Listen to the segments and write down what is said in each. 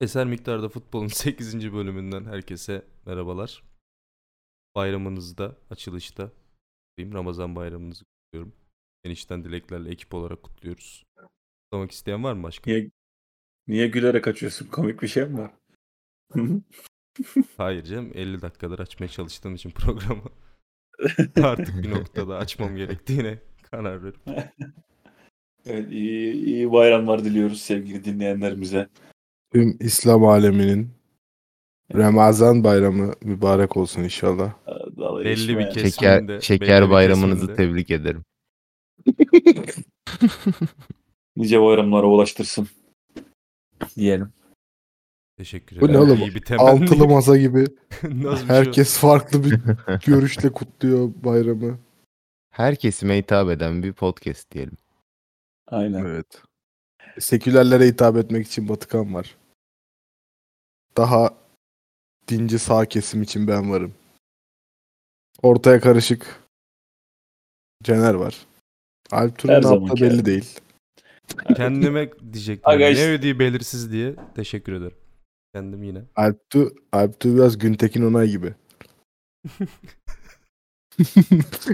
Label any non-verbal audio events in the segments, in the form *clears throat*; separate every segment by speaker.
Speaker 1: Eser Miktar'da Futbol'un *laughs* 8. bölümünden herkese merhabalar. Bayramınızda, açılışta, diyeyim, Ramazan bayramınızı kutluyorum. Enişten dileklerle ekip olarak kutluyoruz. Kutlamak isteyen var mı başka?
Speaker 2: Niye, niye gülerek açıyorsun? Komik bir şey mi var?
Speaker 1: Hayır canım 50 dakikadır açmaya çalıştığım için programı
Speaker 3: *laughs*
Speaker 1: artık bir noktada açmam gerektiğine karar verip
Speaker 2: evet, iyi, iyi bayramlar diliyoruz sevgili dinleyenlerimize.
Speaker 3: Tüm İslam aleminin Ramazan bayramı mübarek olsun inşallah.
Speaker 2: Dalay
Speaker 1: Belli bir
Speaker 2: geçme.
Speaker 1: kez- Kesiminde, belli
Speaker 4: Şeker,
Speaker 1: bir
Speaker 4: şeker bayramınızı
Speaker 1: kesiminde.
Speaker 4: tebrik ederim.
Speaker 2: Nice bayramlara ulaştırsın. Diyelim.
Speaker 1: teşekkür
Speaker 3: Bu
Speaker 1: ederim.
Speaker 3: ne oğlum?
Speaker 1: İyi bir temenni.
Speaker 3: Altılı masa gibi
Speaker 1: *laughs* Nasıl bir şey o?
Speaker 3: herkes
Speaker 1: *laughs*
Speaker 3: farklı bir görüşle kutluyor bayramı.
Speaker 4: Her kesime hitap eden bir podcast diyelim.
Speaker 2: Aynen.
Speaker 3: Evet. Sekülerlere hitap etmek için Batıkan var. Daha dinci sağ kesim için ben varım. Ortaya karışık Cener var. Alp Turan
Speaker 2: Her
Speaker 3: ne yaptığı
Speaker 2: zamanki.
Speaker 3: belli değil.
Speaker 1: Kendime diyecektim.
Speaker 2: Aga
Speaker 1: ne
Speaker 2: işte-
Speaker 1: ödeyi belirsiz diye teşekkür ederim. Kendim yine.
Speaker 3: Alp Tu, Alp Tu biraz Güntekin
Speaker 1: *laughs*
Speaker 3: Onay gibi.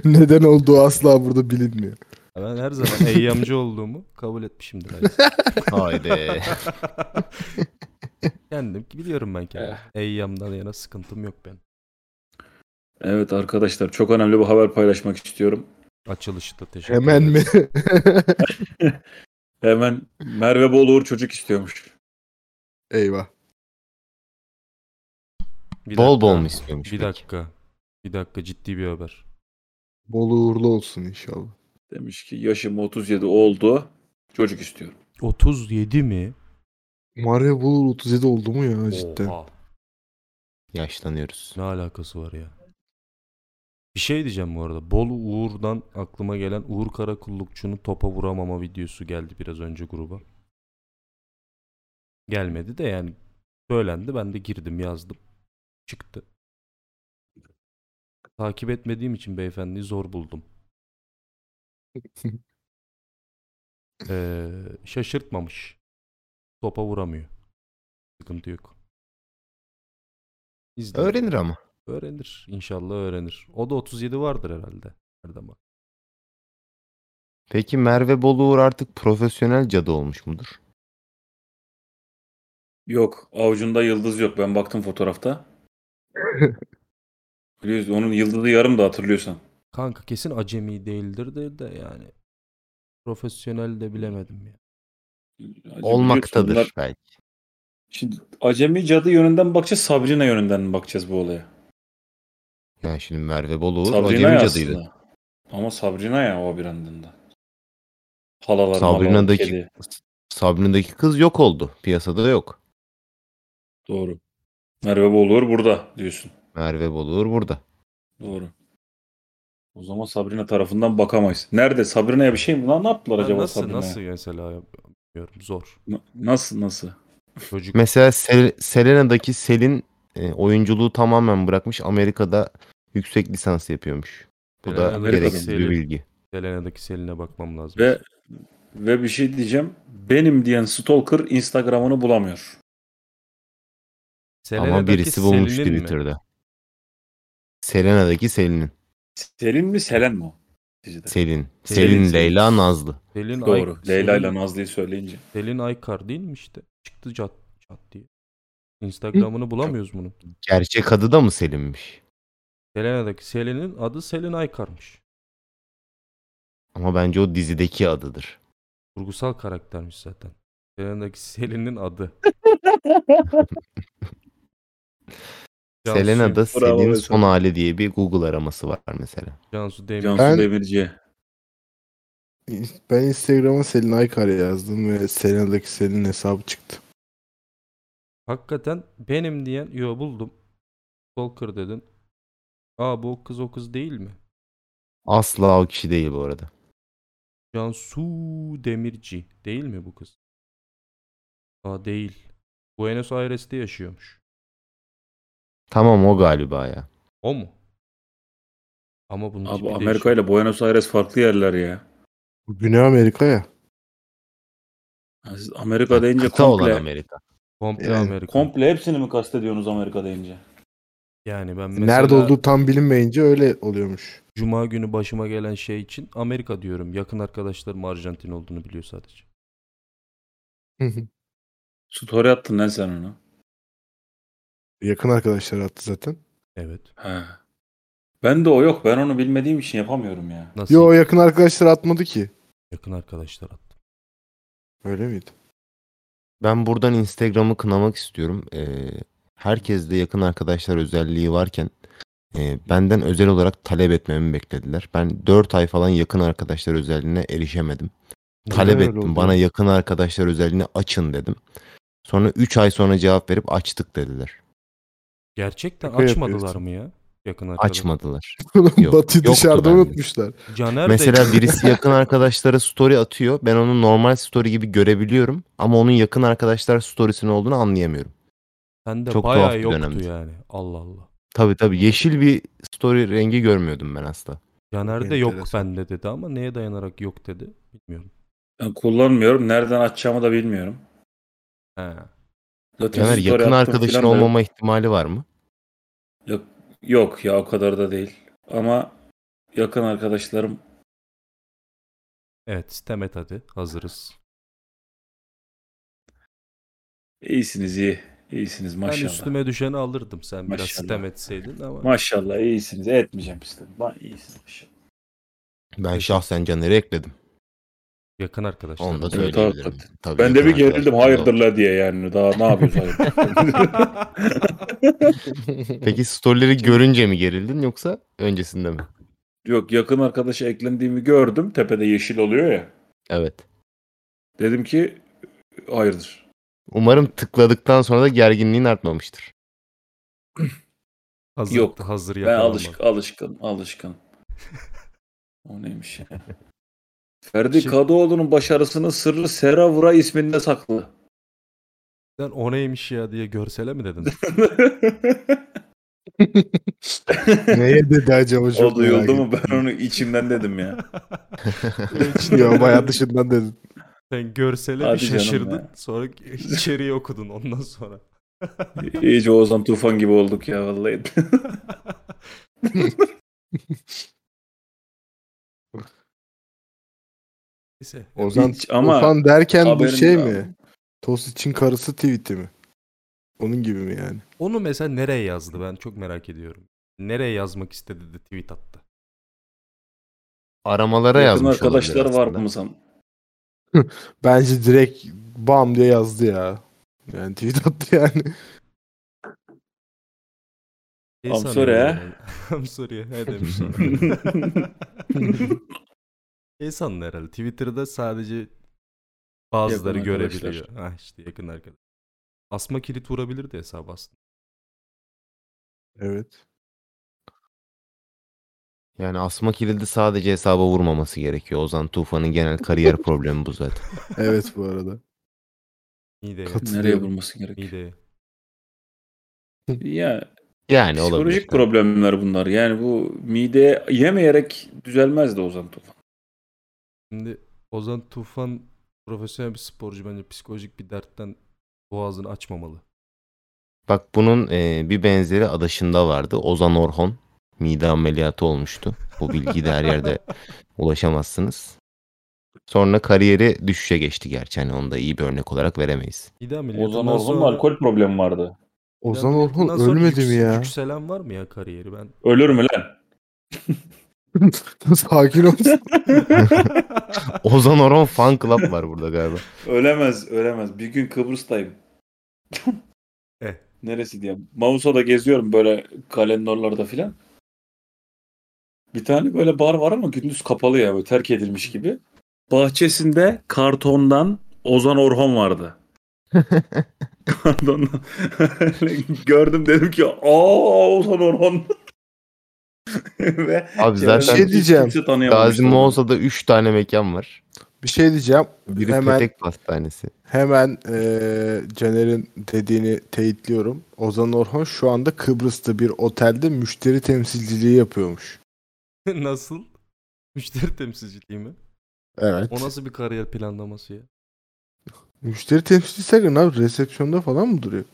Speaker 3: Neden olduğu asla burada bilinmiyor.
Speaker 1: Ben her zaman eyyamcı olduğumu kabul etmişimdir. her
Speaker 4: Haydi.
Speaker 1: Kendim biliyorum ben kendim.
Speaker 4: Eh.
Speaker 1: Eyyam'dan yana sıkıntım yok benim.
Speaker 2: Evet arkadaşlar çok önemli bir haber paylaşmak istiyorum.
Speaker 1: Açılışta teşekkür
Speaker 3: Hemen
Speaker 1: ederim.
Speaker 3: mi? *laughs*
Speaker 2: Hemen Merve Boluğur çocuk istiyormuş.
Speaker 3: Eyvah.
Speaker 1: Bir
Speaker 4: bol
Speaker 1: dakika,
Speaker 4: bol mu istiyormuş?
Speaker 1: Bir
Speaker 4: peki?
Speaker 1: dakika. Bir dakika ciddi bir haber.
Speaker 3: Bol uğurlu olsun inşallah.
Speaker 2: Demiş ki yaşım 37 oldu. Çocuk istiyorum.
Speaker 1: 37 mi?
Speaker 3: Mario Bulur 37 oldu mu ya cidden? *laughs*
Speaker 1: Oha.
Speaker 4: *laughs* Yaşlanıyoruz.
Speaker 1: Ne alakası var ya? Bir şey diyeceğim bu arada. Bolu Uğur'dan aklıma gelen Uğur Karakullukçu'nun topa vuramama videosu geldi biraz önce gruba. Gelmedi de yani söylendi. Ben de girdim yazdım. Çıktı. Takip etmediğim için beyefendiyi zor buldum. Ee, şaşırtmamış. Topa vuramıyor. Sıkıntı yok. İzleyelim.
Speaker 4: Öğrenir ama.
Speaker 1: Öğrenir. İnşallah öğrenir. O da 37 vardır herhalde. Nereden bak?
Speaker 4: Peki Merve Boluğur artık profesyonel cadı olmuş mudur?
Speaker 2: Yok avucunda yıldız yok. Ben baktım fotoğrafta. Biliyorsun onun yıldızı yarım da hatırlıyorsan.
Speaker 1: Kanka kesin acemi değildir de, de yani. Profesyonel de bilemedim ya.
Speaker 4: Olmaktadır
Speaker 2: Biliyorsun, bunlar-
Speaker 4: belki.
Speaker 2: Şimdi acemi cadı yönünden bakacağız, Sabrina yönünden mi bakacağız bu olaya?
Speaker 4: Yani şimdi Merve Boluğur
Speaker 2: Sabrina ya
Speaker 4: acemi cadıydı.
Speaker 2: aslında. Ama Sabrina ya o bir anında. Halalar,
Speaker 4: Sabrina'daki-
Speaker 2: malalar, kedi.
Speaker 4: Sabrina'daki kız yok oldu. Piyasada yok.
Speaker 2: Doğru. Merve Bolur burada diyorsun.
Speaker 4: Merve Boluğur burada.
Speaker 2: Doğru. O zaman Sabrina tarafından bakamayız. Nerede? Sabrina'ya bir şey mi? Lan ne yaptılar
Speaker 1: Ben
Speaker 2: acaba
Speaker 1: nasıl
Speaker 2: Sabrina'ya?
Speaker 1: nasıl mesela ya? bilmiyorum zor.
Speaker 2: Na- Nasıl nasıl?
Speaker 1: Çocuk
Speaker 4: Mesela Sel- Selena'daki Selin e, oyunculuğu tamamen bırakmış. Amerika'da yüksek lisans yapıyormuş.
Speaker 2: Ee,
Speaker 4: Bu da
Speaker 1: Selena'daki
Speaker 4: gereksiz
Speaker 1: Selin.
Speaker 4: bir bilgi.
Speaker 1: Selena'daki Selin'e bakmam lazım.
Speaker 2: Ve ve bir şey diyeceğim. Benim diyen stalker Instagram'ını bulamıyor.
Speaker 4: Ama
Speaker 1: Selena'daki
Speaker 4: birisi bulmuş
Speaker 1: Selin'in mi?
Speaker 4: Twitter'da. Selena'daki Selin'in.
Speaker 2: Selin mi Selen mi o? Dizide.
Speaker 4: Selin.
Speaker 1: Selin,
Speaker 4: Selin,
Speaker 1: Selin.
Speaker 4: Leyla Nazlı.
Speaker 1: Selin
Speaker 2: Doğru.
Speaker 1: Ay-
Speaker 2: Leyla ile
Speaker 1: Selin-
Speaker 2: Nazlı'yı söyleyince.
Speaker 1: Selin Aykar değil mi işte? Çıktı cat, cat diye. Instagram'ını bulamıyoruz bunun.
Speaker 4: Gerçek adı da mı Selin'miş?
Speaker 1: Selena'daki Selin'in adı Selin Aykar'mış.
Speaker 4: Ama bence o dizideki adıdır.
Speaker 1: Kurgusal karaktermiş zaten. Selena'daki Selin'in adı. Cansu-
Speaker 4: Selena'da
Speaker 2: Bravo
Speaker 4: Selin
Speaker 2: be
Speaker 4: son hali diye bir Google araması var mesela.
Speaker 1: Cansu Demir.
Speaker 2: Cansu
Speaker 3: Ben-
Speaker 2: Demirci.
Speaker 3: Ben Instagram'a Selin Aykar yazdım ve Selena'daki Selin hesabı çıktı.
Speaker 1: Hakikaten benim diyen yo buldum. Stalker dedin. Aa bu o kız o kız değil mi?
Speaker 4: Asla o kişi değil bu arada.
Speaker 1: Cansu Demirci değil mi bu kız? Aa değil. Buenos Aires'te yaşıyormuş.
Speaker 4: Tamam o galiba ya.
Speaker 1: O mu? Ama bunun tipi
Speaker 2: Abi
Speaker 1: değişik.
Speaker 2: Amerika ile Buenos Aires farklı yerler ya.
Speaker 3: Bu Güney Amerika ya.
Speaker 2: Yani Siz Amerika deyince
Speaker 4: Kıta olan
Speaker 2: komple
Speaker 4: Amerika.
Speaker 1: Komple
Speaker 3: Yani
Speaker 1: Amerika.
Speaker 2: Komple hepsini mi kastediyorsunuz Amerika deyince?
Speaker 1: yani ben mesela
Speaker 3: Nerede olduğu tam bilinmeyince öyle oluyormuş.
Speaker 1: Cuma günü başıma gelen şey için Amerika diyorum. Yakın arkadaşlarım Arjantin olduğunu biliyor sadece.
Speaker 2: Story attın lan sen onu.
Speaker 3: Yakın arkadaşlar attı zaten.
Speaker 1: Evet.
Speaker 2: He. Ben de o yok. Ben onu bilmediğim için yapamıyorum ya.
Speaker 1: Nasıl?
Speaker 3: Yo yakın arkadaşlar atmadı ki.
Speaker 1: Yakın arkadaşlar attım.
Speaker 3: Öyle miydi? *laughs*
Speaker 4: Ben buradan Instagram'ı kınamak istiyorum. Ee, herkes de yakın arkadaşlar özelliği varken e, benden özel olarak talep etmemi beklediler. Ben 4 ay falan yakın arkadaşlar özelliğine erişemedim. Talep
Speaker 3: öyle
Speaker 4: ettim.
Speaker 3: oldu?
Speaker 4: Bana yakın arkadaşlar özelliğini açın dedim. Sonra 3 ay sonra cevap verip açtık dediler.
Speaker 1: Gerçekten
Speaker 3: Şaka
Speaker 1: açmadılar
Speaker 3: yapıyorsun.
Speaker 1: mı ya? Yakın arkadaş.
Speaker 4: Açmadılar.
Speaker 3: Batı
Speaker 4: Yok,
Speaker 3: Batıyı
Speaker 4: yoktu
Speaker 3: dışarıda
Speaker 4: bende.
Speaker 3: unutmuşlar.
Speaker 1: Caner
Speaker 4: Mesela
Speaker 1: de
Speaker 4: birisi yakın arkadaşlara story atıyor. Ben onu normal story gibi görebiliyorum ama onun yakın arkadaşlar storiesinin olduğunu anlayamıyorum.
Speaker 1: Sen de
Speaker 4: çok tuhaf
Speaker 1: bayağı
Speaker 4: bir
Speaker 1: yoktu
Speaker 4: dönemdi.
Speaker 1: yani. Allah Allah.
Speaker 4: Tabii tabii yeşil bir story rengi görmüyordum ben asla.
Speaker 1: Caner de yok
Speaker 3: enteresan.
Speaker 1: bende dedi ama neye dayanarak yok dedi bilmiyorum.
Speaker 2: Ben kullanmıyorum. Nereden açacağımı da bilmiyorum.
Speaker 1: He.
Speaker 2: Zaten
Speaker 4: Caner
Speaker 2: story
Speaker 4: yakın
Speaker 2: attım
Speaker 4: arkadaşın
Speaker 2: filan da-
Speaker 4: olmama ihtimali var mı?
Speaker 2: Yok ya o kadar da değil. Ama yakın arkadaşlarım
Speaker 1: Evet Temet hadi hazırız.
Speaker 2: iyisiniz iyi. İyisiniz
Speaker 1: Ben
Speaker 2: maşallah.
Speaker 1: üstüme düşeni alırdım sen biraz
Speaker 2: Maşallah.
Speaker 1: sitem etseydin ama.
Speaker 2: Maşallah iyisiniz. Etmeyeceğim işte. Ba- iyisiniz maşallah.
Speaker 4: Ben
Speaker 1: Peki.
Speaker 4: şahsen Caner'i
Speaker 2: *laughs*
Speaker 4: ekledim.
Speaker 1: Yakın arkadaşlar.
Speaker 4: Onu da
Speaker 2: Evet,
Speaker 4: söyleyebilirim.
Speaker 2: hakikaten.
Speaker 4: Tabii
Speaker 2: Ben de
Speaker 4: yakın
Speaker 2: bir gerildim
Speaker 4: arkadaşlarım oldu.
Speaker 2: hayırdırla diye yani. Daha ne yapıyoruz
Speaker 4: *laughs*
Speaker 2: hayırdır?
Speaker 4: Peki storyleri görünce mi gerildin yoksa öncesinde mi?
Speaker 2: Yok yakın arkadaşa eklendiğimi gördüm. Tepede yeşil oluyor ya.
Speaker 4: Evet.
Speaker 2: Dedim ki hayırdır.
Speaker 4: Umarım tıkladıktan sonra da gerginliğin artmamıştır.
Speaker 1: hazır,
Speaker 2: Yok.
Speaker 1: Hazır
Speaker 2: ben
Speaker 1: yakalanmadı.
Speaker 2: alışık, alışkın alışkın. o neymiş
Speaker 3: *laughs*
Speaker 2: ya? Ferdi
Speaker 1: Şey-
Speaker 2: Kadıoğlu'nun başarısının sırrı Seravura isminde saklı.
Speaker 1: Sen o neymiş ya diye görsele mi dedin?
Speaker 3: Neye dedi acaba? *laughs* çok
Speaker 2: o
Speaker 3: merak
Speaker 2: duyuldu mu?
Speaker 3: ettim.
Speaker 2: Ben onu içimden dedim ya. *laughs*
Speaker 3: Yo bayağı dışından dedin.
Speaker 1: Sen görsele bir
Speaker 2: Hadi canım
Speaker 1: şaşırdın.
Speaker 2: ya.
Speaker 1: Sonra içeriği okudun ondan sonra.
Speaker 2: İyice Ozan Tufan gibi olduk ya vallahi.
Speaker 1: Neyse.
Speaker 3: *laughs* Ozan,
Speaker 2: Hiç ama
Speaker 3: Ozan derken bu
Speaker 2: haberim
Speaker 3: şey
Speaker 2: yok.
Speaker 3: mi? Tost için karısı tweet'i mi? Onun gibi mi yani?
Speaker 1: Onu mesela nereye yazdı ben çok merak ediyorum. Nereye yazmak istedi de tweet attı.
Speaker 4: Aramalara
Speaker 2: Yakın
Speaker 4: yazmış olabilir
Speaker 2: arkadaşlar var
Speaker 4: aslında.
Speaker 2: mı san?
Speaker 3: *laughs* Bence direkt bam diye yazdı ya. Yani tweet attı yani.
Speaker 1: Şey
Speaker 2: I'm
Speaker 1: sanıyor
Speaker 2: sorry,
Speaker 1: yani. *laughs*
Speaker 2: he?
Speaker 1: I'm sorry he demiş
Speaker 2: *laughs*
Speaker 1: sonra. şey sandı herhalde. Twitter'da sadece bazıları
Speaker 2: Yakın arkadaşlar.
Speaker 1: görebiliyor. Ha işte yakın arkadaş. Asma kilit vurabilirdi hesabı aslında.
Speaker 3: Evet.
Speaker 4: Yani asma kilidi sadece hesaba vurmaması gerekiyor. Ozan Tufan'ın
Speaker 2: *laughs*
Speaker 4: genel kariyer problemi bu zaten.
Speaker 1: *laughs*
Speaker 3: Evet bu arada.
Speaker 1: Mideye.
Speaker 3: Kat-
Speaker 2: Nereye vurması gerek?
Speaker 1: Mideye.
Speaker 2: Ya
Speaker 4: Yani olabilir.
Speaker 2: psikolojik problemler bunlar. Yani bu mide yemeyerek düzelmez de Ozan Tufan.
Speaker 1: Şimdi Ozan Tufan profesyonel bir sporcu bence psikolojik bir dertten boğazını açmamalı.
Speaker 4: Bak bunun e, bir benzeri adaşında vardı. Ozan Orhon mide ameliyatı olmuştu. Bu bilgi de
Speaker 1: *laughs*
Speaker 4: her yerde ulaşamazsınız. Sonra kariyeri düşüşe geçti gerçi. Hani onu da iyi bir örnek olarak veremeyiz.
Speaker 1: Mide
Speaker 2: Ozan
Speaker 1: ameliyatından
Speaker 2: Orhun'un
Speaker 1: sonra...
Speaker 2: alkol problemi vardı.
Speaker 1: mide
Speaker 3: Ozan Orhun
Speaker 1: ameliyatından sonra
Speaker 3: ölmedi mi
Speaker 1: yüksel-
Speaker 3: ya?
Speaker 1: Yükselen var mı ya kariyeri ben?
Speaker 2: Ölür mü lan?
Speaker 3: *laughs* Sakin ol.
Speaker 4: Ozan Orhon fan club var burada galiba.
Speaker 2: Ölemez, ölemez. Bir gün Kıbrıs'tayım.
Speaker 1: Eh. *laughs*
Speaker 2: Neresi diye. Mauso'da geziyorum böyle kalendorlarda filan. Bir tane böyle bar var ama gündüz kapalı ya böyle terk edilmiş gibi. Bahçesinde kartondan Ozan Orhon
Speaker 4: *laughs*
Speaker 2: vardı. Kartondan. *laughs* Gördüm dedim ki aa Ozan Orhon. *laughs* Ve
Speaker 4: Abi
Speaker 2: çevremden
Speaker 4: zaten
Speaker 3: Şey diyeceğim.
Speaker 2: kimse tanıyamamıştı
Speaker 4: Gazi
Speaker 2: onu.
Speaker 4: Moğolsa'da 3 tane mekan var.
Speaker 3: Bir şey diyeceğim.
Speaker 4: Biri
Speaker 3: hemen
Speaker 4: Petek Pastanesi.
Speaker 3: hemen eee, Caner'in dediğini teyitliyorum. Ozan Orhun şu anda Kıbrıs'ta bir otelde müşteri temsilciliği yapıyormuş.
Speaker 1: Nasıl? Müşteri temsilciliği mi?
Speaker 3: Evet.
Speaker 1: O nasıl bir kariyer planlaması ya?
Speaker 3: Müşteri temsilcisi Sergen abi resepsiyonda falan mı duruyor?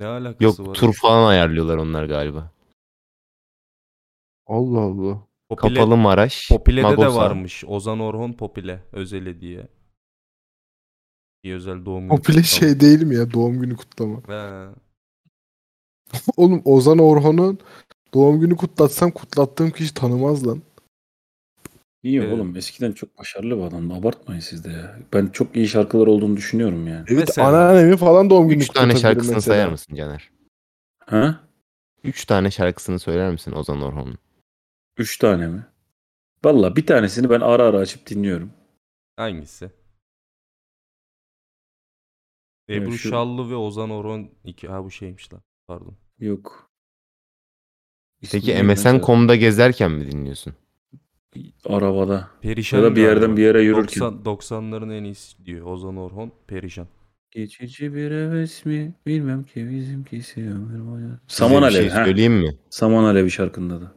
Speaker 1: Ne alakası var?
Speaker 4: Yok tur falan ayarlıyorlar onlar galiba.
Speaker 3: Allah Allah.
Speaker 1: Popile-
Speaker 4: Kapalı Maraş.
Speaker 1: Popile'de de
Speaker 4: Magosa.
Speaker 1: varmış. Ozan Orhon Popile özeli diye. Bir özel doğum günü.
Speaker 3: O bile
Speaker 1: kutlama.
Speaker 3: şey değil mi ya doğum günü kutlama? *laughs*
Speaker 1: He.
Speaker 3: Oğlum Ozan Orhan'ın doğum günü kutlatsam kutlattığım kişi tanımaz lan.
Speaker 2: İyi
Speaker 1: Evet.
Speaker 2: oğlum eskiden çok başarılı bir adamdı. Abartmayın siz de ya. Ben çok iyi şarkılar olduğunu düşünüyorum yani.
Speaker 3: Evet
Speaker 1: Mesela.
Speaker 3: anneannemi falan doğum günü
Speaker 4: Üç tane
Speaker 3: kutlatabilirim
Speaker 4: şarkısını
Speaker 3: mesela.
Speaker 4: sayar mısın Caner?
Speaker 2: Ha?
Speaker 4: Üç tane şarkısını söyler misin Ozan Orhon'un?
Speaker 2: Üç tane mi? Valla bir tanesini ben ara ara açıp dinliyorum.
Speaker 1: Hangisi?
Speaker 2: Ya
Speaker 1: Ebru
Speaker 2: şu-
Speaker 1: Şallı ve Ozan Orhon iki. Ha bu şeymiş lan. Pardon.
Speaker 2: Yok.
Speaker 4: Peki
Speaker 2: İsmini bilmem lazım.
Speaker 4: MSN.com'da gezerken mi dinliyorsun?
Speaker 2: Arabada.
Speaker 1: Perişan
Speaker 2: Ya da bir
Speaker 1: galiba.
Speaker 2: yerden bir yere yürürken.
Speaker 1: 90, 90'ların en iyisi diyor Ozan Orhon. Perişan.
Speaker 2: Geçici bir heves mi? Bilmem ki bizimkisi ömür boyu.
Speaker 4: Size
Speaker 2: Saman
Speaker 4: bir şey
Speaker 2: Alevi. ha.
Speaker 4: söyleyeyim mi?
Speaker 2: Saman Alevi şarkında da.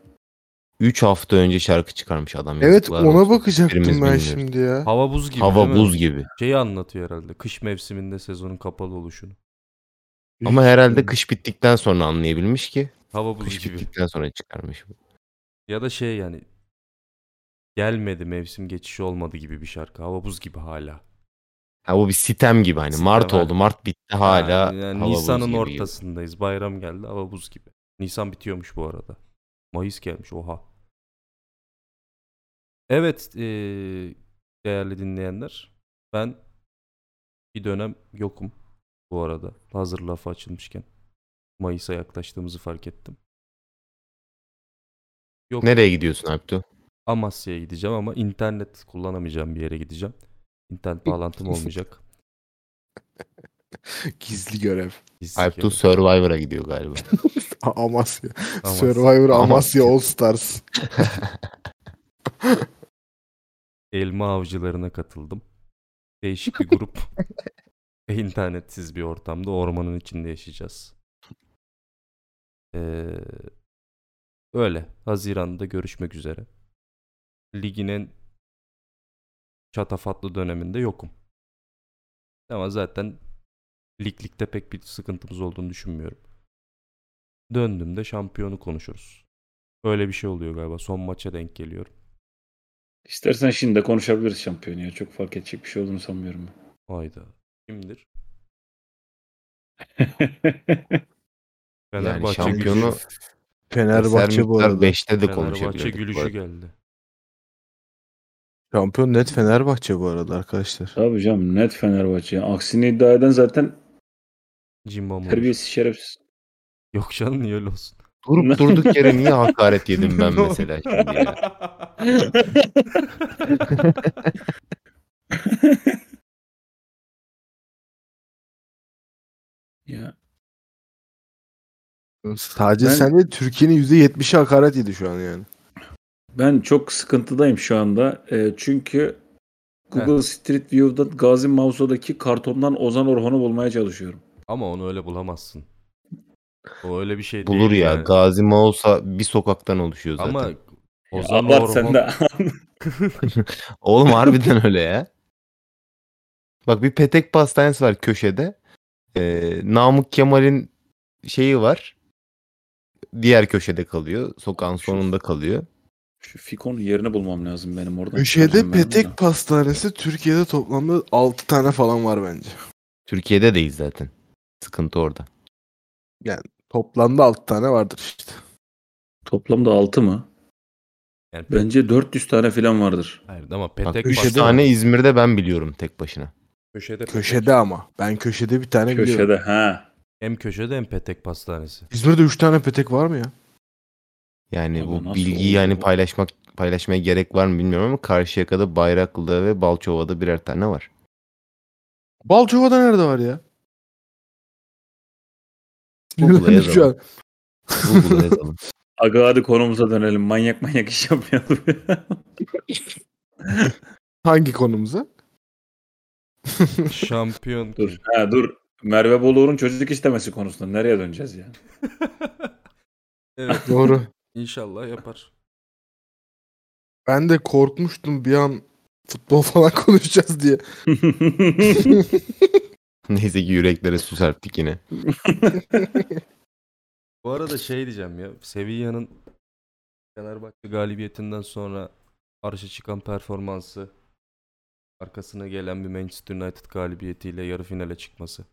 Speaker 4: 3 hafta önce şarkı çıkarmış adam.
Speaker 3: Evet
Speaker 4: yazıklar
Speaker 3: ona
Speaker 4: olsun.
Speaker 3: bakacaktım ben
Speaker 4: Hiçbirimiz bilmiyoruz.
Speaker 3: şimdi ya.
Speaker 1: Hava buz gibi
Speaker 4: Hava
Speaker 1: değil mi?
Speaker 4: buz gibi.
Speaker 1: Şeyi anlatıyor herhalde. Kış mevsiminde sezonun kapalı oluşunu.
Speaker 4: Ama herhalde kış bittikten sonra anlayabilmiş ki.
Speaker 1: Hava buz
Speaker 4: Kış
Speaker 1: gibi.
Speaker 4: bittikten sonra çıkarmış.
Speaker 1: Ya da şey yani gelmedi mevsim geçişi olmadı gibi bir şarkı. Hava buz gibi hala.
Speaker 4: Ha o bir sitem gibi hani.
Speaker 1: Sitem,
Speaker 4: Mart
Speaker 1: ha.
Speaker 4: oldu. Mart bitti hala.
Speaker 1: Yani- yani
Speaker 4: hava buz
Speaker 1: Nisan'ın
Speaker 4: gibi gibi.
Speaker 1: ortasındayız. Bayram geldi hava buz gibi. Nisan bitiyormuş bu arada. Mayıs gelmiş oha. Evet eee, değerli dinleyenler. Ben bir dönem yokum bu arada. Hazır lafı açılmışken. Mayıs'a yaklaştığımızı fark ettim. Yok.
Speaker 4: Nereye gidiyorsun Alptu?
Speaker 1: Amasya'ya gideceğim ama internet kullanamayacağım bir yere gideceğim. İnternet
Speaker 4: *laughs*
Speaker 1: bağlantım olmayacak.
Speaker 3: Gizli görev. *laughs*
Speaker 1: Biz-
Speaker 4: Alptu *laughs* Survivor'a gidiyor galiba.
Speaker 3: A- Amasya.
Speaker 1: Amasya.
Speaker 3: Survivor
Speaker 4: Amasya.
Speaker 3: Amasya All Stars.
Speaker 1: Elma avcılarına katıldım. Değişik bir grup. Ve internetsiz bir ortamda ormanın içinde yaşayacağız. Ee, öyle. Haziran'da görüşmek üzere. Ligin en çatafatlı döneminde yokum. Ama zaten liglikte pek bir sıkıntımız olduğunu düşünmüyorum. Döndüğümde şampiyonu konuşuruz. Öyle bir şey oluyor galiba. Son maça denk geliyorum.
Speaker 2: İstersen şimdi de konuşabiliriz şampiyonu ya. Çok fark edecek bir şey olduğunu *laughs* sanmıyorum.
Speaker 1: Hayda. Kimdir?
Speaker 2: ben.
Speaker 4: yani
Speaker 1: Fenerbahçe
Speaker 4: şampiyonu
Speaker 1: gülüşü.
Speaker 3: Fenerbahçe bu arada.
Speaker 4: 5'te de
Speaker 1: Fenerbahçe
Speaker 4: konuşabilirdik. bu
Speaker 1: gülüşü
Speaker 4: arada.
Speaker 1: geldi.
Speaker 3: Şampiyon net Fenerbahçe bu arada arkadaşlar.
Speaker 2: Tabii canım net Fenerbahçe. Aksini iddia eden zaten
Speaker 1: Cimbom olmuş.
Speaker 2: terbiyesiz şerefsiz.
Speaker 1: Yok canım niye öyle olsun.
Speaker 4: Durup durduk yere niye hakaret yedim
Speaker 1: *laughs*
Speaker 4: ben mesela şimdi ya?
Speaker 2: ya
Speaker 3: Sadece
Speaker 2: Ben-
Speaker 3: sen de Türkiye'nin %70'i hakaret yedi şu an yani.
Speaker 2: ben çok sıkıntıdayım şu anda. Ee, çünkü Google Street View'da Gazi Mauso'daki kartondan Ozan Orhan'ı bulmaya çalışıyorum.
Speaker 1: Ama onu öyle bulamazsın. O öyle bir şey
Speaker 4: Bulur
Speaker 1: değil
Speaker 4: ya.
Speaker 1: yani.
Speaker 4: Gazi olsa bir sokaktan oluşuyor zaten.
Speaker 1: Ama Ozan
Speaker 2: Abart
Speaker 1: Orhon-
Speaker 2: sen de. *laughs*
Speaker 4: Oğlum harbiden öyle ya. Bak bir petek pastanesi var köşede. Ee, Namık Kemal'in şeyi var. Diğer köşede kalıyor. Sokağın sonunda kalıyor.
Speaker 2: Şu Fikon'un yerini bulmam lazım benim oradan.
Speaker 3: Köşede
Speaker 2: çıkaracağım ben onu da.
Speaker 3: petek pastanesi Türkiye'de toplamda 6 tane falan var bence.
Speaker 4: Türkiye'de değil zaten. Sıkıntı orada.
Speaker 3: Toplamda 6 tane vardır işte.
Speaker 2: Toplamda 6 mı?
Speaker 1: Yani pe-
Speaker 2: Bence 400 tane falan vardır.
Speaker 1: Hayır, ama
Speaker 4: Bak
Speaker 1: petek
Speaker 4: üç
Speaker 1: köşede,
Speaker 4: tane İzmir'de ben biliyorum tek başına.
Speaker 1: köşede, petek-
Speaker 3: Köşede ama. Ben köşede bir tane biliyorum.
Speaker 2: Köşede ha.
Speaker 1: Hem köşede hem petek pastanesi.
Speaker 3: *laughs* İzmir'de 3 tane petek var mı ya?
Speaker 4: Yani
Speaker 2: Ama
Speaker 4: bu
Speaker 2: nasıl
Speaker 4: bilgiyi
Speaker 2: oluyor
Speaker 4: yani
Speaker 2: bu?
Speaker 4: paylaşmak paylaşmaya gerek var mı bilmiyorum ama Karşıyaka'da, Bayraklı'da ve Balçova'da birer tane var.
Speaker 3: Balçova'da nerede var ya?
Speaker 4: Google'a
Speaker 3: Sinirlendim
Speaker 4: yazalım.
Speaker 3: şu an.
Speaker 2: *laughs*
Speaker 4: Google'a yazalım.
Speaker 2: Aga hadi konumuza dönelim. Manyak manyak iş yapmayalım.
Speaker 3: Hangi konumuza?
Speaker 1: Şampiyon kim? *laughs*
Speaker 2: dur. Ha, dur. Merve Boluğur'un çocuk istemesi konusunda nereye döneceğiz ya?
Speaker 1: evet
Speaker 3: *laughs* Doğru.
Speaker 1: inşallah yapar.
Speaker 3: Ben de korkmuştum bir an Futbol falan *laughs* konuşacağız diye.
Speaker 4: Neyse ki yüreklere su serptik yine.
Speaker 1: Bu arada şey diyeceğim ya. Sevilla'nın Fenerbahçe galibiyetinden sonra karşı çıkan performansı arkasına gelen bir Manchester United galibiyetiyle yarı finale çıkması.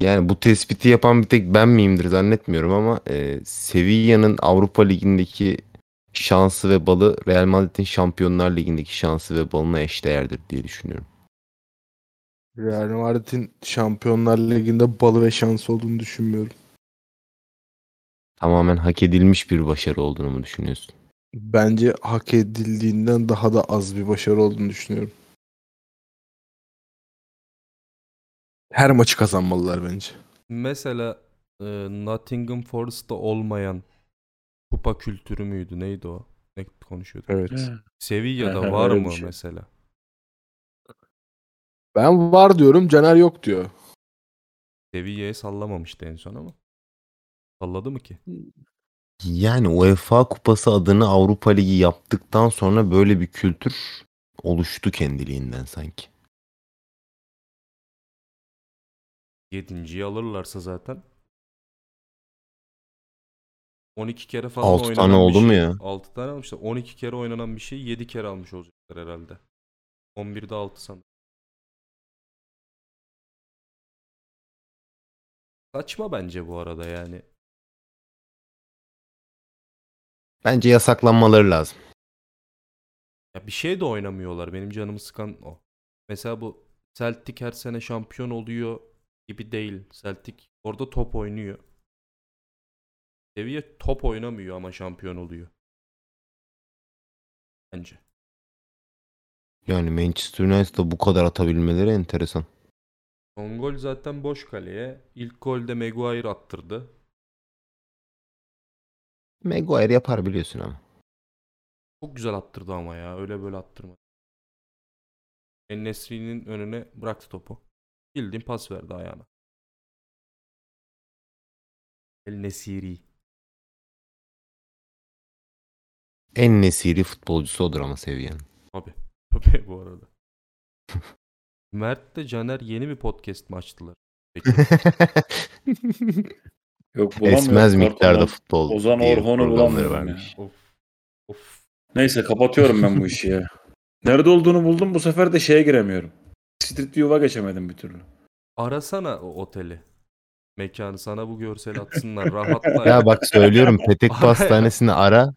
Speaker 4: Yani bu tespiti yapan bir tek ben miyimdir zannetmiyorum ama e, Sevilla'nın Avrupa Ligi'ndeki şansı ve balı Real Madrid'in Şampiyonlar Ligi'ndeki şansı ve balına eşdeğerdir diye düşünüyorum.
Speaker 3: Real Madrid'in Şampiyonlar Ligi'nde balı ve şansı olduğunu düşünmüyorum.
Speaker 4: Tamamen hak edilmiş bir başarı olduğunu mu düşünüyorsun?
Speaker 3: Bence hak edildiğinden daha da az bir başarı olduğunu düşünüyorum. Her maçı kazanmalılar bence.
Speaker 1: Mesela e, Nottingham Forest'ta olmayan kupa kültürü müydü? Neydi o? Ne konuşuyorduk?
Speaker 3: Evet.
Speaker 1: Sevilla'da
Speaker 2: *laughs* Aha,
Speaker 1: var
Speaker 2: öyle bir
Speaker 1: mı
Speaker 2: şey.
Speaker 1: mesela?
Speaker 3: Ben var diyorum, Caner yok diyor. *laughs*
Speaker 1: Sevilla'yı sallamamıştı en son ama. Salladı mı ki?
Speaker 4: Yani UEFA Kupası adını Avrupa Ligi yaptıktan sonra böyle bir kültür oluştu kendiliğinden sanki.
Speaker 1: Yedinciyi alırlarsa zaten. 12 kere falan
Speaker 4: Altı
Speaker 1: oynanan
Speaker 4: tane
Speaker 1: bir
Speaker 4: oldu
Speaker 1: şey.
Speaker 4: mu ya?
Speaker 1: 6 tane almışlar. 12 kere oynanan bir şeyi 7 kere almış olacaklar herhalde. 11'de 6 sanırım. Saçma bence bu arada yani.
Speaker 4: Bence yasaklanmaları lazım.
Speaker 1: Ya bir şey de oynamıyorlar. Benim canımı sıkan o. Mesela bu Celtic her sene şampiyon oluyor gibi değil. Celtic orada top oynuyor. Seviye top oynamıyor ama şampiyon oluyor. Bence.
Speaker 4: Yani Manchester United'a bu kadar atabilmeleri enteresan.
Speaker 1: Son gol zaten boş kaleye. İlk golde Maguire attırdı.
Speaker 4: Maguire yapar biliyorsun ama.
Speaker 1: Çok güzel attırdı ama ya. Öyle böyle attırmadı. Enesri'nin önüne bıraktı topu. Bildiğin pas verdi ayağına. El Nesiri.
Speaker 4: En nesiri futbolcusu odur ama seviyenin.
Speaker 1: Abi. Tabii bu arada. *laughs* Mert de Caner yeni bir podcast mi açtılar? Peki.
Speaker 2: *laughs* Yok bulamıyorum.
Speaker 4: Esmez
Speaker 2: Kartondan.
Speaker 4: miktarda futbol.
Speaker 2: Ozan
Speaker 4: diye
Speaker 2: Orhon'u
Speaker 4: programları
Speaker 2: bulamıyorum
Speaker 4: varmış.
Speaker 1: of. Of.
Speaker 2: Neyse kapatıyorum ben bu işi ya. Nerede olduğunu buldum bu sefer de şeye giremiyorum. Street View'a geçemedim bir türlü. *laughs*
Speaker 1: Arasana o oteli. Mekanı sana bu görseli *laughs* atsınlar. Rahatla.
Speaker 4: *laughs* Ya bak söylüyorum Petek
Speaker 1: Ara ya.
Speaker 4: Pastanesi'ni ara.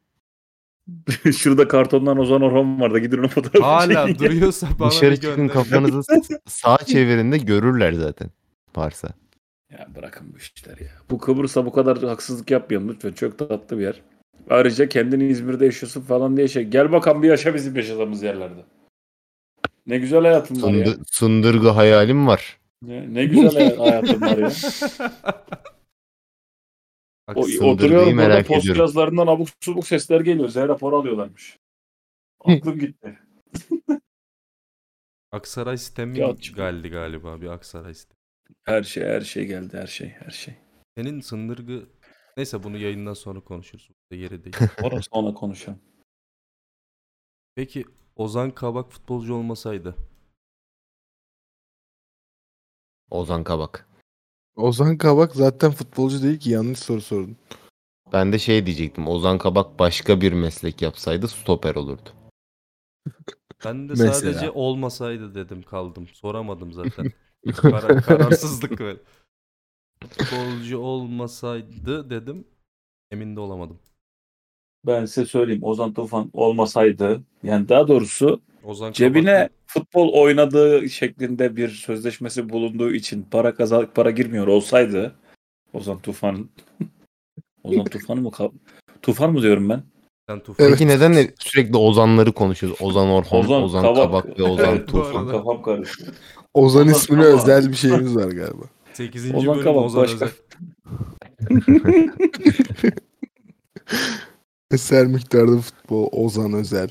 Speaker 2: Şurada kartondan Ozan Orhan vardı. Gidin o fotoğrafı çekin.
Speaker 1: Hala
Speaker 4: *laughs*
Speaker 1: duruyorsa bana
Speaker 4: Dışarı
Speaker 1: bir
Speaker 4: çıkın
Speaker 1: gönder. *laughs*
Speaker 4: kafanızı s- sağa çevirin de görürler zaten. Varsa.
Speaker 2: Ya bırakın bu işleri ya. Bu Kıbrıs'a bu kadar haksızlık yapmayalım lütfen. Çok tatlı bir yer. Ayrıca kendini İzmir'de yaşıyorsun falan diye şey. Gel bakalım bir yaşa bizim yaşadığımız yerlerde. Ne güzel hayatım var ya.
Speaker 4: Sundu- sundurgu hayalim var.
Speaker 2: Ne, ne güzel hay-
Speaker 4: *laughs*
Speaker 2: hayatım var ya. O,
Speaker 1: Haksız.
Speaker 4: Sındırdığı
Speaker 2: oturuyorum burada
Speaker 4: merak
Speaker 2: post
Speaker 4: ediyorum.
Speaker 2: yazlarından abuk subuk sesler geliyor. Zehra para alıyorlarmış.
Speaker 4: *laughs*
Speaker 2: Aklım gitti.
Speaker 1: Aksaray sistemi
Speaker 2: Ya çık-
Speaker 1: geldi galiba bir Aksaray sistemi.
Speaker 2: Her şey her şey geldi her şey her
Speaker 4: *laughs*
Speaker 2: şey.
Speaker 1: Senin sındırgı neyse bunu yayından sonra konuşuruz. Bu da Yeri
Speaker 4: *laughs*
Speaker 1: değil.
Speaker 2: Orası sonra konuşalım.
Speaker 1: Peki Ozan Kabak futbolcu olmasaydı
Speaker 4: Ozan Kabak.
Speaker 3: Ozan Kabak zaten futbolcu değil ki yanlış soru sordun.
Speaker 4: Ben de şey diyecektim. Ozan Kabak başka bir meslek yapsaydı stoper olurdu.
Speaker 1: ben de
Speaker 3: Mesela.
Speaker 1: sadece olmasaydı dedim kaldım. Soramadım
Speaker 4: *laughs*
Speaker 1: zaten. Karar- kararsızlık böyle. Futbolcu olmasaydı dedim. Emin de olamadım.
Speaker 2: Ben size söyleyeyim Ozan Tufan olmasaydı yani daha doğrusu
Speaker 1: Ozan
Speaker 2: Cebine
Speaker 1: Kabak
Speaker 2: futbol oynadığı şeklinde bir sözleşmesi bulunduğu için para kazan para girmiyor olsaydı Ozan Tufan *laughs* Ozan Tufan'ı mı kal- Tufan mı diyorum ben?
Speaker 1: sen Tufan.
Speaker 4: Peki neden hep sürekli Ozanları konuşuyoruz? Ozan Orhon, Ozan, Kabak.
Speaker 2: *laughs*
Speaker 4: ve Ozan
Speaker 1: Evet, bu
Speaker 4: Tufan.
Speaker 1: arada.
Speaker 2: Kafam karıştı.
Speaker 3: Ozan
Speaker 2: Ozan
Speaker 3: ismine
Speaker 2: Kabak.
Speaker 3: özel bir şeyimiz var galiba.
Speaker 1: 8.
Speaker 2: Ozan
Speaker 1: bölüm
Speaker 2: Kabak
Speaker 1: Ozan
Speaker 2: başka.
Speaker 1: Özel.
Speaker 3: Eser miktarda futbol Ozan özel.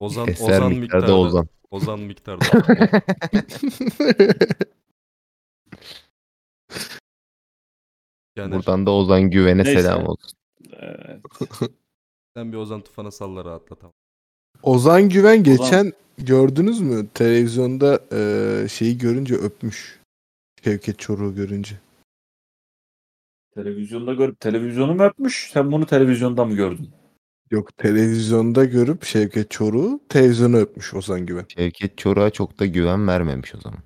Speaker 1: Ozan,
Speaker 4: Eser
Speaker 1: Ozan
Speaker 4: miktarda Ozan.
Speaker 1: *laughs* Ozan
Speaker 4: *laughs*
Speaker 1: miktarda. Yani
Speaker 4: Buradan da Ozan Güven'e
Speaker 2: Neyse.
Speaker 4: selam olsun.
Speaker 2: Evet.
Speaker 1: sen bir Ozan Tufan'a salla rahatla tamam.
Speaker 3: Ozan Güven geçen gördünüz mü televizyonda e, şeyi görünce öpmüş. Şevket Çoruh'u görünce.
Speaker 2: Televizyonda görüp televizyonu mu öpmüş? Sen bunu televizyonda mı gördün?
Speaker 3: Yok televizyonda görüp Şevket Çoruh'u televizyonu öpmüş Ozan Güven.
Speaker 4: Şevket Çoruh'a çok da güven vermemiş o zaman.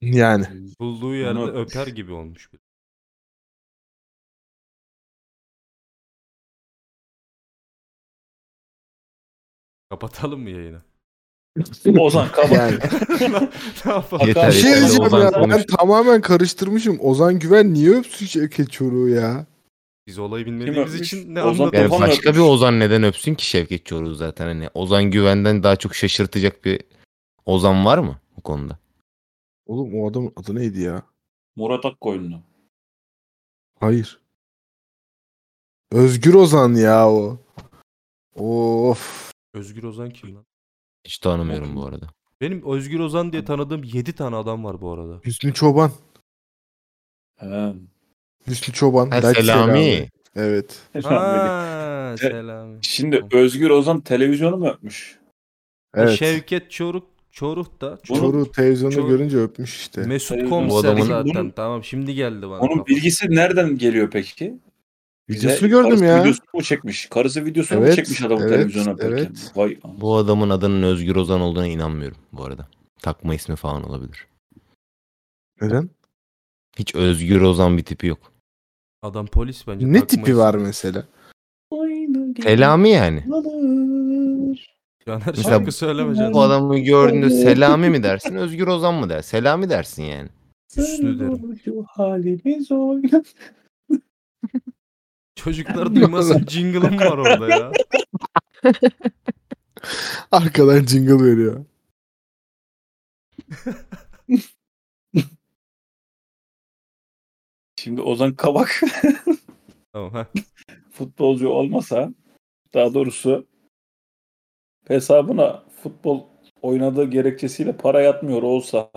Speaker 3: Yani
Speaker 1: Bulduğu yerde
Speaker 2: Onu öpmüş.
Speaker 1: öper gibi olmuş. bir. Kapatalım mı yayını?
Speaker 2: Ozan
Speaker 4: *laughs*
Speaker 2: kapat.
Speaker 3: yani.
Speaker 1: *laughs* ne yapalım?
Speaker 2: Yeter,
Speaker 3: *laughs* Bir şey
Speaker 2: yeter,
Speaker 3: diyeceğim
Speaker 2: Ozan
Speaker 3: ya, ben
Speaker 4: konuş.
Speaker 3: tamamen karıştırmışım. Ozan Güven niye öpsün Şevket Çoruh'u ya?
Speaker 1: Biz olayı bilmediğimiz
Speaker 2: öpmüş?
Speaker 1: için ne
Speaker 2: Ozan
Speaker 1: anlatıyoruz?
Speaker 4: Yani
Speaker 2: Kafam
Speaker 4: başka
Speaker 2: öpmüş.
Speaker 4: bir
Speaker 3: şey.
Speaker 4: Ozan neden öpsün ki Şevket Çoruh zaten hani Ozan Güven'den daha çok şaşırtacak bir Ozan var mı bu konuda?
Speaker 3: Oğlum o adamın adı neydi ya?
Speaker 2: Murat Akkoyunlu.
Speaker 3: Hayır. Özgür Ozan ya o. Of.
Speaker 1: Özgür Ozan kim lan?
Speaker 4: Hiç tanımıyorum bu arada.
Speaker 1: Benim Özgür Ozan diye tanıdığım 7 tane adam var bu arada.
Speaker 3: Hüsnü Çoban.
Speaker 2: He.
Speaker 3: Hüsnü Çoban.
Speaker 4: Ha,
Speaker 3: Daç
Speaker 4: Selami.
Speaker 3: Evet.
Speaker 1: Ha, selam.
Speaker 2: Şimdi Özgür Ozan televizyonu mu öpmüş?
Speaker 3: Evet.
Speaker 1: Şevket Çoruk Çoruh da şey, Çoruk,
Speaker 3: Çoruh'u televizyonda
Speaker 1: Çoruh-
Speaker 3: görünce öpmüş işte.
Speaker 1: Mesut
Speaker 2: Bu
Speaker 1: Komiser
Speaker 4: adamın-
Speaker 1: zaten.
Speaker 2: Bunun-
Speaker 1: tamam şimdi geldi bana.
Speaker 2: Onun
Speaker 1: kafa.
Speaker 2: bilgisi nereden geliyor peki? Bize
Speaker 3: Videosunu gördüm
Speaker 2: karısı
Speaker 3: ya.
Speaker 2: Videosunu mu çekmiş? Karısı videosunu mu
Speaker 3: Evet,
Speaker 2: çekmiş adamı
Speaker 3: evet,
Speaker 2: televizyona öperken?
Speaker 3: evet.
Speaker 2: Vay.
Speaker 4: Bu adamın adının Özgür Ozan olduğuna inanmıyorum bu arada. Takma ismi falan olabilir.
Speaker 3: Neden?
Speaker 4: Hiç Özgür Ozan bir tipi yok.
Speaker 1: Adam polis bence.
Speaker 3: Ne
Speaker 1: takma
Speaker 3: tipi
Speaker 1: isim.
Speaker 3: var mesela?
Speaker 4: Selami yani.
Speaker 1: Caner
Speaker 4: Mesela-
Speaker 1: şarkı söyleme canım.
Speaker 4: Bu adamı gördüğünde Selami mi dersin, Özgür Ozan mı dersin? Selami dersin yani.
Speaker 1: Üstü
Speaker 2: *laughs*
Speaker 1: derim.
Speaker 2: Şu halimiz oyna.
Speaker 1: Çocuklar duymasın jingle'ım var orada ya.
Speaker 3: Arkadan jingle veriyor.
Speaker 2: Şimdi Ozan Kabak
Speaker 1: Tamam ha.
Speaker 2: futbolcu olmasa daha doğrusu hesabına futbol oynadığı gerekçesiyle para yatmıyor olsa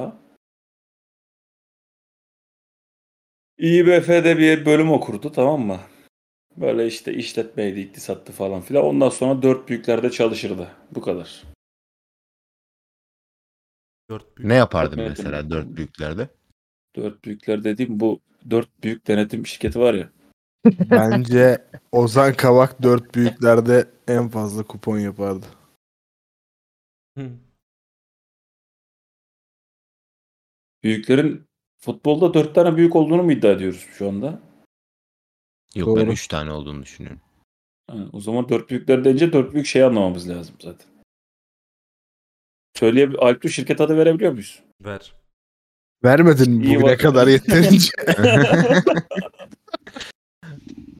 Speaker 2: İBF'de bir bölüm okurdu tamam mı? Böyle işte işletmeydi, iktisattı falan filan. Ondan sonra dört büyüklerde çalışırdı. Bu kadar.
Speaker 1: Dört büyük.
Speaker 4: Ne yapardın
Speaker 2: Evet.
Speaker 4: mesela dört büyüklerde?
Speaker 2: Dört büyükler dediğim bu dört büyük denetim şirketi var ya.
Speaker 3: Bence Ozan Kavak dört büyüklerde en fazla kupon yapardı.
Speaker 1: Hı.
Speaker 2: Büyüklerin futbolda dört tane büyük olduğunu mu iddia ediyoruz şu anda?
Speaker 4: Yok ben
Speaker 3: Doğru.
Speaker 4: üç tane olduğunu düşünüyorum.
Speaker 2: Ha, o zaman dört büyükler deyince dört büyük şeyi anlamamız lazım zaten. Söyleye Alptu şirket adı verebiliyor muyuz?
Speaker 1: Ver.
Speaker 3: Vermedin mi
Speaker 2: İyi
Speaker 3: bugüne
Speaker 2: bak.
Speaker 3: kadar yeterince?
Speaker 4: *laughs*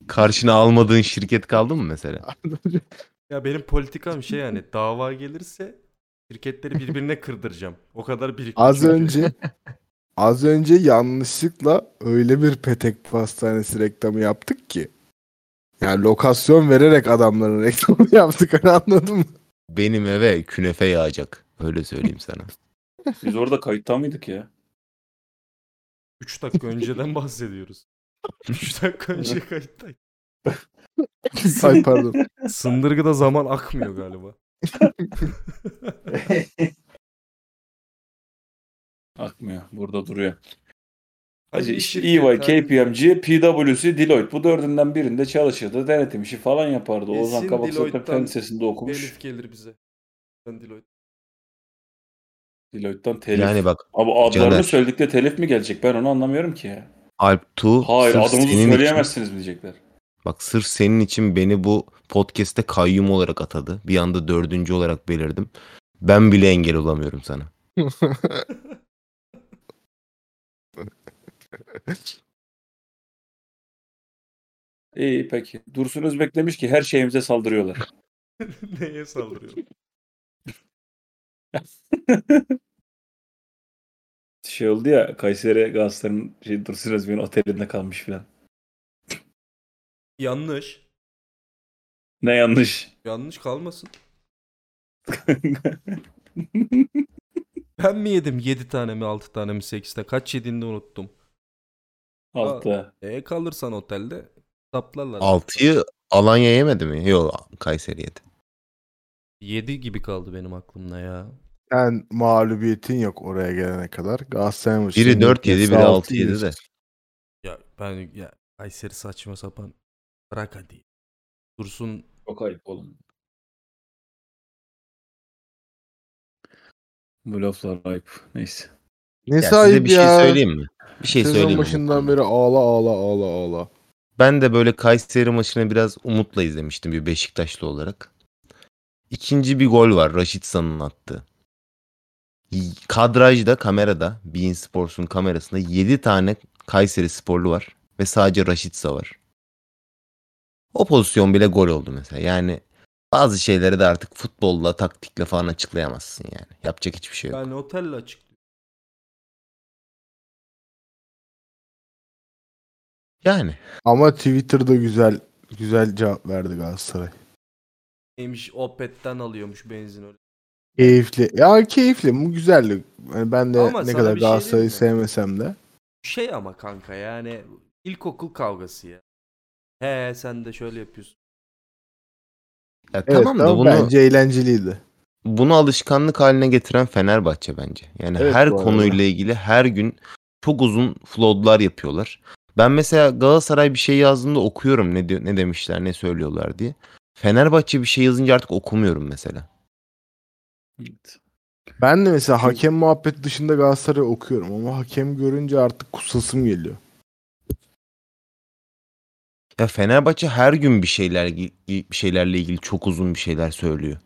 Speaker 4: Karşına almadığın şirket kaldı mı mesela?
Speaker 1: Ya benim politikam şey yani dava gelirse şirketleri birbirine kırdıracağım. O kadar birikmiş.
Speaker 3: Az
Speaker 1: çünkü.
Speaker 3: önce az önce yanlışlıkla öyle bir petek pastanesi reklamı yaptık ki. Yani lokasyon vererek adamların *laughs* reklamı yaptık hani anladın mı?
Speaker 4: Benim eve künefe yağacak. Öyle söyleyeyim sana.
Speaker 2: Biz orada kayıtta mıydık ya?
Speaker 1: 3 dakika önceden bahsediyoruz. 3 dakika
Speaker 3: *laughs*
Speaker 1: önce kayıtta.
Speaker 3: Ay pardon.
Speaker 1: Sındırgıda zaman akmıyor galiba.
Speaker 2: Akmıyor. Burada duruyor.
Speaker 1: Hadi
Speaker 2: Hacı,
Speaker 1: bir
Speaker 2: iş-
Speaker 1: şirket
Speaker 2: EY,
Speaker 1: abi.
Speaker 2: KPMG, PwC, Deloitte. Bu dördünden birinde çalışırdı. Denetim işi falan yapardı.
Speaker 1: Kesin
Speaker 2: Ozan Kabak zaten
Speaker 1: Deloitte'tan
Speaker 2: fen lisesinde okumuş.
Speaker 1: Elif gelir bize. Ben Deloitte. *laughs*
Speaker 2: Deloitte'dan telif.
Speaker 4: yani bak
Speaker 2: Abi adlarını
Speaker 4: Caner.
Speaker 2: söyledik de telif mi gelecek? Ben onu anlamıyorum ki ya.
Speaker 4: Alp Tu
Speaker 2: Hayır
Speaker 4: sırf
Speaker 2: adımızı
Speaker 4: senin için,
Speaker 2: söyleyemezsiniz mi diyecekler.
Speaker 4: bak sırf senin için beni bu podcast'te kayyum olarak atadı. Bir anda dördüncü olarak belirdim. Ben bile engel olamıyorum sana.
Speaker 2: İyi peki. Dursun Özbek demiş ki her şeyimize saldırıyorlar.
Speaker 1: Neye saldırıyor?
Speaker 2: şey oldu ya Kayseri Galatasaray'ın şey, Dursun Özbek'in otelinde kalmış filan.
Speaker 1: Yanlış.
Speaker 2: Ne yanlış. *laughs*
Speaker 1: Yanlış kalmasın. Ben mi yedim 7 tane mi 6 tane mi 8 tane? Kaç yediğini de unuttum.
Speaker 2: Altta.
Speaker 1: E kalırsan otelde saplarlar.
Speaker 4: Altıyı Alanya yemedi mi? Yok Kayseri yedi.
Speaker 1: 7 gibi kaldı benim aklımda ya.
Speaker 3: Sen mağlubiyetin yok oraya gelene kadar. Galatasaray maçı.
Speaker 4: Biri 4 yedi, biri 6 yedi de.
Speaker 1: Ya ben ya Kayseri saçma sapan. Bırak hadi. Dursun
Speaker 2: Çok ayıp oğlum. Bu laflar ayıp. Neyse.
Speaker 3: Ne
Speaker 4: Ya
Speaker 3: sahip
Speaker 4: size bir şey
Speaker 3: ya?
Speaker 4: söyleyeyim mi? Bir şey
Speaker 3: Sezon
Speaker 4: söyleyeyim mi?
Speaker 3: başından beri ağla ağla ağla ağla.
Speaker 4: Ben de böyle Kayseri maçını biraz umutla izlemiştim bir Beşiktaşlı olarak. İkinci bir gol var Raşitsa'nın attığı. Y- Kadrajda kamerada Bein Sports'un kamerasında 7 tane Kayseri sporlu var ve sadece Raşitsa var. O pozisyon bile gol oldu mesela. Yani bazı şeyleri de artık futbolla, taktikle falan açıklayamazsın yani. Yapacak hiçbir şey yok.
Speaker 1: yani otelle açıklıyor.
Speaker 4: Yani
Speaker 3: Ama Twitter'da güzel güzel cevap verdi Galatasaray.
Speaker 1: Neymiş Opet'ten alıyormuş benzin öyle.
Speaker 3: Keyifli. Ya keyifli. Bu güzellik. Yani ben de
Speaker 1: Ama
Speaker 3: ne
Speaker 1: sana
Speaker 3: kadar
Speaker 1: bir şey
Speaker 3: Galatasaray'ı
Speaker 1: diyeyim
Speaker 3: sevmesem de.
Speaker 1: Şey ama kanka yani ilkokul kavgası ya. He sen de şöyle yapıyorsun.
Speaker 4: ya
Speaker 3: Evet,
Speaker 4: tamam da
Speaker 3: ama
Speaker 4: bunu
Speaker 3: bence eğlenceliydi.
Speaker 4: bunu alışkanlık haline getiren Fenerbahçe bence. Yani
Speaker 3: Evet,
Speaker 4: her
Speaker 3: bu arada.
Speaker 4: konuyla ilgili her gün çok uzun floodlar yapıyorlar. Ben mesela Galatasaray bir şey yazdığımda okuyorum ne diyor, ne demişler, ne söylüyorlar diye. Fenerbahçe bir şey yazınca artık okumuyorum mesela.
Speaker 2: Evet.
Speaker 3: Ben de mesela hakem muhabbet dışında Galatasaray'ı okuyorum ama hakem görünce artık kusasım geliyor.
Speaker 4: Ya Fenerbahçe her gün bir şeyler bir şeylerle ilgili çok uzun bir şeyler söylüyor.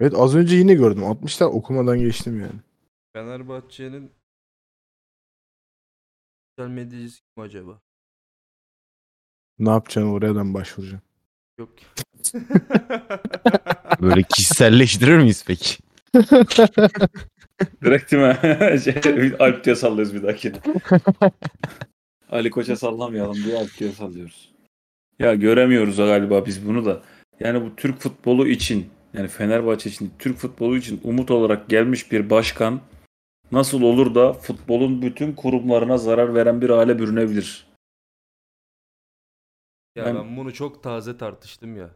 Speaker 3: Evet az önce yine gördüm. 60'lar okumadan geçtim yani.
Speaker 1: Fenerbahçe'nin sosyal medyacısı kim acaba?
Speaker 3: Ne yapacaksın oraya da mı başvuracaksın?
Speaker 1: Yok.
Speaker 4: Böyle kişiselleştirir miyiz
Speaker 3: *laughs*
Speaker 4: peki?
Speaker 2: Direkt değil mi? *laughs* Şey, Alp diye sallıyoruz bir dahaki. Ali Koç'a sallamayalım diye Alp diye sallıyoruz. Ya göremiyoruz galiba biz bunu da. Yani bu Türk futbolu için yani Fenerbahçe için Türk futbolu için umut olarak gelmiş bir başkan nasıl olur da futbolun bütün kurumlarına zarar veren bir hale bürünebilir?
Speaker 1: ya
Speaker 2: Ben-
Speaker 1: ben bunu çok taze tartıştım ya.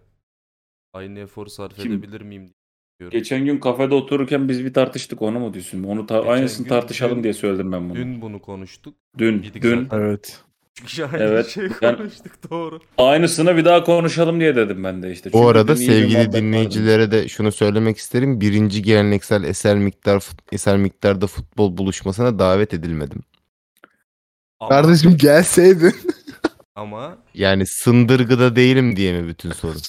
Speaker 1: Aynı efor sarf
Speaker 2: Kim?
Speaker 1: edebilir miyim diye. düşünüyorum.
Speaker 2: Geçen gün kafede otururken biz bir tartıştık onu mu diyorsun? Onu ta-
Speaker 1: Geçen
Speaker 2: aynısını
Speaker 1: gün,
Speaker 2: tartışalım
Speaker 1: dün-
Speaker 2: diye söyledim ben bunu. Dün
Speaker 1: Dün bunu konuştuk.
Speaker 2: dün,
Speaker 1: Yedik zaten.
Speaker 3: Evet.
Speaker 1: Çünkü aynı
Speaker 2: Evet,
Speaker 1: şey
Speaker 2: yani-
Speaker 1: konuştuk doğru.
Speaker 2: aynısını bir daha konuşalım diye dedim ben de işte.
Speaker 4: Bu
Speaker 2: Çünkü
Speaker 4: arada
Speaker 2: dün iyi bir
Speaker 4: sevgili
Speaker 2: muhabbet vardı.
Speaker 4: dinleyicilere de şunu söylemek isterim. Birinci geleneksel eser miktar fut- eser miktarda futbol buluşmasına davet edilmedim.
Speaker 1: Ama,
Speaker 3: Kardeşim gelseydin.
Speaker 1: ama
Speaker 4: Yani sındırgıda değilim diye mi bütün sorun?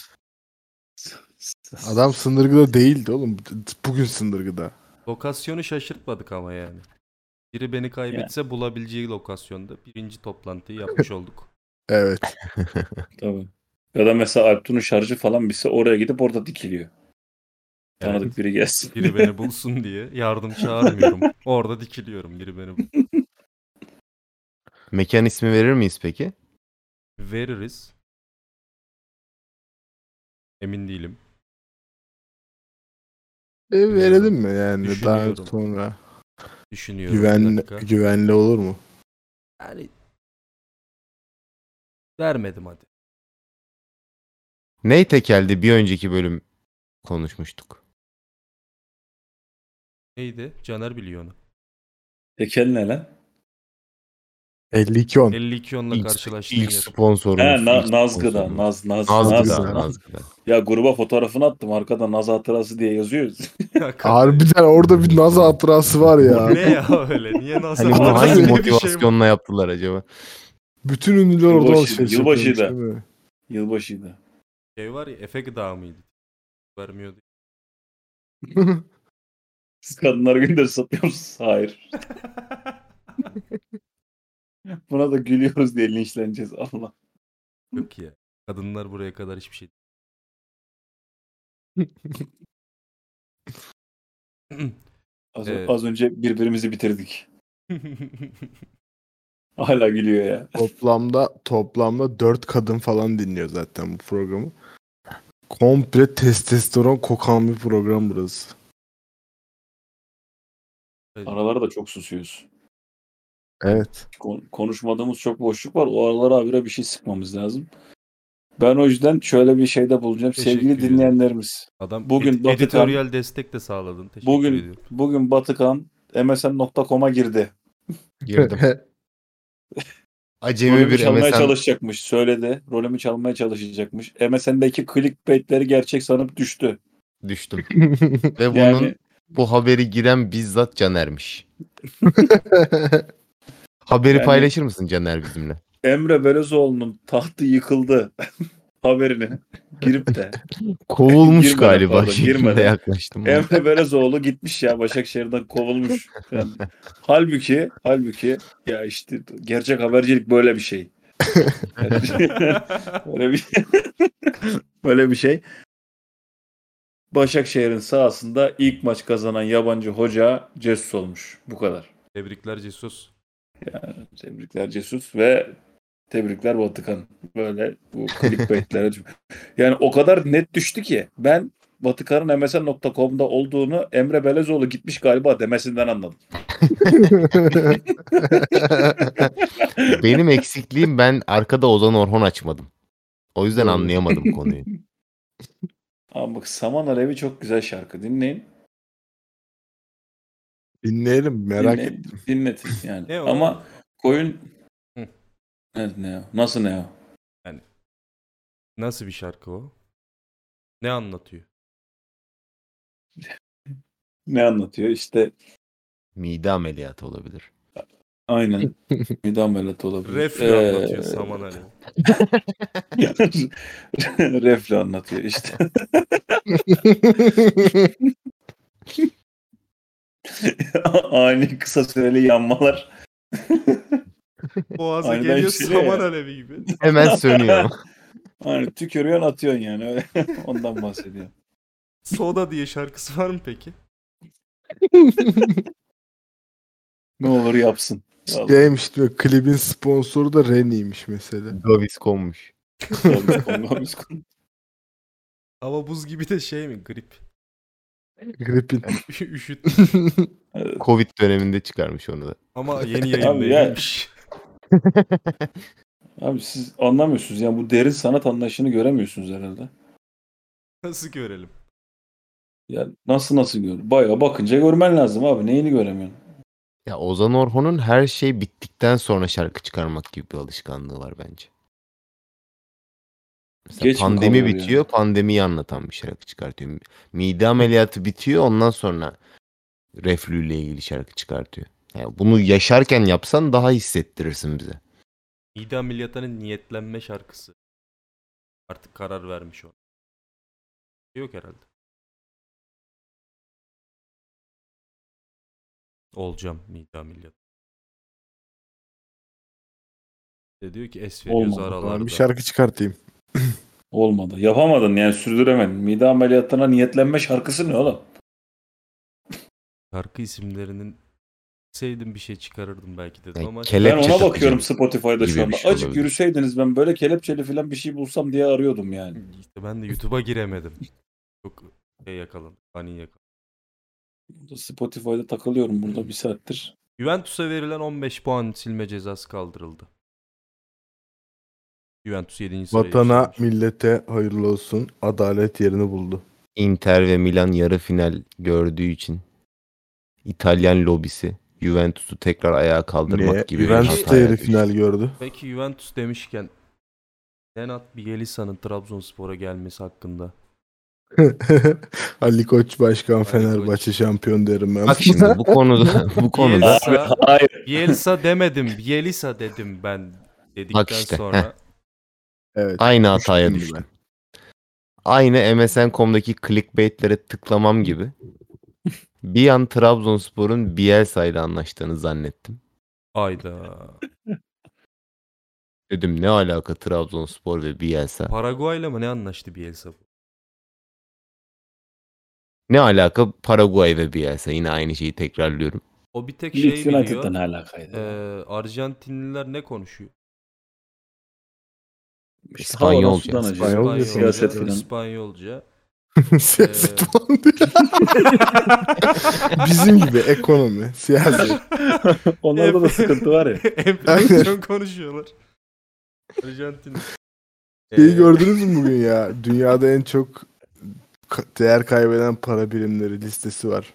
Speaker 3: Adam sındırgıda değildi oğlum. Bugün sındırgıda.
Speaker 1: lokasyonu şaşırtmadık ama yani. Biri beni kaybetse bulabileceği lokasyonda birinci
Speaker 4: *laughs*
Speaker 1: toplantıyı yapmış olduk.
Speaker 3: Evet.
Speaker 2: Tabii. Ya da mesela Alptun'un şarjı falan bitse oraya gidip orada dikiliyor. Tanıdık biri gelsin. *laughs*
Speaker 1: Biri beni bulsun diye yardım
Speaker 4: *laughs*
Speaker 1: çağırmıyorum. Orada dikiliyorum biri beni bul-
Speaker 4: Mekan ismi verir miyiz peki?
Speaker 1: Veririz. Emin değilim.
Speaker 3: E, verelim mi yani daha
Speaker 1: Düşünüyorum.
Speaker 3: sonra?
Speaker 1: Düşünüyorum. bir
Speaker 3: Güvenli,
Speaker 1: dakika.
Speaker 3: güvenli olur mu?
Speaker 1: Yani vermedim hadi.
Speaker 4: Ney tekeldi bir önceki bölüm konuşmuştuk.
Speaker 1: Neydi? Caner biliyor onu.
Speaker 2: Tekel ne lan?
Speaker 3: 52 10.
Speaker 1: 52 onla
Speaker 4: İlk,
Speaker 1: karşılaştım.
Speaker 4: ilk
Speaker 1: ya.
Speaker 4: sponsorumuz.
Speaker 2: He,
Speaker 4: ilk
Speaker 2: na- Nazgı'da.
Speaker 4: sponsorumuz.
Speaker 2: Naz, naz,
Speaker 4: Nazgı'da.
Speaker 2: Naz.
Speaker 4: Nazgı'da.
Speaker 2: Ya gruba fotoğrafını attım. Arkada Naz hatırası diye yazıyoruz.
Speaker 3: Harbiden orada bir naz hatırası var
Speaker 1: *laughs* ne
Speaker 3: ya.
Speaker 1: ya öyle? Niye nasıl?
Speaker 4: Hani bunu
Speaker 3: Nazgı'da
Speaker 4: hangi
Speaker 3: öyle bir şey
Speaker 4: motivasyonla yaptılar acaba?
Speaker 3: Bütün ünlüler orada
Speaker 2: Yılbaşı-
Speaker 3: alışveriş
Speaker 2: yılbaşıydı.
Speaker 3: yapıyormuş, değil mi?
Speaker 2: *laughs* Yılbaşıydı.
Speaker 1: Şey var ya Efe gıda mıydı? Vermiyordu.
Speaker 2: Siz kadınlar günde satıyor musunuz? Hayır. *laughs* Buna da gülüyoruz diye linçleneceğiz. Allah. *laughs*
Speaker 1: Yok ya. Kadınlar buraya kadar hiçbir şey değil.
Speaker 2: Az,
Speaker 1: Evet.
Speaker 2: az önce birbirimizi bitirdik. Hala gülüyor ya.
Speaker 3: toplamda toplamda 4 kadın falan dinliyor zaten bu programı. Komple testosteron kokan bir program burası.
Speaker 2: Aralarda çok susuyoruz.
Speaker 3: Evet.
Speaker 2: Kon- konuşmadığımız çok boşluk var. O aralara abire bir şey sıkmamız lazım. Ben o yüzden şöyle bir şeyde bulunacağım. Sevgili
Speaker 1: Teşekkür ederim.
Speaker 2: dinleyenlerimiz.
Speaker 1: Adam
Speaker 2: Bugün
Speaker 1: ed-
Speaker 2: Batıkan-
Speaker 1: editoryal destek de sağladın. Teşekkür
Speaker 2: Bugün-
Speaker 1: ediyorum.
Speaker 2: Bugün Batıkan msn.com'a girdi.
Speaker 3: *laughs*
Speaker 4: Girdim. Acemi
Speaker 2: Rolümü
Speaker 4: bir
Speaker 2: çalmaya
Speaker 4: MSN
Speaker 2: çalışacakmış. Söyledi. Rolümü çalmaya çalışacakmış. MSN'deki clickbaitleri gerçek sanıp düştü.
Speaker 4: düştüm. Ve bunun
Speaker 2: Yani
Speaker 4: bu haberi giren bizzat Caner'miş. haberi
Speaker 2: Yani-
Speaker 4: paylaşır mısın Caner bizimle?
Speaker 2: Emre Belözoğlu'nun tahtı yıkıldı *laughs* haberini girip de.
Speaker 4: Kovulmuş
Speaker 2: Girmeden
Speaker 4: galiba.
Speaker 2: pardon,
Speaker 4: şeklinde
Speaker 2: girmeden.
Speaker 4: yaklaştım. ben.
Speaker 2: Emre Belözoğlu gitmiş ya Başakşehir'den kovulmuş. Yani halbuki halbuki ya işte gerçek habercilik böyle bir şey. böyle bir böyle bir şey. Başakşehir'in sahasında ilk maç kazanan yabancı hoca Cesus olmuş. Bu kadar.
Speaker 1: Tebrikler Cesus.
Speaker 2: Tebrikler Cesus ve tebrikler Vatikan. Böyle bu clickbaitlere. *laughs* yani o kadar net düştü ki ben Vatikan'ın msn.com'da olduğunu Emre Belezoğlu gitmiş galiba demesinden anladım.
Speaker 4: Benim eksikliğim ben arkada Ozan Orhon açmadım. O
Speaker 2: Hmm.
Speaker 4: yüzden
Speaker 1: Doğru.
Speaker 4: anlayamadım konuyu.
Speaker 2: Ama bak Saman Alevi çok güzel şarkı. Dinleyin.
Speaker 3: Dinleyelim merak
Speaker 2: dinle-
Speaker 3: et.
Speaker 2: Dinletin yani.
Speaker 1: Ne o?
Speaker 2: Ama koyun
Speaker 1: Hı.
Speaker 2: Evet, ne o? Nasıl ne o?
Speaker 1: Nasıl bir şarkı o? Ne anlatıyor?
Speaker 2: Ne anlatıyor? İşte
Speaker 4: Mide ameliyatı olabilir.
Speaker 2: *laughs* aynen. Mide ameliyatı olabilir.
Speaker 1: Refle
Speaker 2: Ee,
Speaker 1: anlatıyor Saman Ali. *laughs*
Speaker 2: *laughs* Refle anlatıyor *laughs* işte. Ani kısa süreli yanmalar.
Speaker 1: Boğaza
Speaker 2: Aniden
Speaker 1: geliyor
Speaker 2: yükseliyor
Speaker 1: Saman
Speaker 2: ya.
Speaker 1: Alevi gibi.
Speaker 4: Hemen sönüyor.
Speaker 2: Hani tükürüyorsun atıyorsun yani. Öyle. *laughs* Ondan bahsediyor.
Speaker 1: Soda diye şarkısı var mı peki?
Speaker 2: Ne olur yapsın. Vallahi
Speaker 3: Şeymiş diyor klibin sponsoru da Reni'ymiş
Speaker 4: *laughs*
Speaker 3: mesela.
Speaker 4: Gavis konmuş.
Speaker 2: olmaz, olmaz.
Speaker 1: Hava buz gibi de şey mi? Grip. *laughs*
Speaker 3: Gripin.
Speaker 1: Üşüt.
Speaker 4: Covid döneminde çıkarmış onu da.
Speaker 1: Ama yeni
Speaker 2: Abi ya.
Speaker 1: yayındaymış.
Speaker 2: Abi siz anlamıyorsunuz yani bu derin sanat anlayışını göremiyorsunuz herhalde.
Speaker 1: *laughs* Nasıl görelim?
Speaker 2: Yani nasıl nasıl gör? Bayağı bakınca görmen lazım abi. Neyini göremiyorsun?
Speaker 4: Ya Ozan Orhon'un her şey bittikten sonra şarkı çıkarmak gibi bir alışkanlığı var bence. Mesela
Speaker 2: Geç mi
Speaker 4: pandemi
Speaker 2: kalıyor ya?
Speaker 4: bitiyor, pandemiyi anlatan bir şarkı çıkartıyor. Mide ameliyatı bitiyor, ondan sonra reflüyle ilgili şarkı çıkartıyor. Yani bunu yaşarken yapsan daha hissettirirsin bize.
Speaker 1: Mide ameliyatının niyetlenme şarkısı. Artık karar vermiş o. Şey Yok herhalde. Olacağım mide ameliyatı. De diyor ki es veriyoruz
Speaker 2: Olmadı.
Speaker 1: aralarda.
Speaker 3: Ulan bir şarkı çıkartayım.
Speaker 2: Olmadı. Yapamadın yani sürdüremedin. Mide ameliyatına niyetlenme şarkısı ne oğlum?
Speaker 1: Şarkı isimlerinin sevdim bir şey çıkarırdım belki dedim
Speaker 4: Yani
Speaker 1: ama
Speaker 4: kelep- Kelepçe
Speaker 2: ben ona
Speaker 4: takacağım
Speaker 2: bakıyorum Spotify'da
Speaker 4: gibi
Speaker 2: şu anda.
Speaker 4: bir şey
Speaker 2: Acık
Speaker 4: olabilir.
Speaker 2: yürüseydiniz ben böyle kelepçeli falan bir şey bulsam diye arıyordum yani.
Speaker 1: İşte ben de YouTube'a giremedim. Çok şey yakaladım. Hani yakaladım.
Speaker 2: Spotify'da takılıyorum burada bir saattir.
Speaker 1: Juventus'a verilen 15 puan silme cezası kaldırıldı. Juventus 7. sıraya
Speaker 3: Vatana,
Speaker 1: yükselmiş.
Speaker 3: millete hayırlı olsun. Adalet yerini buldu.
Speaker 4: Inter ve Milan yarı final gördüğü için İtalyan lobisi Juventus'u tekrar ayağa kaldırmak
Speaker 3: Niye?
Speaker 4: gibi bir
Speaker 3: Juventus da
Speaker 4: hataya
Speaker 3: yarı
Speaker 4: düştü.
Speaker 3: final gördü. *laughs*
Speaker 1: Peki Juventus demişken Nenat Bielisa'nın Trabzonspor'a gelmesi hakkında.
Speaker 3: Ali Koç Başkan Fenerbahçe
Speaker 1: Koç.
Speaker 3: şampiyon derim ben.
Speaker 4: Bak şimdi
Speaker 3: *laughs*
Speaker 4: bu konuda bu konuda
Speaker 1: Bielsa,
Speaker 2: Hayır.
Speaker 1: Bielsa demedim. Bielisa dedim ben dedikten
Speaker 4: Bak işte,
Speaker 1: sonra.
Speaker 4: heh.
Speaker 3: evet.
Speaker 4: Aynı hataya
Speaker 3: Düşündüm
Speaker 4: düştüm. Aynı MSN.com'daki clickbaitlere tıklamam gibi. Bir an Trabzonspor'un Bielsa ile anlaştığını zannettim.
Speaker 1: Ayda.
Speaker 4: Dedim ne alaka Trabzonspor ve Bielsa?
Speaker 1: Paraguay'la mı ne anlaştı Bielsa?
Speaker 4: Ne alaka Paraguay ve Bielsa? Yine aynı
Speaker 3: *laughs*
Speaker 4: şeyi tekrarlıyorum. *laughs*
Speaker 1: O bir tek şey
Speaker 2: Leeds United'la
Speaker 1: biliyor.
Speaker 2: ne alakaydı?
Speaker 1: Ee, Arjantinliler ne konuşuyor?
Speaker 2: İşte havadan
Speaker 4: İspanyolca.
Speaker 2: sudan acıyor.
Speaker 3: İspanyolca,
Speaker 2: siyaset filan. *laughs*
Speaker 1: İspanyolca.
Speaker 3: Siyaset falan diyor. Bizim gibi
Speaker 4: *laughs*
Speaker 3: ekonomi, siyaset.
Speaker 2: Onlarda da sıkıntı var ya.
Speaker 3: Aynen.
Speaker 1: Enflasyon konuşuyorlar. Arjantin.
Speaker 3: Şeyi
Speaker 1: Ee,
Speaker 3: gördünüz mü bugün ya? Dünyada en çok ka- değer kaybeden para birimleri listesi var.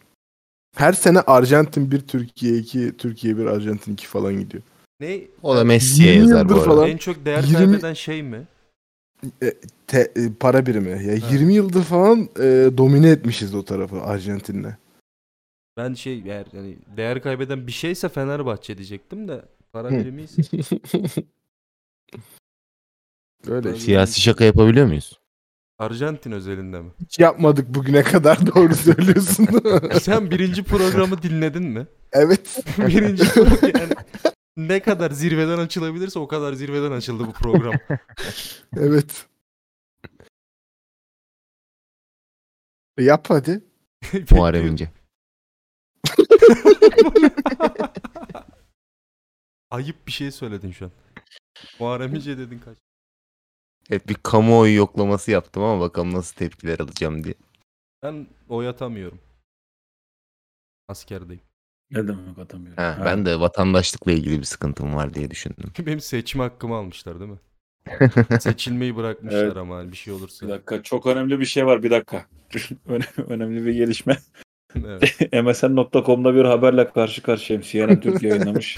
Speaker 3: Her sene Arjantin 1, Türkiye 2, Türkiye 1, Arjantin 2 falan gidiyor.
Speaker 1: Ne?
Speaker 4: O da Messi'ye
Speaker 3: 20
Speaker 4: yazar bu
Speaker 3: yıldır
Speaker 4: arada.
Speaker 3: falan-
Speaker 1: En çok değer
Speaker 3: 20
Speaker 1: kaybeden şey mi?
Speaker 3: Te- e, para birimi. Ya
Speaker 1: Evet.
Speaker 3: 20 yıldır falan e, domine etmişiz o tarafı Arjantin'le.
Speaker 1: Ben şey eğer yani değer kaybeden bir şeyse Fenerbahçe diyecektim de para
Speaker 3: Hı.
Speaker 1: birimi ise
Speaker 3: Öyle işte.
Speaker 4: Siyasi şaka yapabiliyor muyuz?
Speaker 1: Arjantin özelinde mi?
Speaker 3: Hiç yapmadık bugüne kadar *laughs* doğru söylüyorsun.
Speaker 4: *laughs*
Speaker 1: Sen birinci programı dinledin mi?
Speaker 3: evet. *laughs*
Speaker 1: Birinci program yani ne kadar zirveden açılabilirse o kadar zirveden açıldı bu program.
Speaker 3: Evet. E, Yap hadi.
Speaker 4: Muharrem İnce.
Speaker 1: Ayıp bir şey söyledin şu an. Muharrem İnce dedin kaç.
Speaker 4: Evet bir kamuoyu yoklaması yaptım ama bakalım nasıl tepkiler alacağım diye.
Speaker 1: Ben oy atamıyorum. Askerdeyim.
Speaker 2: *laughs*
Speaker 1: *laughs*
Speaker 2: Ne demek atamıyorum.
Speaker 4: Ha, ben de vatandaşlıkla ilgili bir sıkıntım var diye düşündüm.
Speaker 1: Benim seçme hakkımı almışlar değil mi? Seçilmeyi bırakmışlar
Speaker 2: Evet.
Speaker 1: ama hani bir şey
Speaker 2: Bir
Speaker 1: olursa.
Speaker 2: dakika çok önemli bir şey var bir dakika. *laughs* Öne- önemli bir gelişme. *laughs*
Speaker 1: Evet.
Speaker 2: MSN.com'da bir haberle karşı karşıyayım. CNN
Speaker 4: *laughs*
Speaker 2: Türk yayınlamış.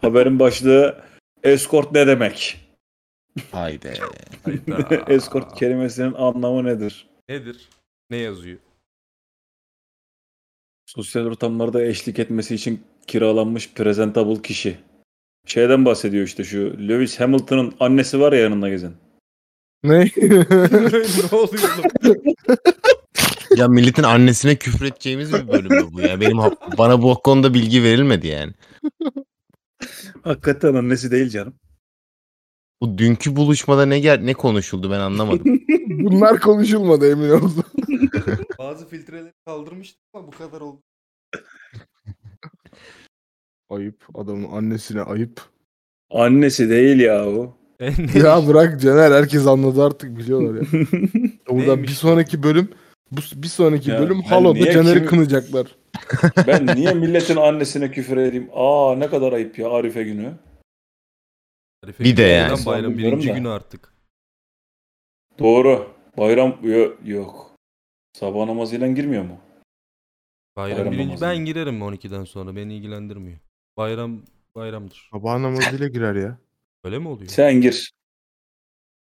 Speaker 2: Haberin başlığı Escort ne demek?
Speaker 4: Haydi.
Speaker 1: Hayda.
Speaker 2: *laughs* Escort kelimesinin anlamı nedir?
Speaker 1: Nedir? Ne yazıyor? *laughs*
Speaker 2: Sosyal ortamlarda eşlik etmesi için kiralanmış presentable kişi. Şeyden bahsediyor işte şu Lewis Hamilton'ın annesi var ya yanında gezen.
Speaker 3: Ne?
Speaker 1: ne oluyor oğlum?
Speaker 4: ya milletin annesine küfür edeceğimiz bir bölüm mü bu ya? Benim hap- bana bu konuda bilgi verilmedi yani.
Speaker 2: Hakikaten annesi değil canım.
Speaker 4: Bu dünkü buluşmada ne gel ne konuşuldu ben *laughs* anlamadım.
Speaker 3: *laughs* Bunlar konuşulmadı emin ol.
Speaker 1: *laughs* Bazı filtreleri kaldırmıştım ama bu kadar *laughs* oldu.
Speaker 3: Ayıp. Adamın annesine ayıp.
Speaker 2: Annesi değil yahu.
Speaker 3: *laughs* Ya bırak Caner herkes anladı
Speaker 2: *laughs*
Speaker 3: artık biliyorlar ya. Buradan bir
Speaker 1: Neymiş?
Speaker 3: sonraki bölüm bu bir sonraki
Speaker 2: Ya
Speaker 3: bölüm
Speaker 2: ben
Speaker 3: Halo'da
Speaker 2: niye
Speaker 3: Caner'i
Speaker 2: kim-
Speaker 3: kınayacaklar.
Speaker 2: ben niye milletin annesine küfür edeyim? Aa ne kadar ayıp ya Arife günü.
Speaker 4: Bir de yani.
Speaker 1: Bayram
Speaker 2: Bilmiyorum
Speaker 1: birinci
Speaker 2: da.
Speaker 1: günü artık.
Speaker 2: Doğru. Bayram yo- yok. Sabah namazıyla girmiyor mu?
Speaker 1: Bayram,
Speaker 2: Bayram
Speaker 1: birinci.
Speaker 2: namazı.
Speaker 1: Ben girerim 12'den sonra. Beni ilgilendirmiyor. Bayram bayramdır.
Speaker 3: Sabah namazıyla girer ya.
Speaker 1: Öyle mi oluyor?
Speaker 2: Sen gir.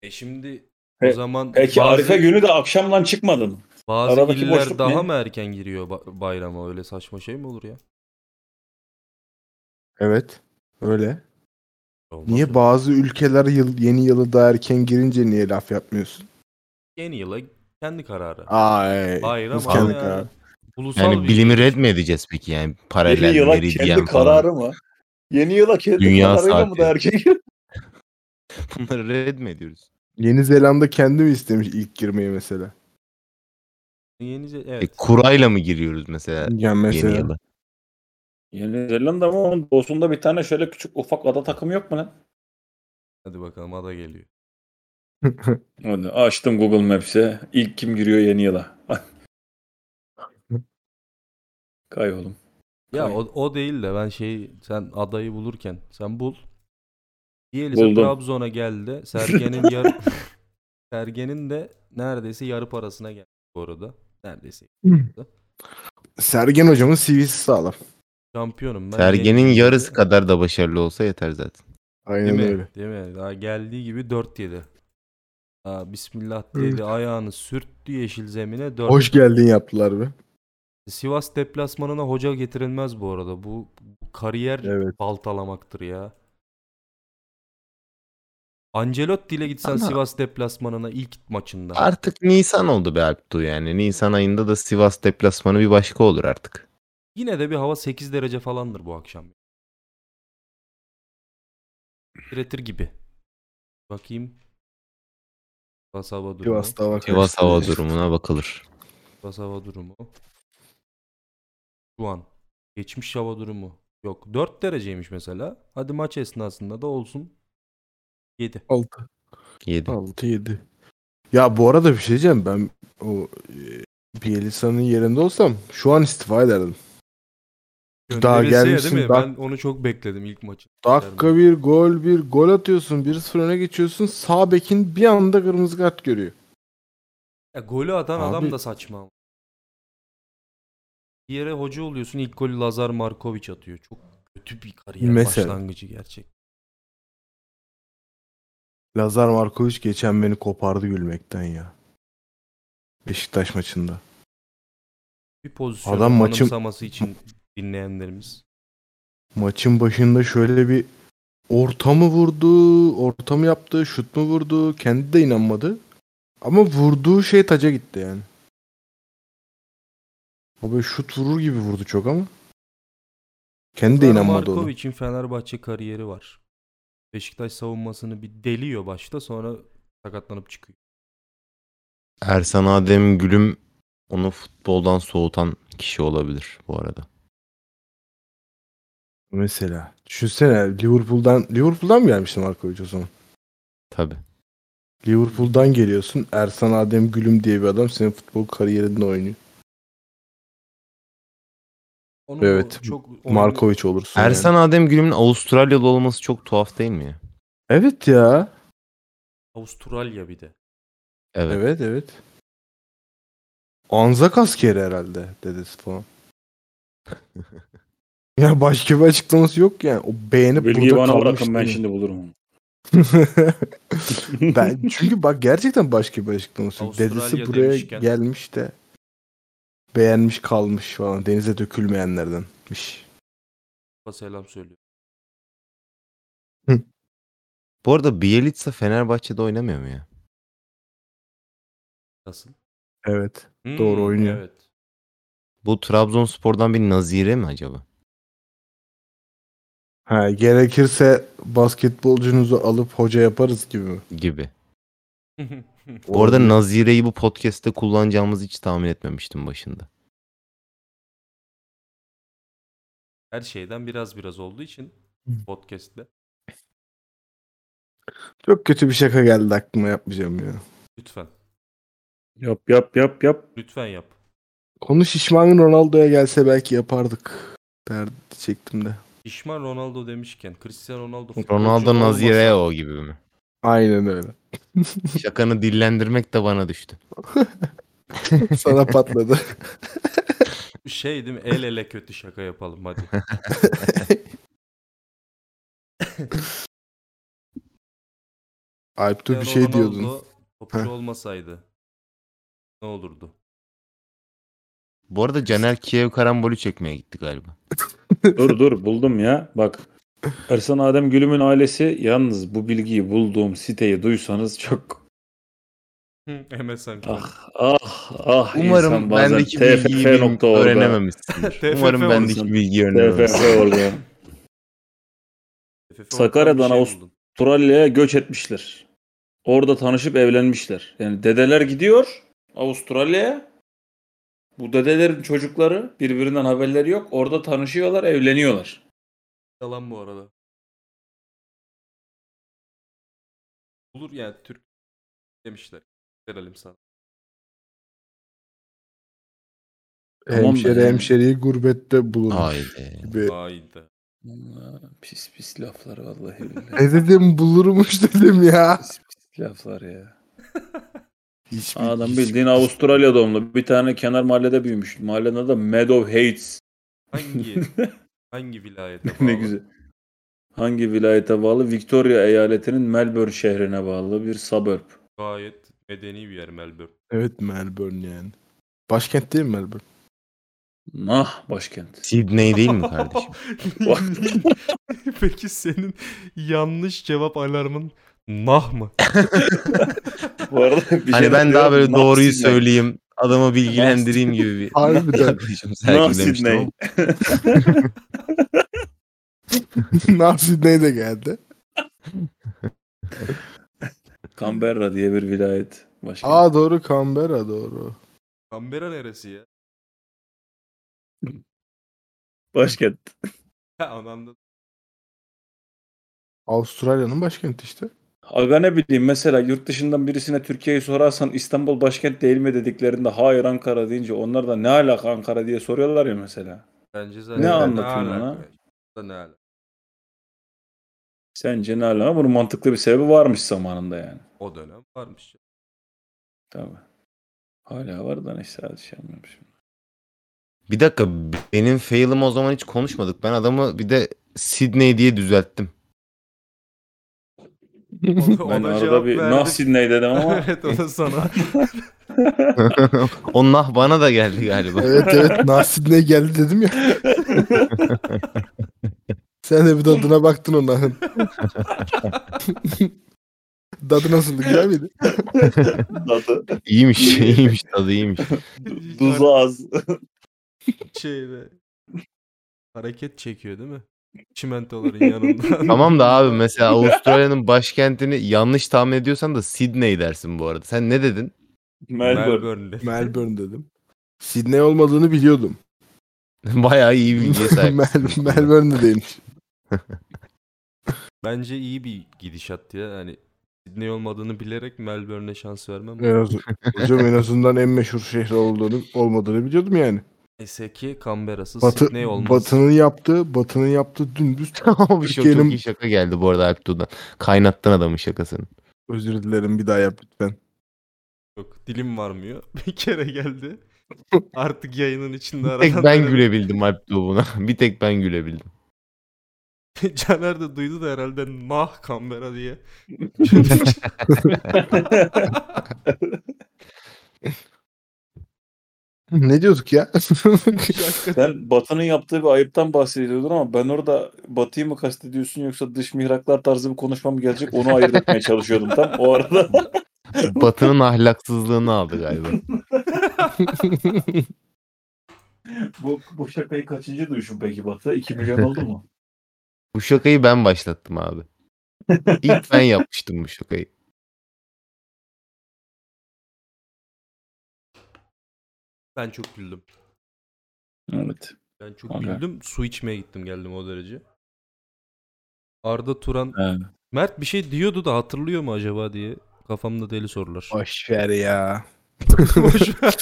Speaker 1: E şimdi o
Speaker 2: Pe-
Speaker 1: zaman
Speaker 2: Peki
Speaker 1: bazı,
Speaker 2: Arife günü de akşamdan çıkmadın.
Speaker 1: bazı
Speaker 2: aradaki
Speaker 1: iller
Speaker 2: boşluk
Speaker 1: daha
Speaker 2: ne?
Speaker 1: mı erken giriyor ba- bayrama? Öyle saçma şey mi olur ya?
Speaker 3: Evet. Öyle.
Speaker 1: Olmaz
Speaker 3: Niye
Speaker 1: öyle.
Speaker 3: bazı ülkeler yıl, yeni yılı daha erken girince niye laf yapmıyorsun?
Speaker 1: Yeni yıla kendi kararı.
Speaker 3: Ay.
Speaker 1: Bayram
Speaker 3: biz
Speaker 1: ama
Speaker 3: kendi
Speaker 1: yani.
Speaker 3: karar-
Speaker 1: Ulusal
Speaker 4: Yani
Speaker 1: bir
Speaker 4: bilimi red mi edeceğiz peki yani paralel
Speaker 2: Yeni yıla
Speaker 4: meridyen
Speaker 2: kendi
Speaker 4: falan.
Speaker 2: kararı mı? Yeni yıla kendi
Speaker 4: Dünya
Speaker 2: kararıyla mı
Speaker 4: saati.
Speaker 2: da erkek? *laughs*
Speaker 4: Bunları red mi ediyoruz?
Speaker 3: Yeni Zelanda kendi mi istemiş ilk girmeyi mesela?
Speaker 1: Yeni Ze-
Speaker 4: E,
Speaker 1: evet.
Speaker 4: kurayla mı giriyoruz mesela
Speaker 3: Yani
Speaker 4: Ee, yeni
Speaker 3: mesela
Speaker 4: yıla?
Speaker 2: Yeni Zelanda mı? Onun doğusunda bir tane şöyle küçük ufak ada takımı yok mu lan?
Speaker 1: Hadi bakalım ada geliyor.
Speaker 2: Öyle açtım Google Maps'e. İlk kim giriyor yeni yıla? *laughs* Kay oğlum.
Speaker 1: Ya
Speaker 2: Kay.
Speaker 1: o, o değil de ben şey sen adayı bulurken sen bul. Diyelim
Speaker 2: Buldum.
Speaker 1: Trabzon'a geldi. Sergen'in yar Sergen'in de neredeyse yarı parasına geldi bu arada. Neredeyse.
Speaker 3: *laughs* Sergen hocamın CV'si sağlam.
Speaker 1: Şampiyonum ben.
Speaker 4: Sergenin
Speaker 1: yengenim
Speaker 4: yarısı
Speaker 1: dedi.
Speaker 4: kadar da başarılı olsa yeter zaten.
Speaker 1: Değil
Speaker 3: Aynen
Speaker 1: mi?
Speaker 3: öyle.
Speaker 1: Değil mi? Daha geldiği gibi 4 yedi. Aa, bismillah dedi
Speaker 3: Evet.
Speaker 1: ayağını sürttü yeşil zemine 4
Speaker 3: Hoş geldin yaptılar be.
Speaker 1: Sivas deplasmanına hoca getirilmez bu arada. Bu, bu kariyer
Speaker 3: Evet.
Speaker 1: baltalamaktır ya. Ancelotti ile gitsen
Speaker 4: Ama-
Speaker 1: Sivas deplasmanına ilk maçında.
Speaker 4: Artık Nisan oldu be Alptu yani. Nisan ayında da Sivas deplasmanı bir başka olur artık.
Speaker 1: Yine de bir hava 8 derece falandır bu akşam. Diretir gibi. Bakayım. Sivas hava durumu.
Speaker 3: Sivas hava
Speaker 4: Sivas
Speaker 3: karıştı.
Speaker 4: hava durumuna bakılır.
Speaker 1: Sivas hava durumu. Şu an. Geçmiş hava durumu. Yok 4 dereceymiş mesela. Hadi maç esnasında da olsun 7.
Speaker 3: 6
Speaker 4: 7.
Speaker 3: 6 7. Ya bu arada bir şey diyeceğim ben o e, Bielisa'nın yerinde olsam şu an istifa ederdim. Daha
Speaker 1: Gönderilse ya
Speaker 3: gelmişsin,
Speaker 1: Değil mi?
Speaker 3: dak-
Speaker 1: Ben onu çok bekledim ilk maçı.
Speaker 3: Dakika bir gol bir gol atıyorsun. 1-0 öne geçiyorsun. Sağ bekin bir anda kırmızı kart görüyor.
Speaker 1: Ya golü atan adam
Speaker 3: Abi-
Speaker 1: da saçma. ama. Bir yere hoca oluyorsun ilk golü Lazar Markovic atıyor. Çok kötü bir kariyer
Speaker 3: Mesela.
Speaker 1: başlangıcı gerçek.
Speaker 3: Lazar Markovic geçen beni kopardı gülmekten ya. Beşiktaş maçında.
Speaker 1: Bir pozisyon
Speaker 3: Adam maçın-
Speaker 1: anımsaması için dinleyenlerimiz.
Speaker 3: Maçın başında şöyle bir orta mı vurdu, orta mı yaptı, şut mu vurdu kendi de inanmadı. Ama vurduğu şey taca gitti yani. O böyle şut vurur gibi vurdu çok ama. Kendi de
Speaker 1: Lazar
Speaker 3: inanmadı ona.
Speaker 1: Markovic'in Fenerbahçe kariyeri var. Beşiktaş savunmasını bir deliyor başta sonra sakatlanıp çıkıyor.
Speaker 4: Ersan Adem Gülüm onu futboldan soğutan kişi olabilir bu arada.
Speaker 3: Mesela. Düşünsene Liverpool'dan Liverpool'dan mı gelmişti Markovic o zaman?
Speaker 4: Tabii.
Speaker 3: Liverpool'dan geliyorsun. Ersan Adem Gülüm diye bir adam senin futbol kariyerinde oynuyor.
Speaker 1: Onun bu
Speaker 3: Evet,
Speaker 1: Çok
Speaker 3: Markovic olursun. yani.
Speaker 4: Ersan Adem Gülüm'ün Avustralyalı olması çok tuhaf değil mi ya?
Speaker 3: Evet ya.
Speaker 1: Avustralya bir de.
Speaker 4: Evet.
Speaker 3: Evet evet. Anzak askeri herhalde dedesi falan. *laughs* ya başka bir açıklaması yok yani. O beğenip
Speaker 2: Bilgiyi
Speaker 3: burada
Speaker 2: bana
Speaker 3: kalmış.
Speaker 2: bırakın ben
Speaker 3: değil.
Speaker 2: şimdi bulurum onu.
Speaker 3: *laughs* ben çünkü bak gerçekten başka bir açıklaması yok.
Speaker 1: Avustralya
Speaker 3: Dedesi buraya
Speaker 1: demişken.
Speaker 3: gelmiş de beğenmiş kalmış falan. Denize dökülmeyenlerdenmiş.
Speaker 1: Selam söylüyor.
Speaker 4: Bu arada Bielitsa Fenerbahçe'de oynamıyor mu ya?
Speaker 1: Nasıl?
Speaker 3: Evet.
Speaker 1: Hmm,
Speaker 3: Doğru oynuyor.
Speaker 1: Evet. *laughs*
Speaker 4: Bu Trabzonspor'dan bir nazire mi acaba?
Speaker 3: Ha, gerekirse basketbolcunuzu alıp hoca yaparız gibi mi?
Speaker 4: Gibi. Bu arada nazireyi bu podcast'te kullanacağımızı hiç tahmin etmemiştim başında.
Speaker 1: Her şeyden biraz biraz olduğu için podcast'te
Speaker 3: Çok kötü bir şaka geldi aklıma yapmayacağım ya.
Speaker 1: lütfen
Speaker 2: yap yap yap yap.
Speaker 1: lütfen yap.
Speaker 3: Konu şişman Ronaldo'ya gelse belki yapardık derdi çektim de.
Speaker 1: Pişman Ronaldo demişken Cristiano Ronaldo futbolcu
Speaker 4: Ronaldo
Speaker 1: olmasa-
Speaker 4: nazireye o gibi mi?
Speaker 3: Aynen öyle.
Speaker 4: Şakanı dillendirmek de bana düştü.
Speaker 3: Sana patladı. *laughs*
Speaker 1: şey değil mi? El ele kötü şaka yapalım hadi.
Speaker 3: Alp *laughs* dur bir
Speaker 1: Cristiano
Speaker 3: şey diyordun.
Speaker 1: Ronaldo Topçu
Speaker 3: Heh.
Speaker 1: olmasaydı ne olurdu?
Speaker 4: Bu arada Caner Kiev karambolü çekmeye gitti galiba.
Speaker 2: *laughs* Dur dur buldum ya. Bak. Ersan Adem Gülüm'ün ailesi yalnız bu bilgiyi bulduğum siteyi duysanız çok
Speaker 1: MSN.
Speaker 2: ah ah ah
Speaker 4: Umarım
Speaker 2: insan bazen
Speaker 4: bendeki
Speaker 2: TFF
Speaker 4: bilgiyi
Speaker 2: nokta orada.
Speaker 4: öğrenememişsindir. Umarım
Speaker 1: TFF
Speaker 4: bendeki
Speaker 2: olsun.
Speaker 4: bilgiyi öğrenememişsindir.
Speaker 2: TFF orada. Sakarya'dan
Speaker 1: şey
Speaker 2: Ağust- Avustralya'ya göç etmişler. Orada tanışıp evlenmişler. Yani dedeler gidiyor Avustralya'ya. Bu dedelerin çocukları birbirinden haberleri yok. Orada tanışıyorlar, evleniyorlar.
Speaker 1: Yalan bu arada. Olur yani Türk demişler. Verelim sana.
Speaker 2: Tamam
Speaker 3: Hemşeri
Speaker 2: be.
Speaker 3: hemşeriyi gurbette bulurmuş.
Speaker 4: Haydi.
Speaker 2: Ee,
Speaker 3: Gibi.
Speaker 1: Hayda.
Speaker 2: Pis pis laflar vallahi billahi.
Speaker 3: Ne E dedim bulurmuş dedim ya.
Speaker 2: pis pis laflar ya.
Speaker 3: Hiçbir,
Speaker 2: Adam
Speaker 3: hiç-
Speaker 2: bildiğin Avustralya doğumlu. Bir tane kenar mahallede büyümüş. Mahallenin adı Meadow Heights. *laughs*
Speaker 1: Hangi hangi vilayete
Speaker 2: ne
Speaker 1: bağlı?
Speaker 2: güzel. Hangi vilayete bağlı? Victoria eyaletinin Melbourne şehrine bağlı bir suburb.
Speaker 1: Gayet medeni bir yer Melbourne.
Speaker 3: Evet Melbourne yani. Başkent değil mi Melbourne?
Speaker 2: Nah başkent.
Speaker 4: Sydney değil mi kardeşim?
Speaker 1: *laughs* Peki senin yanlış cevap alarmın nah mı?
Speaker 2: Bu arada *laughs* bir
Speaker 4: hani
Speaker 2: şey
Speaker 4: ben daha
Speaker 2: diyorum,
Speaker 4: böyle
Speaker 2: North
Speaker 4: doğruyu
Speaker 2: Sydney.
Speaker 4: söyleyeyim, adamı bilgilendireyim gibi
Speaker 3: *laughs*
Speaker 4: bir *laughs*
Speaker 3: Harbiden.
Speaker 4: yaklaşım
Speaker 2: North
Speaker 4: sergilemiştim
Speaker 2: Sydney.
Speaker 4: ama
Speaker 3: Nasıl *laughs* ne de geldi.
Speaker 2: Canberra diye bir vilayet. Başka.
Speaker 3: Aa doğru Canberra doğru.
Speaker 1: Canberra neresi ya?
Speaker 2: Başkent.
Speaker 1: Ha, anladım.
Speaker 3: Avustralya'nın başkenti işte.
Speaker 2: Aga ne bileyim mesela yurt dışından birisine Türkiye'yi sorarsan İstanbul başkent değil mi dediklerinde hayır Ankara deyince onlar da ne alaka Ankara diye soruyorlar ya mesela.
Speaker 1: Bence zaten
Speaker 2: anlatayım
Speaker 1: alaka
Speaker 2: ona?
Speaker 1: ya? Da Ne alaka?
Speaker 2: Sence ne alaka? Bunun mantıklı bir sebebi varmış zamanında yani.
Speaker 1: O dönem
Speaker 2: *laughs*
Speaker 1: varmış.
Speaker 2: Tabii. Hala var da neyse hadi şey yapmıyorum şimdi.
Speaker 4: Bir dakika benim fail'ım o zaman hiç konuşmadık. Ben adamı bir de Sydney diye düzelttim. *laughs*
Speaker 1: Ona,
Speaker 2: Ben
Speaker 1: ona cevap
Speaker 2: arada bir
Speaker 1: verdim. *laughs*
Speaker 2: nah Sydney dedim ama
Speaker 1: evet o da sana.
Speaker 4: Onlar bana da geldi galiba.
Speaker 3: Evet *laughs* evet Nasid'ine geldi dedim *laughs* ya. Sen de bir tadına baktın o *laughs* nahın. Dadı nasıldı güzel miydi?
Speaker 2: tadı
Speaker 4: İyiymiş, iyiymiş tadı iyiymiş.
Speaker 2: tuzu az.
Speaker 1: Şeyde. Hareket çekiyor değil mi? Çimentoların yanında.
Speaker 4: *laughs* Tamam da abi mesela Avustralya'nın başkentini yanlış tahmin ediyorsan da Sydney dersin bu arada. Sen ne dedin? *laughs*
Speaker 2: Melbourne.
Speaker 3: Melbourne dedim. Sydney olmadığını *laughs* biliyordum.
Speaker 4: Bayağı iyi
Speaker 3: *laughs*
Speaker 4: bir bilgiye
Speaker 3: Mel-
Speaker 4: sahipsin.
Speaker 3: Melbourne'de değilmiş.
Speaker 1: Bence iyi bir gidişat ya. Hani Sydney olmadığını bilerek Melbourne'e şans vermem.
Speaker 3: En az- Hocam en azından en meşhur şehri olduğunu, olmadığını biliyordum yani.
Speaker 1: Neyse ki Canberra'sı
Speaker 3: Batı,
Speaker 1: Sydney olmaz.
Speaker 3: Batı'nın yaptığı, Batı'nın yaptığı *laughs* dümdüz
Speaker 4: Ama bir şey yok, çok
Speaker 3: Türkiye'nin-
Speaker 4: iyi şaka geldi bu arada Alptuğ'dan. Kaynattın adamın şakasını.
Speaker 3: özür dilerim bir daha yap lütfen.
Speaker 1: Yok dilim varmıyor. *laughs* Bir kere
Speaker 3: *laughs*
Speaker 1: geldi. Artık yayının içinde
Speaker 4: Bir tek
Speaker 1: aradan
Speaker 4: ben
Speaker 1: dönem-
Speaker 4: gülebildim Alptuğ buna. *laughs* Bir tek ben gülebildim.
Speaker 1: *laughs* Caner de duydu da herhalde mah Canberra diye.
Speaker 3: Ne diyorduk ya?
Speaker 2: Sen Batı'nın yaptığı bir ayıptan bahsediyordun ama ben orada Batı'yı mı kastediyorsun yoksa dış mihraklar tarzı bir konuşma mı gelecek onu ayırt etmeye çalışıyordum tam o arada.
Speaker 4: Batı'nın ahlaksızlığını aldı galiba.
Speaker 2: bu, bu şakayı kaçıncı duyuşun peki Batı? *laughs* 2 milyon oldu mu?
Speaker 4: Bu şakayı ben başlattım abi. İlk ben yapmıştım bu şakayı.
Speaker 1: ben çok güldüm.
Speaker 2: Evet.
Speaker 1: Ben çok
Speaker 2: Aga.
Speaker 1: güldüm. Su içmeye gittim geldim o derece. Arda Turan.
Speaker 2: Evet.
Speaker 1: Mert bir şey diyordu da hatırlıyor mu acaba diye. Kafamda deli sorular.
Speaker 2: *laughs*
Speaker 3: Boş ver ya.
Speaker 1: Boş ver.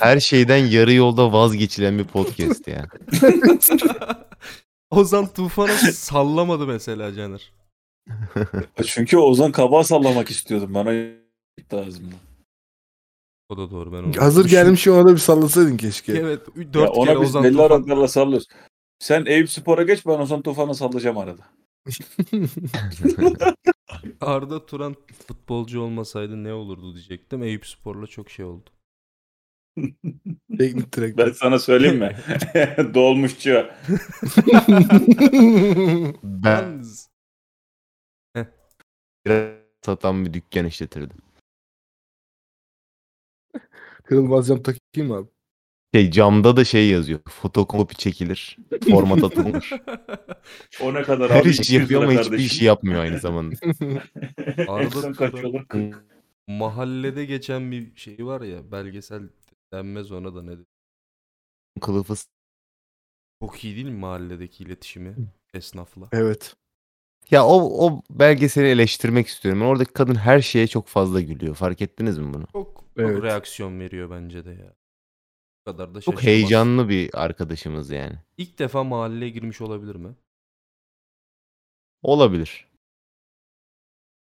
Speaker 4: Her şeyden yarı yolda vazgeçilen bir podcast ya.
Speaker 1: *laughs*
Speaker 4: *laughs*
Speaker 1: Ozan Tufan'a sallamadı mesela Caner.
Speaker 2: Çünkü Ozan kabağa sallamak istiyordum bana gitti ağzımdan.
Speaker 1: O da doğru ben onu.
Speaker 3: Hazır gelmiş ona da bir sallasaydın
Speaker 1: *laughs*
Speaker 3: keşke.
Speaker 1: Evet 4
Speaker 2: Ya
Speaker 1: kere
Speaker 2: ona biz
Speaker 1: Ozan
Speaker 2: belli
Speaker 1: Tufan.
Speaker 2: aralıklarla sallıyoruz. Sen Eyüp Spor'a geç ben Ozan Tufan'ı sallayacağım arada.
Speaker 1: Arda Turan futbolcu olmasaydı ne olurdu diyecektim. Eyüp Spor'la çok şey oldu.
Speaker 3: Teknik
Speaker 2: *laughs*
Speaker 3: direktör.
Speaker 2: Ben sana söyleyeyim *laughs* mi? Dolmuşçu.
Speaker 4: Ben satan bir dükkan işletirdim.
Speaker 3: *laughs* Kırılmaz cam takayım mı abi?
Speaker 4: Şey camda da şey yazıyor. Fotokopi çekilir. Format atılır.
Speaker 1: *laughs*
Speaker 2: O ne kadar
Speaker 4: Her
Speaker 2: abi?
Speaker 4: işi
Speaker 2: 200
Speaker 4: yapıyor
Speaker 2: lira
Speaker 4: ama hiçbir
Speaker 2: kardeşim.
Speaker 4: işi yapmıyor aynı zamanda.
Speaker 2: *laughs* En
Speaker 1: Arda
Speaker 2: son
Speaker 1: Turan
Speaker 2: kaç olur? 40.
Speaker 1: *laughs* mahallede geçen bir şey var ya belgesel denmez ona da ne de-
Speaker 4: Kılıfı
Speaker 1: Çok iyi değil mi mahalledeki iletişimi esnafla?
Speaker 3: Evet.
Speaker 4: Ya o, o belgeseli eleştirmek istiyorum. Yani oradaki kadın her şeye çok fazla gülüyor. Fark ettiniz mi bunu?
Speaker 1: Çok, çok
Speaker 3: Evet.
Speaker 1: reaksiyon veriyor bence de ya. Bu kadar da
Speaker 4: Çok
Speaker 1: şaşırmaz.
Speaker 4: heyecanlı bir arkadaşımız yani.
Speaker 1: İlk defa mahalleye girmiş olabilir mi?
Speaker 4: Olabilir.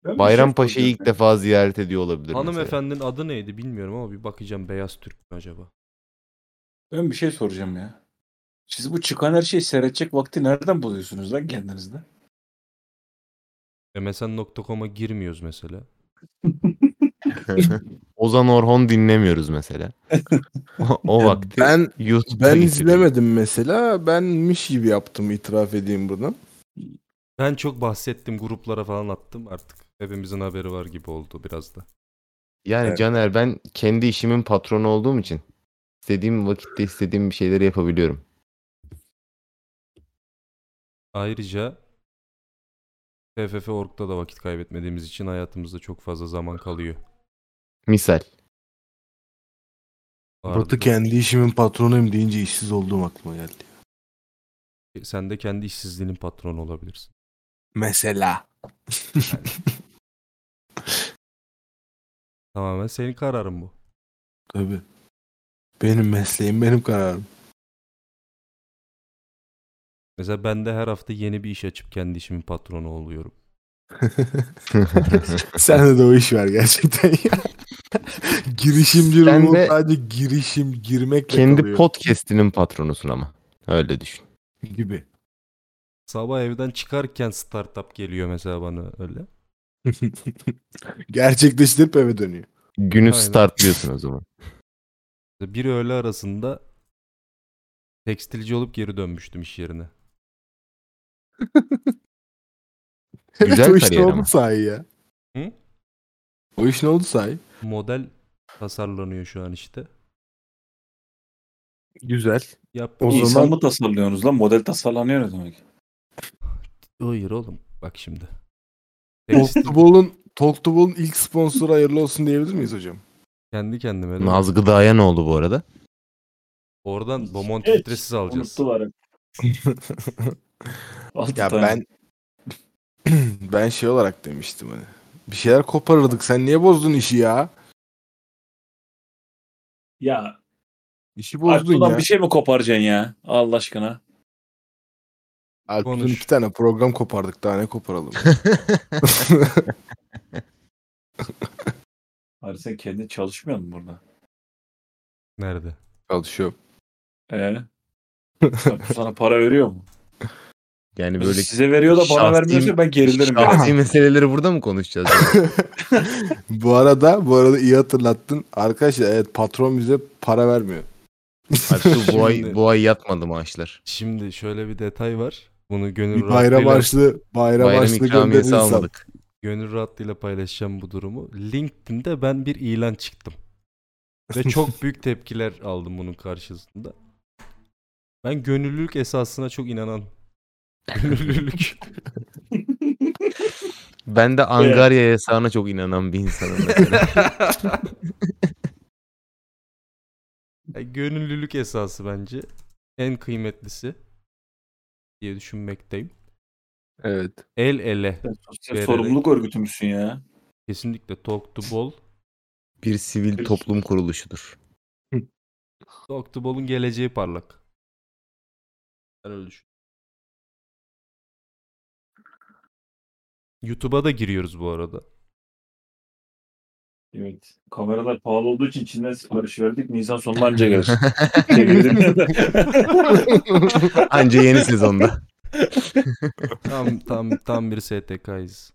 Speaker 2: Ben bir
Speaker 4: Bayrampaşa'yı
Speaker 2: şey
Speaker 4: ilk defa ziyaret ediyor olabilir. mesela.
Speaker 1: Hanımefendinin adı neydi bilmiyorum ama bir bakacağım Beyaz Türk mü acaba?
Speaker 2: soracağım. Ben bir şey soracağım ya. Siz bu çıkan her şeyi seyredecek vakti nereden buluyorsunuz lan kendinizde?
Speaker 1: MSN.com'a girmiyoruz mesela.
Speaker 4: *laughs* Ozan Orhon dinlemiyoruz mesela. o, o vakti
Speaker 3: Ben
Speaker 4: YouTube'da
Speaker 3: ben
Speaker 4: geçiriyoruz.
Speaker 3: izlemedim mesela. Benmiş gibi yaptım itiraf edeyim bunu.
Speaker 1: Ben çok bahsettim gruplara falan attım artık. Hepimizin haberi var gibi oldu biraz da.
Speaker 4: Yani
Speaker 3: Evet.
Speaker 4: Caner ben kendi işimin patronu olduğum için istediğim vakitte istediğim bir şeyleri yapabiliyorum.
Speaker 1: Ayrıca TFF Org'da da vakit kaybetmediğimiz için hayatımızda çok fazla zaman kalıyor.
Speaker 3: *laughs*
Speaker 4: Misal. *laughs*
Speaker 1: Arda,
Speaker 3: kendi işimin patronuyum deyince işsiz olduğum aklıma geldi.
Speaker 1: sen de kendi işsizliğinin patronu olabilirsin.
Speaker 3: *laughs* Mesela.
Speaker 1: Tamamen senin kararın bu.
Speaker 3: Tabii. Benim mesleğim benim kararım.
Speaker 1: Mesela ben de her hafta yeni bir iş açıp kendi işimin patronu oluyorum.
Speaker 3: Sen de o iş var gerçekten ya.
Speaker 4: *laughs*
Speaker 3: girişimci
Speaker 4: Sen
Speaker 3: ruhu
Speaker 4: de-
Speaker 3: sadece girişim girmekle
Speaker 4: Kendi
Speaker 3: kalıyor
Speaker 4: podcast'inin patronusun ama. Öyle düşün.
Speaker 3: gibi.
Speaker 1: Sabah evden çıkarken startup geliyor mesela bana öyle.
Speaker 3: Gerçekleştirip eve dönüyor.
Speaker 4: Günü
Speaker 1: Aynen.
Speaker 4: startlıyorsun o zaman.
Speaker 1: Bir öğle arasında tekstilci olup geri dönmüştüm iş yerine.
Speaker 3: Evet
Speaker 4: Güzel
Speaker 3: o iş ne
Speaker 4: kariyer
Speaker 3: oldu
Speaker 4: ama.
Speaker 3: sahi ya?
Speaker 1: Hı?
Speaker 3: O iş ne oldu sahi?
Speaker 1: Model tasarlanıyor şu an işte.
Speaker 3: *laughs* Güzel.
Speaker 1: Yap.
Speaker 3: O
Speaker 2: İnsan
Speaker 3: zaman-
Speaker 2: mı tasarlıyorsunuz lan? Model tasarlanıyor ne demek?
Speaker 1: Hayır oğlum bak şimdi. Tekstil-
Speaker 3: Toltubol'un Toltubol'un ilk sponsoru hayırlı olsun diyebilir miyiz hocam?
Speaker 1: kendi kendime. değil mi?
Speaker 4: Naz Gıda'ya ne oldu bu arada?
Speaker 1: Oradan Beaumont
Speaker 2: Evet,
Speaker 1: filtresiz alacağız.
Speaker 2: Unuttular. hep. *laughs* Altı
Speaker 3: Ya
Speaker 2: tane.
Speaker 3: ben *clears throat* ben şey olarak demiştim hani. Bir şeyler koparırdık. Sen niye bozdun işi ya?
Speaker 2: Ya
Speaker 3: İşi bozdun
Speaker 2: Artu'dan
Speaker 3: ya.
Speaker 2: bir şey mi koparacaksın ya? Allah aşkına.
Speaker 3: Alp'in
Speaker 1: Konuş.
Speaker 3: iki tane program kopardık. Daha ne
Speaker 4: *laughs*
Speaker 3: koparalım?
Speaker 2: Abi sen kendin çalışmıyor musun burada?
Speaker 1: Nerede?
Speaker 3: Çalışıyorum.
Speaker 2: Ee? sana para veriyor
Speaker 3: *laughs*
Speaker 2: mu?
Speaker 4: yani
Speaker 2: Böyle
Speaker 4: böyle
Speaker 2: size veriyor da bana
Speaker 4: şahsi-
Speaker 2: vermiyorsa ben gerilirim. yani.
Speaker 4: şahsi meseleleri burada
Speaker 3: *laughs*
Speaker 4: mı konuşacağız?
Speaker 3: Bu arada bu arada iyi hatırlattın. Arkadaşlar evet patron bize para vermiyor.
Speaker 4: Artık bu ay,
Speaker 1: Şimdi-
Speaker 4: bu ay yatmadı maaşlar.
Speaker 1: Şimdi şöyle bir detay var. Bunu gönül
Speaker 3: *laughs* Bir bayram
Speaker 1: rahatlığıyla,
Speaker 3: harçlı bayram,
Speaker 4: Bayram
Speaker 3: harçlı
Speaker 4: ikramiyesi
Speaker 3: gönderirsem.
Speaker 4: almadık.
Speaker 1: gönül rahatlığıyla paylaşacağım bu durumu. LinkedIn'de ben bir ilan çıktım. Ve çok büyük tepkiler aldım bunun karşısında. Ben gönüllülük esasına çok inanan. *laughs* Gönüllülük.
Speaker 4: Ben de Angarya yasağına çok inanan
Speaker 3: *laughs*
Speaker 4: bir insanım. mesela.
Speaker 1: Ya gönüllülük esası bence. En kıymetlisi diye düşünmekteyim.
Speaker 3: Evet.
Speaker 1: El ele.
Speaker 2: Sen sosyal
Speaker 1: Vererek.
Speaker 2: sorumluluk örgütü müsün ya?
Speaker 1: Kesinlikle talk to ball.
Speaker 4: bir sivil toplum kuruluşudur.
Speaker 1: Talk to ball'un geleceği parlak. Ben öyle düşünüyorum. YouTube'a da giriyoruz bu arada.
Speaker 2: Evet. Kameralar pahalı olduğu için Çin'den sipariş verdik. Nisan sonunda anca
Speaker 3: *laughs*
Speaker 2: gelir. Çevirdim.
Speaker 4: Anca yeni sezonda.
Speaker 1: Tam tam tam bir STK'yız.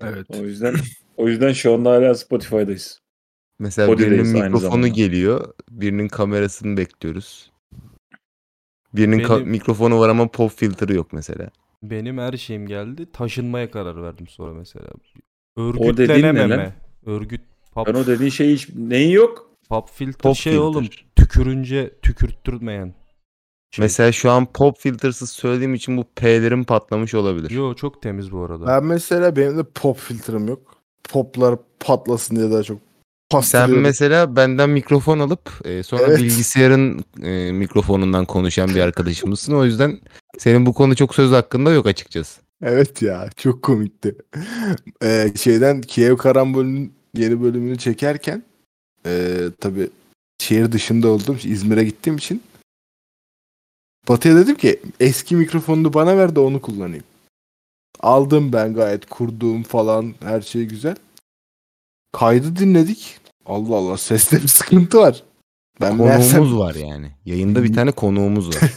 Speaker 3: Evet.
Speaker 2: o yüzden o yüzden şu anda hala Spotify'dayız.
Speaker 4: Mesela
Speaker 2: O dileyiz aynı
Speaker 4: birinin
Speaker 2: zamanda.
Speaker 4: mikrofonu geliyor. Birinin kamerasını bekliyoruz. Birinin ka-
Speaker 1: Benim-
Speaker 4: mikrofonu var ama pop filtre yok mesela.
Speaker 1: Benim her şeyim geldi. Taşınmaya karar verdim sonra mesela.
Speaker 2: dediğin ne lan?
Speaker 1: Örgütlenememe. Örgüt pop,
Speaker 2: Ben o dediğin şey hiç neyin yok?
Speaker 1: pop filter
Speaker 4: Pop
Speaker 1: şey
Speaker 4: filter.
Speaker 1: oğlum. Tükürünce tükürttürmeyen. şey.
Speaker 4: Mesela şu an pop filtersız söylediğim için bu P'lerim patlamış olabilir.
Speaker 1: Yo çok temiz bu arada.
Speaker 3: Ben mesela benim de pop filtrem yok. Poplar patlasın diye daha çok
Speaker 4: Sen
Speaker 3: pastırıyorum.
Speaker 4: mesela benden mikrofon alıp e, sonra
Speaker 3: Evet.
Speaker 4: bilgisayarın e, mikrofonundan konuşan bir arkadaşımızsın. O yüzden senin bu konu çok söz hakkında yok açıkçası.
Speaker 3: Evet ya çok komikti. *laughs* Ee, şeyden Kiev Karambol'ün yeni bölümünü çekerken ee, tabii şehir dışında olduğum için İzmir'e gittiğim için Batı'ya dedim ki eski mikrofonunu bana ver de onu kullanayım. Aldım ben gayet kurduğum falan her şey güzel. Kaydı dinledik. Allah Allah seste bir sıkıntı var. Ben meğersem
Speaker 4: Konuğumuz var yani. Yayında bir tane konuğumuz
Speaker 3: *laughs*
Speaker 4: var.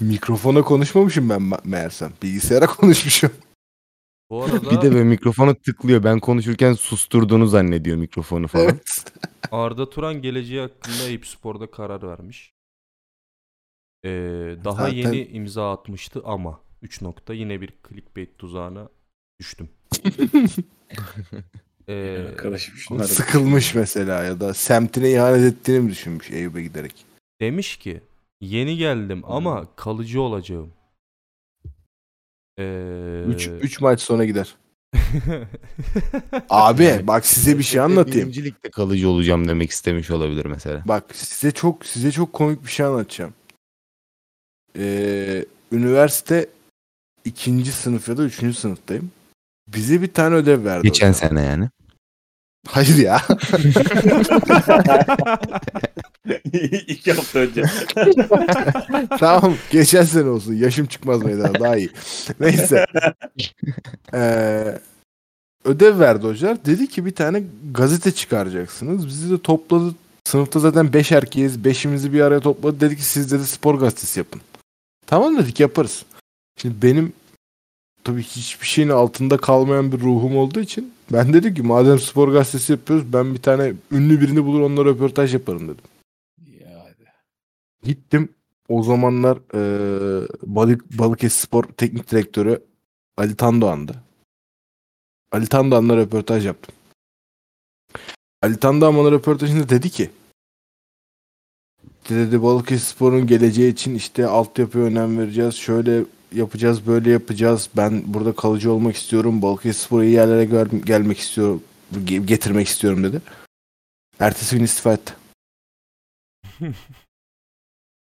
Speaker 3: mikrofona konuşmamışım ben ma- meğersem. Bilgisayara *laughs* konuşmuşum.
Speaker 1: bu arada
Speaker 4: Bir de böyle mikrofona tıklıyor. Ben konuşurken susturduğunu zannediyor mikrofonu falan.
Speaker 3: Evet.
Speaker 1: Arda Turan geleceği hakkında Eyüp Spor'da karar vermiş. Ee, daha
Speaker 3: Zaten-
Speaker 1: yeni imza atmıştı ama 3 nokta yine bir clickbait tuzağına düştüm. Ee,
Speaker 2: Arkadaşım şunlar.
Speaker 3: Sıkılmış mesela ya da semtine ihanet ettiğini mi düşünmüş Eyüp'e giderek.
Speaker 1: demiş ki yeni geldim ama kalıcı olacağım.
Speaker 3: 3
Speaker 1: *laughs* Ee, e,
Speaker 3: 3 maç sonra gider. Abi bak size bir şey anlatayım.
Speaker 4: Birinci ligde kalıcı olacağım demek istemiş olabilir mesela.
Speaker 3: Bak size çok size çok komik bir şey anlatacağım. Ee, üniversite ikinci sınıf ya da üçüncü sınıftayım. Bize bir tane ödev verdi.
Speaker 4: Geçen
Speaker 3: hocam.
Speaker 4: sene yani.
Speaker 3: Hayır ya.
Speaker 2: *laughs* İki hafta önce.
Speaker 3: *laughs* tamam geçen sene olsun. Yaşım çıkmaz meydana daha iyi. Neyse. Ee, ödev verdi hocalar. Dedi ki bir tane gazete çıkaracaksınız. Bizi de topladı. Sınıfta zaten 5 erkeğiz. Beşimizi bir araya topladı. Dedi ki siz dedi spor gazetesi yapın. Tamam dedik yaparız. Şimdi benim tabii hiçbir şeyin altında kalmayan bir ruhum olduğu için ben dedim ki madem spor gazetesi yapıyoruz ben bir tane ünlü birini bulur onunla röportaj yaparım dedim.
Speaker 2: ya,
Speaker 3: Gittim. O zamanlar eee Balık, Balıkesir Spor Teknik Direktörü Ali Tandoğan'dı. Ali Tandoğan'la röportaj yaptım. Ali Tandoğan bana röportajında dedi ki dedi Balıkesir Spor'un geleceği için işte altyapıya önem vereceğiz. Şöyle yapacağız, böyle yapacağız. Ben burada kalıcı olmak istiyorum. Balıkesir Spor'u iyi yerlere gör- gelmek istiyorum, ge- getirmek istiyorum dedi. Ertesi gün istifa etti.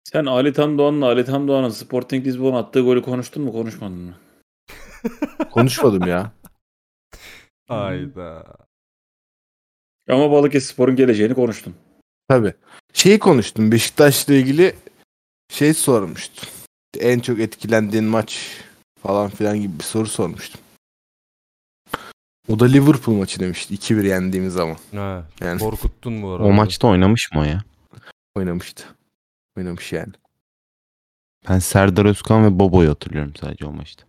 Speaker 2: Sen Ali Tam Doğan'la Ali Tam Doğan'ın Sporting Lisbon attığı golü konuştun mu konuşmadın mı?
Speaker 3: Konuşmadım ya.
Speaker 1: Hayda.
Speaker 2: Ama Balıkesir Spor'un geleceğini konuştun.
Speaker 3: Tabii. Şeyi konuştum. Beşiktaş'la ilgili şey sormuştum. En çok etkilendiğin maç falan filan gibi bir soru sormuştum. O da Liverpool maçı demişti. 2-1 yendiğimiz zaman
Speaker 1: Ha,
Speaker 3: Yani.
Speaker 1: korkuttun bu arada.
Speaker 4: O maçta oynamış mı o ya?
Speaker 3: oynamıştı. Oynamış yani.
Speaker 4: Ben Serdar Özkan ve Bobo'yu hatırlıyorum sadece
Speaker 2: *laughs*
Speaker 4: o maçta.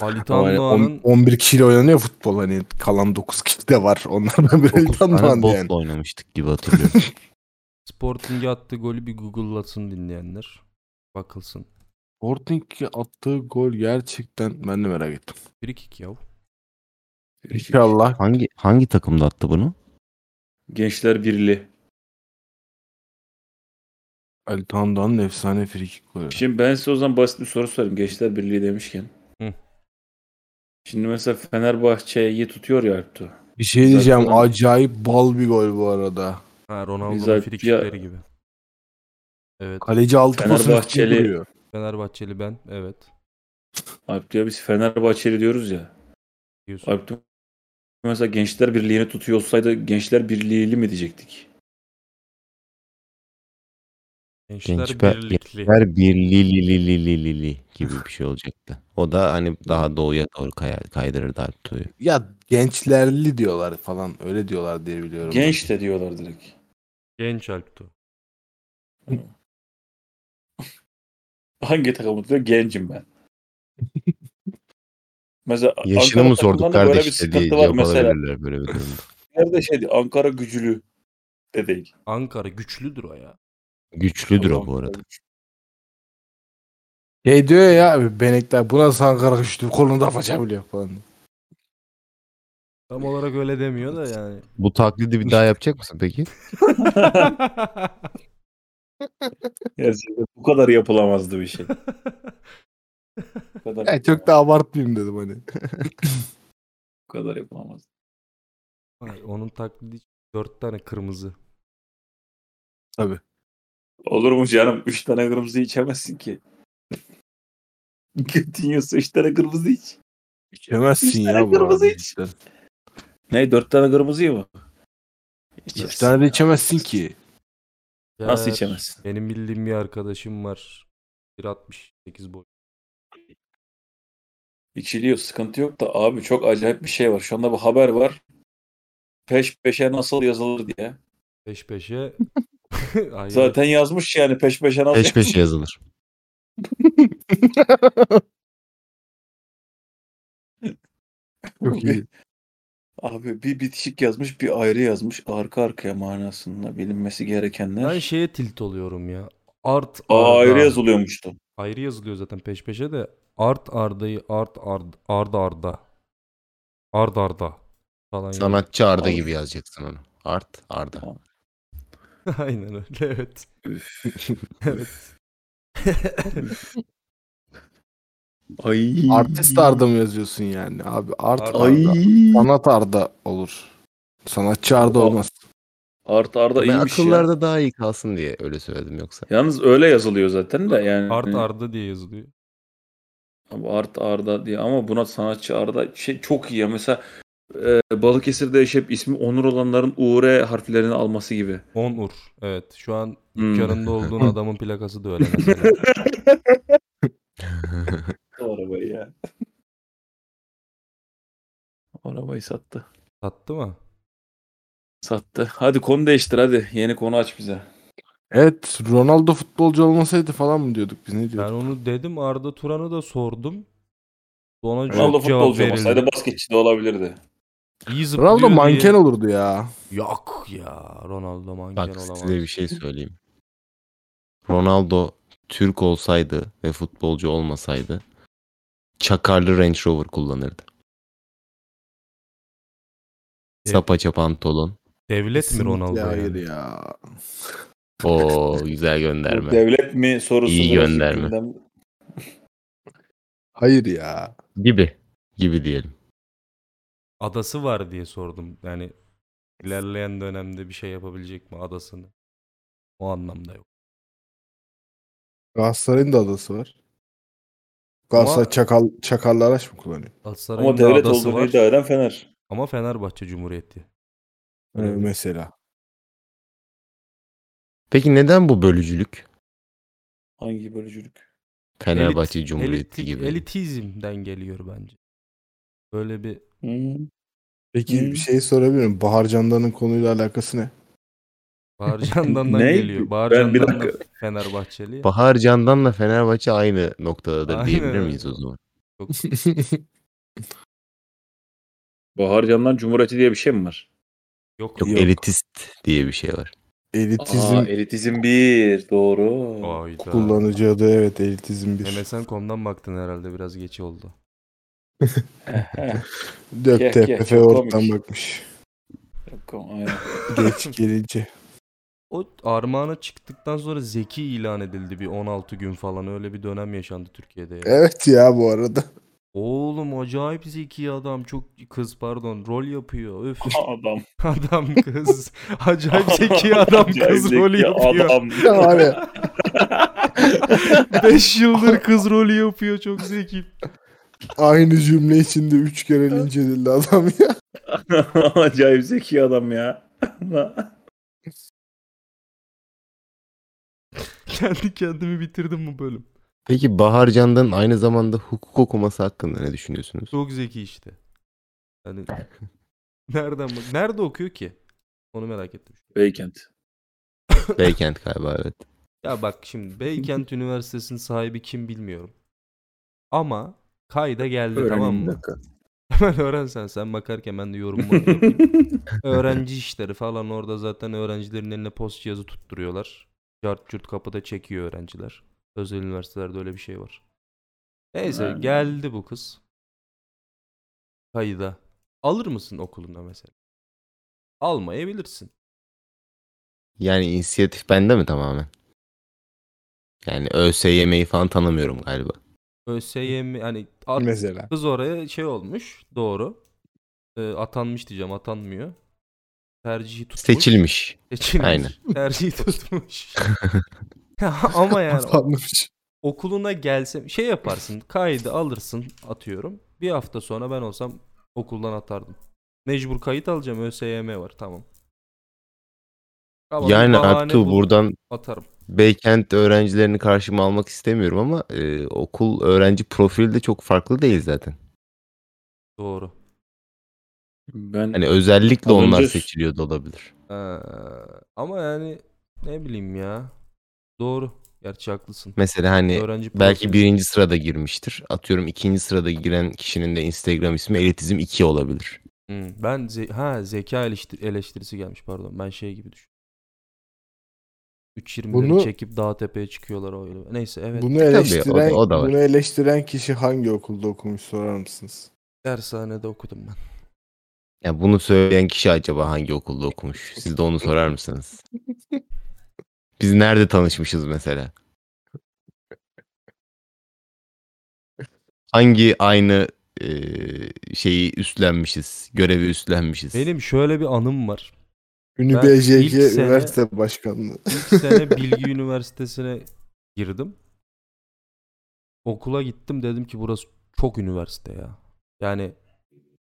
Speaker 1: Ali
Speaker 3: Ama yani
Speaker 1: Tandoğan'ın
Speaker 3: on- 11 kişiyle oynanıyor futbol. Hani kalan 9 kişi de var. Onlardan biri
Speaker 4: Dokuz
Speaker 3: Eltan
Speaker 4: tane
Speaker 3: Doğan
Speaker 4: botla
Speaker 3: yani.
Speaker 4: oynamıştık
Speaker 2: *laughs*
Speaker 4: gibi hatırlıyorum.
Speaker 1: Sporting'e attığı golü bir Google'lasın dinleyenler. Bakılsın.
Speaker 3: Sporting'e attığı gol gerçekten ben de merak ettim.
Speaker 1: Free kick yav.
Speaker 3: İnşallah.
Speaker 4: hangi hangi takımda attı bunu?
Speaker 2: Gençler Birliği.
Speaker 3: Ali Tandoğan'ın efsane frikik golü.
Speaker 2: Şimdi ben size o zaman basit bir soru sorayım. Gençler Birliği demişken.
Speaker 1: Hı.
Speaker 2: Şimdi mesela Fenerbahçe'yi tutuyor ya Alptu.
Speaker 3: Bir şey diyeceğim.
Speaker 2: Zaten-
Speaker 3: Acayip bal bir gol bu arada.
Speaker 1: Ha Ronaldo'nun
Speaker 2: Güzel.
Speaker 1: free
Speaker 2: Ya-
Speaker 1: kickleri gibi. Evet.
Speaker 3: Kaleci altı pasını
Speaker 2: Fenerbahçeli-
Speaker 3: tutup duruyor.
Speaker 1: Fenerbahçeli ben. Evet.
Speaker 2: Alptu'ya biz Fenerbahçeli diyoruz ya.
Speaker 1: Diyorsun.
Speaker 2: Alptu mesela Gençler Birliği'ni tutuyor olsaydı Gençler Birliği'li mi diyecektik?
Speaker 1: Gençler
Speaker 4: Genç be-
Speaker 1: Birlikli.
Speaker 4: Her bir li li li li li li li gibi bir şey olacaktı. O da hani daha doğuya doğru kay- kaydırırdı Alptuğ'u.
Speaker 3: Ya gençlerli diyorlar falan öyle diyorlar diye biliyorum. ben.
Speaker 2: Genç de diyorlar direkt.
Speaker 1: Genç Alptu.
Speaker 2: Hangi takımı tutuyor? Gencim
Speaker 4: *laughs*
Speaker 2: ben. Mesela
Speaker 4: Yaşını mı sorduk
Speaker 2: takımlarında böyle bir
Speaker 4: kardeş
Speaker 2: sıkıntı
Speaker 4: dedi
Speaker 2: var
Speaker 4: cevap
Speaker 2: mesela.
Speaker 4: alabilirler böyle bir durumda.
Speaker 2: Nerede şeydi? Ankara gücülü de değil.
Speaker 1: Ankara güçlüdür o ya.
Speaker 4: Güçlüdür o
Speaker 2: Ankara
Speaker 4: bu arada.
Speaker 2: gücülü.
Speaker 3: Şey diyor ya abi benekler buna Ankara güçlü kolunu da açabiliyor falan.
Speaker 1: Tam olarak öyle demiyor da yani. *laughs*
Speaker 4: Bu taklidi bir daha yapacak mısın peki?
Speaker 2: Gerçekten bu kadar yapılamazdı bir şey. Bu
Speaker 3: *laughs*
Speaker 2: kadar,
Speaker 3: Ya E, çok da abartmayayım dedim hani.
Speaker 2: bu kadar yapılamazdı.
Speaker 1: Ay, onun taklidi dört tane kırmızı.
Speaker 2: Olur mu canım? Üç tane kırmızı içemezsin ki. *laughs* Götün yiyorsa üç tane kırmızı iç.
Speaker 3: İçemezsin
Speaker 2: Üç tane
Speaker 3: ya bu
Speaker 2: kırmızı
Speaker 3: abi.
Speaker 2: iç. Ne? Dört tane kırmızıyı mı?
Speaker 3: Üç tane de içemezsin ki.
Speaker 2: Nasıl
Speaker 1: Eğer-
Speaker 2: içemezsin?
Speaker 1: Benim bildiğim bir arkadaşım var. 1.68 boy.
Speaker 2: İçiliyor sıkıntı yok da abi çok acayip bir şey var. Şu anda bir haber var. Peş peşe nasıl yazılır diye.
Speaker 1: Peş peşe.
Speaker 2: *laughs*
Speaker 1: Aynen.
Speaker 2: Zaten yazmış yani peş peşe nasıl
Speaker 4: Peş peşe yazılır.
Speaker 3: Çok iyi.
Speaker 2: Abi bir bitişik yazmış bir ayrı yazmış. Arka arkaya manasında bilinmesi gerekenler.
Speaker 1: Ben şeye tilt oluyorum ya. Art
Speaker 2: Aa,
Speaker 1: arda.
Speaker 2: ayrı yazılıyormuştu.
Speaker 1: Ayrı yazılıyor zaten peş peşe de. Art ardayı art ard arda arda. Ard arda. Falan yani.
Speaker 4: Sanatçı Arda gibi yazacaksın onu. Art Arda.
Speaker 1: *laughs* Aynen öyle evet. evet.
Speaker 2: Ay.
Speaker 3: Artist Arda mı yazıyorsun yani? Abi art
Speaker 1: Arda.
Speaker 3: Arda. Sanat Arda olur. Sanatçı Arda
Speaker 2: Arda.
Speaker 3: olmaz.
Speaker 2: Art Arda
Speaker 4: ben
Speaker 1: şey
Speaker 2: iyiymiş ya.
Speaker 4: akıllarda daha iyi kalsın diye öyle söyledim yoksa.
Speaker 2: Yalnız öyle yazılıyor zaten de yani.
Speaker 1: Art arda diye yazılıyor.
Speaker 2: Abi Art Arda diye ama buna sanatçı Arda şey çok iyi ya. Mesela e, Balıkesir'de yaşayıp ismi Onur olanların UR harflerini alması gibi.
Speaker 1: Onur. Evet. Şu an
Speaker 2: Hmm.
Speaker 1: dükkanında
Speaker 2: *laughs*
Speaker 1: olduğun adamın plakası da öyle mesela.
Speaker 2: O arabayı ya. O arabayı sattı.
Speaker 1: Sattı mı?
Speaker 2: Sattı. Hadi konu değiştir hadi. Yeni konu aç bize.
Speaker 3: Evet Ronaldo futbolcu olmasaydı falan mı diyorduk biz ne
Speaker 1: Ben
Speaker 3: diyorduk?
Speaker 1: onu dedim Arda Turan'ı da sordum. Ona çok
Speaker 2: Ronaldo
Speaker 1: cevap
Speaker 2: futbolcu olmasaydı
Speaker 1: verildi.
Speaker 2: basketçi de olabilirdi.
Speaker 1: İyi zıplıyor
Speaker 3: Ronaldo
Speaker 1: diye-
Speaker 3: manken olurdu ya.
Speaker 1: Yok ya Ronaldo manken
Speaker 4: Bak
Speaker 1: olamaz.
Speaker 4: size bir şey söyleyeyim. Ronaldo Türk olsaydı ve futbolcu olmasaydı çakarlı Range Rover kullanırdı.
Speaker 1: Evet.
Speaker 4: Sapaça pantolon.
Speaker 1: Devlet mi Ronaldo?
Speaker 3: Ya, hayır
Speaker 1: yani?
Speaker 3: ya.
Speaker 1: *laughs*
Speaker 4: O güzel gönderme.
Speaker 2: Devlet mi sorusu.
Speaker 4: İyi gönderme.
Speaker 3: Hayır ya.
Speaker 4: Gibi. Gibi diyelim.
Speaker 1: Adası var diye sordum. Yani ilerleyen dönemde bir şey yapabilecek mi adasını? O anlamda yok.
Speaker 3: Galatasaray'ın da adası var. Galatasaray
Speaker 1: Ama-
Speaker 3: çakal, çakarlı araç mı kullanıyor?
Speaker 1: Galatasaray'ın
Speaker 2: Ama
Speaker 1: da
Speaker 2: devlet
Speaker 1: adası
Speaker 2: olduğunu
Speaker 1: var
Speaker 2: iddia eden Fener.
Speaker 1: ama Fenerbahçe Cumhuriyeti.
Speaker 3: Ee, mesela.
Speaker 4: Peki neden bu bölücülük?
Speaker 2: Hangi bölücülük?
Speaker 4: Fenerbahçe
Speaker 1: Elit-
Speaker 4: Cumhuriyeti
Speaker 1: eliti-
Speaker 4: gibi.
Speaker 1: Elitizmden geliyor bence. Böyle bir
Speaker 2: Hmm.
Speaker 3: Peki
Speaker 2: Hı.
Speaker 3: bir şey sorabilirim. Bahar Candan'ın konuyla alakası ne?
Speaker 1: Bağırcandan'dan
Speaker 2: *laughs* Ne?
Speaker 1: geliyor.
Speaker 2: Ben bir
Speaker 1: Bağırcandan da Fenerbahçeli. ya.
Speaker 4: Bahar Candan'la Fenerbahçe aynı noktadadır
Speaker 1: Aynen
Speaker 4: diyebilir
Speaker 1: öyle.
Speaker 4: miyiz o zaman?
Speaker 1: Çok
Speaker 2: Bahar Candan Cumhuriyeti diye bir şey mi var?
Speaker 1: yok.
Speaker 4: Yok,
Speaker 1: yok.
Speaker 4: elitist diye bir şey var.
Speaker 3: Elitizm
Speaker 2: Aa, elitizm bir. Doğru. *laughs*
Speaker 1: Hayda.
Speaker 3: kullanıcı adı evet elitizm bir.
Speaker 1: MSN.com'dan baktın herhalde biraz geç oldu.
Speaker 2: Gel,
Speaker 3: Dök
Speaker 2: gel,
Speaker 3: TPF
Speaker 2: çok
Speaker 3: ortadan
Speaker 2: komik.
Speaker 3: bakmış.
Speaker 2: Yok, aynen.
Speaker 3: Geç gelince.
Speaker 1: O armağana çıktıktan sonra zeki ilan edildi bir 16 gün falan öyle bir dönem yaşandı Türkiye'de. ya.
Speaker 3: Evet ya bu arada. *laughs*
Speaker 1: Oğlum acayip zeki adam çok kız pardon rol yapıyor
Speaker 2: *laughs*
Speaker 1: öf
Speaker 2: Adam.
Speaker 1: adam kız acayip *laughs*
Speaker 2: *laughs*
Speaker 1: zeki adam
Speaker 2: Acayip
Speaker 1: kız rolü
Speaker 2: zeki *laughs*
Speaker 1: yapıyor
Speaker 2: Adam.
Speaker 3: Ya var ya.
Speaker 1: 5 yıldır kız rolü yapıyor çok zeki
Speaker 3: Aynı cümle içinde üç kere linç edildi adam ya.
Speaker 2: *laughs* Acayip zeki adam ya. *laughs*
Speaker 1: kendi kendimi bitirdim bu bölüm
Speaker 4: Peki Bahar Candan'ın aynı zamanda hukuk okuması hakkında ne *laughs* düşünüyorsunuz?
Speaker 1: çok zeki işte
Speaker 2: *laughs*
Speaker 1: yani nereden bak nerede okuyor ki onu merak ettim
Speaker 2: Beykent.
Speaker 4: Beykent galiba evet.
Speaker 1: Ya bak şimdi Beykent Üniversitesi'nin sahibi kim bilmiyorum. Ama kayda geldi tamam mı? *laughs* Hemen öğren sen. Sen bakarken ben de yorumumu yapayım. Öğrenci işleri falan orada zaten öğrencilerin eline post cihazı tutturuyorlar. Cart curt kapıda çekiyor öğrenciler. Özel üniversitelerde öyle bir şey var. Neyse
Speaker 2: Aynen.
Speaker 1: geldi bu kız. Kayda. Alır mısın okuluna mesela? Almayabilirsin.
Speaker 4: Yani inisiyatif bende mi tamamen? Yani ÖSYM'yi falan tanımıyorum galiba.
Speaker 1: ÖSYM hani at-
Speaker 3: Mesela.
Speaker 1: Kız oraya şey olmuş. Doğru. Ee, atanmış diyeceğim. Atanmıyor. Tercihi tutmuş.
Speaker 4: Seçilmiş.
Speaker 1: Seçilmiş.
Speaker 4: Aynen.
Speaker 1: *laughs* Tercihi
Speaker 4: *laughs*
Speaker 1: tutmuş. Ya Ama yani o-
Speaker 3: Anlamış.
Speaker 1: okuluna gelsem şey yaparsın. Kaydı alırsın atıyorum. Bir hafta sonra ben olsam okuldan atardım. Mecbur kayıt alacağım. ÖSYM var. Tamam. Tamam, bir
Speaker 4: Yani
Speaker 1: bahane
Speaker 4: Aktu
Speaker 1: bulup
Speaker 4: buradan
Speaker 1: atarım.
Speaker 4: Beykent öğrencilerini karşıma almak istemiyorum ama e, okul öğrenci profili de çok farklı değil zaten.
Speaker 1: Doğru.
Speaker 2: Ben
Speaker 4: Hani özellikle
Speaker 2: Az
Speaker 4: onlar
Speaker 2: önce-
Speaker 4: seçiliyor da olabilir.
Speaker 1: Ee, ama yani ne bileyim ya. Doğru. Gerçi haklısın.
Speaker 4: Mesela hani
Speaker 1: Öğrenci
Speaker 4: belki
Speaker 1: profili.
Speaker 4: birinci sırada girmiştir. Atıyorum ikinci sırada giren kişinin de Instagram ismi Elitizm 2 olabilir.
Speaker 1: Hmm, ben ze- ha zeka eleştir- eleştirisi gelmiş pardon. Ben şey gibi düşün. 3.20'leri
Speaker 3: Bunu-
Speaker 1: çekip dağ tepeye çıkıyorlar o öyle. Neyse evet.
Speaker 3: Bunu
Speaker 4: da-
Speaker 3: eleştiren,
Speaker 4: E, o da var.
Speaker 3: bunu eleştiren kişi hangi okulda okumuş sorar mısınız?
Speaker 1: Dershanede okudum ben. *laughs*
Speaker 4: Ya bunu söyleyen kişi acaba hangi okulda okumuş? Siz de onu sorar mısınız?
Speaker 1: *laughs*
Speaker 4: Biz nerede tanışmışız mesela? Hangi aynı eee, şeyi üstlenmişiz, görevi üstlenmişiz?
Speaker 1: Benim şöyle bir anım var.
Speaker 3: Ünü
Speaker 1: Ben ilk
Speaker 3: BJK
Speaker 1: sene-
Speaker 3: Üniversite Başkanlığı.
Speaker 1: İlk sene *laughs* Bilgi Üniversitesi'ne girdim. Okula gittim dedim ki burası çok üniversite ya. Yani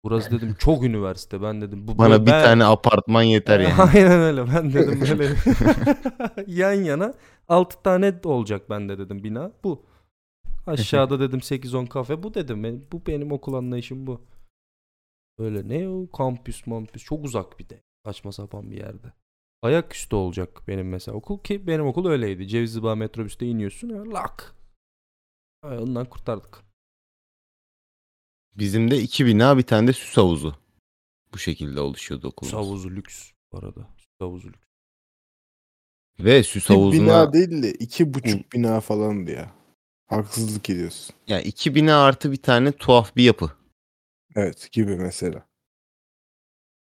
Speaker 1: Burası dedim çok üniversite. Ben dedim bu
Speaker 4: Bana bir
Speaker 1: ben-
Speaker 4: tane
Speaker 1: *laughs*
Speaker 4: apartman yeter yani.
Speaker 1: Aynen öyle. Ben dedim
Speaker 4: *laughs*
Speaker 1: böyle *laughs* yan yana 6 tane olacak bende dedim bina. Bu. Aşağıda dedim 8-10 kafe. Bu dedim. Benim, bu benim okul anlayışım bu. Öyle ne o kampüs mampüs. Çok uzak bir de. Saçma sapan bir yerde. Ayaküstü olacak benim mesela okul ki benim okul öyleydi. Cevizli Bağ metrobüste iniyorsun. ya, Lak. Ay, Ondan kurtardık.
Speaker 4: Bizim de iki bina bir tane de süs havuzu. Bu şekilde oluşuyordu okulumuz.
Speaker 1: Savuzu lüks bu arada. Savuzu lüks.
Speaker 4: Ve süs
Speaker 3: Bir
Speaker 4: havuzuna
Speaker 3: bina değil de iki buçuk bina falandı ya. Haksızlık ediyorsun.
Speaker 4: yani iki bina artı bir tane tuhaf bir yapı.
Speaker 3: Evet gibi mesela.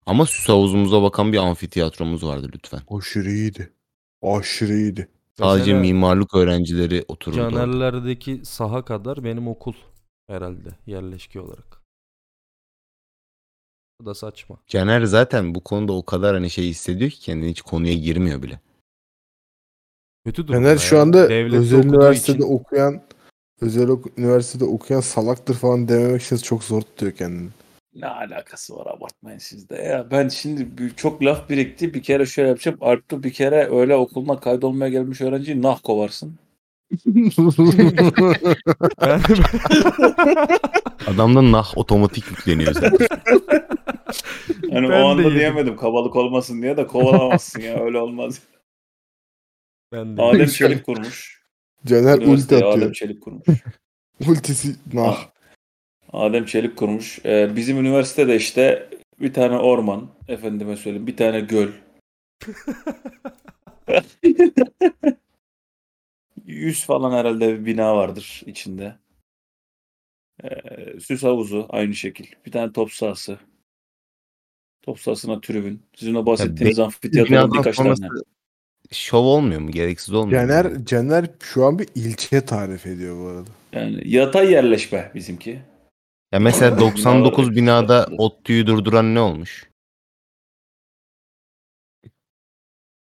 Speaker 4: Ama süs havuzumuza bakan bir amfiteyatromuz vardı lütfen.
Speaker 3: Aşırı iyiydi. Aşırı iyiydi.
Speaker 4: Sadece
Speaker 1: Mesela-
Speaker 4: mimarlık öğrencileri otururdu. orada.
Speaker 1: Canerlerdeki saha kadar benim okul herhalde yerleşki olarak. Bu da saçma.
Speaker 4: Caner zaten bu konuda o kadar hani şey hissediyor ki kendini hiç konuya girmiyor bile.
Speaker 1: Kötü durumda.
Speaker 3: Fener şu
Speaker 1: ya.
Speaker 3: anda
Speaker 1: Devlette
Speaker 3: özel
Speaker 1: okuduğu
Speaker 3: üniversitede
Speaker 1: için
Speaker 3: okuyan özel ok- üniversitede okuyan salaktır falan dememek için çok zor tutuyor
Speaker 4: *laughs*
Speaker 3: kendini.
Speaker 2: Ne alakası var abartmayın siz de ya. Ben şimdi bir- çok laf birikti. Bir kere şöyle yapacağım. Alptu bir kere öyle okuluna kaydolmaya gelmiş öğrenciyi nah kovarsın.
Speaker 1: *laughs* ben,
Speaker 4: Adamda nah otomatik
Speaker 2: *laughs*
Speaker 4: yükleniyor zaten.
Speaker 2: Yani
Speaker 1: Ben
Speaker 2: Hani o
Speaker 1: de
Speaker 2: anda
Speaker 1: yedim.
Speaker 2: diyemedim kabalık olmasın diye de kovalamazsın ya
Speaker 1: *laughs*
Speaker 2: öyle olmaz.
Speaker 1: ben de
Speaker 2: Adem
Speaker 3: Güzel.
Speaker 2: Çelik kurmuş.
Speaker 3: Caner ulti
Speaker 2: Üniversiteye Adem
Speaker 3: atıyor.
Speaker 2: Çelik kurmuş.
Speaker 3: Ultisi
Speaker 1: Ah,
Speaker 4: Ah.
Speaker 3: nah.
Speaker 2: Ah. Adem Çelik kurmuş. Ee, bizim üniversitede işte bir tane orman, efendime söyleyeyim, bir tane
Speaker 4: *laughs*
Speaker 2: göl. 100 falan herhalde bir bina vardır içinde. Ee, süs havuzu aynı şekil. Bir tane top sahası. Top sahasına tribün. Sizin o bahsettiğiniz amfiteyatronun
Speaker 4: Binadan
Speaker 2: birkaç
Speaker 4: sonrası
Speaker 2: tane.
Speaker 4: şov olmuyor mu? Gereksiz olmuyor mu?
Speaker 3: Caner Caner şu an bir ilçe tarif ediyor bu arada.
Speaker 2: Yani yatay yerleşme bizimki.
Speaker 4: Ya mesela 99
Speaker 2: Binalar-
Speaker 4: binada ODTÜ'yü durduran ne olmuş?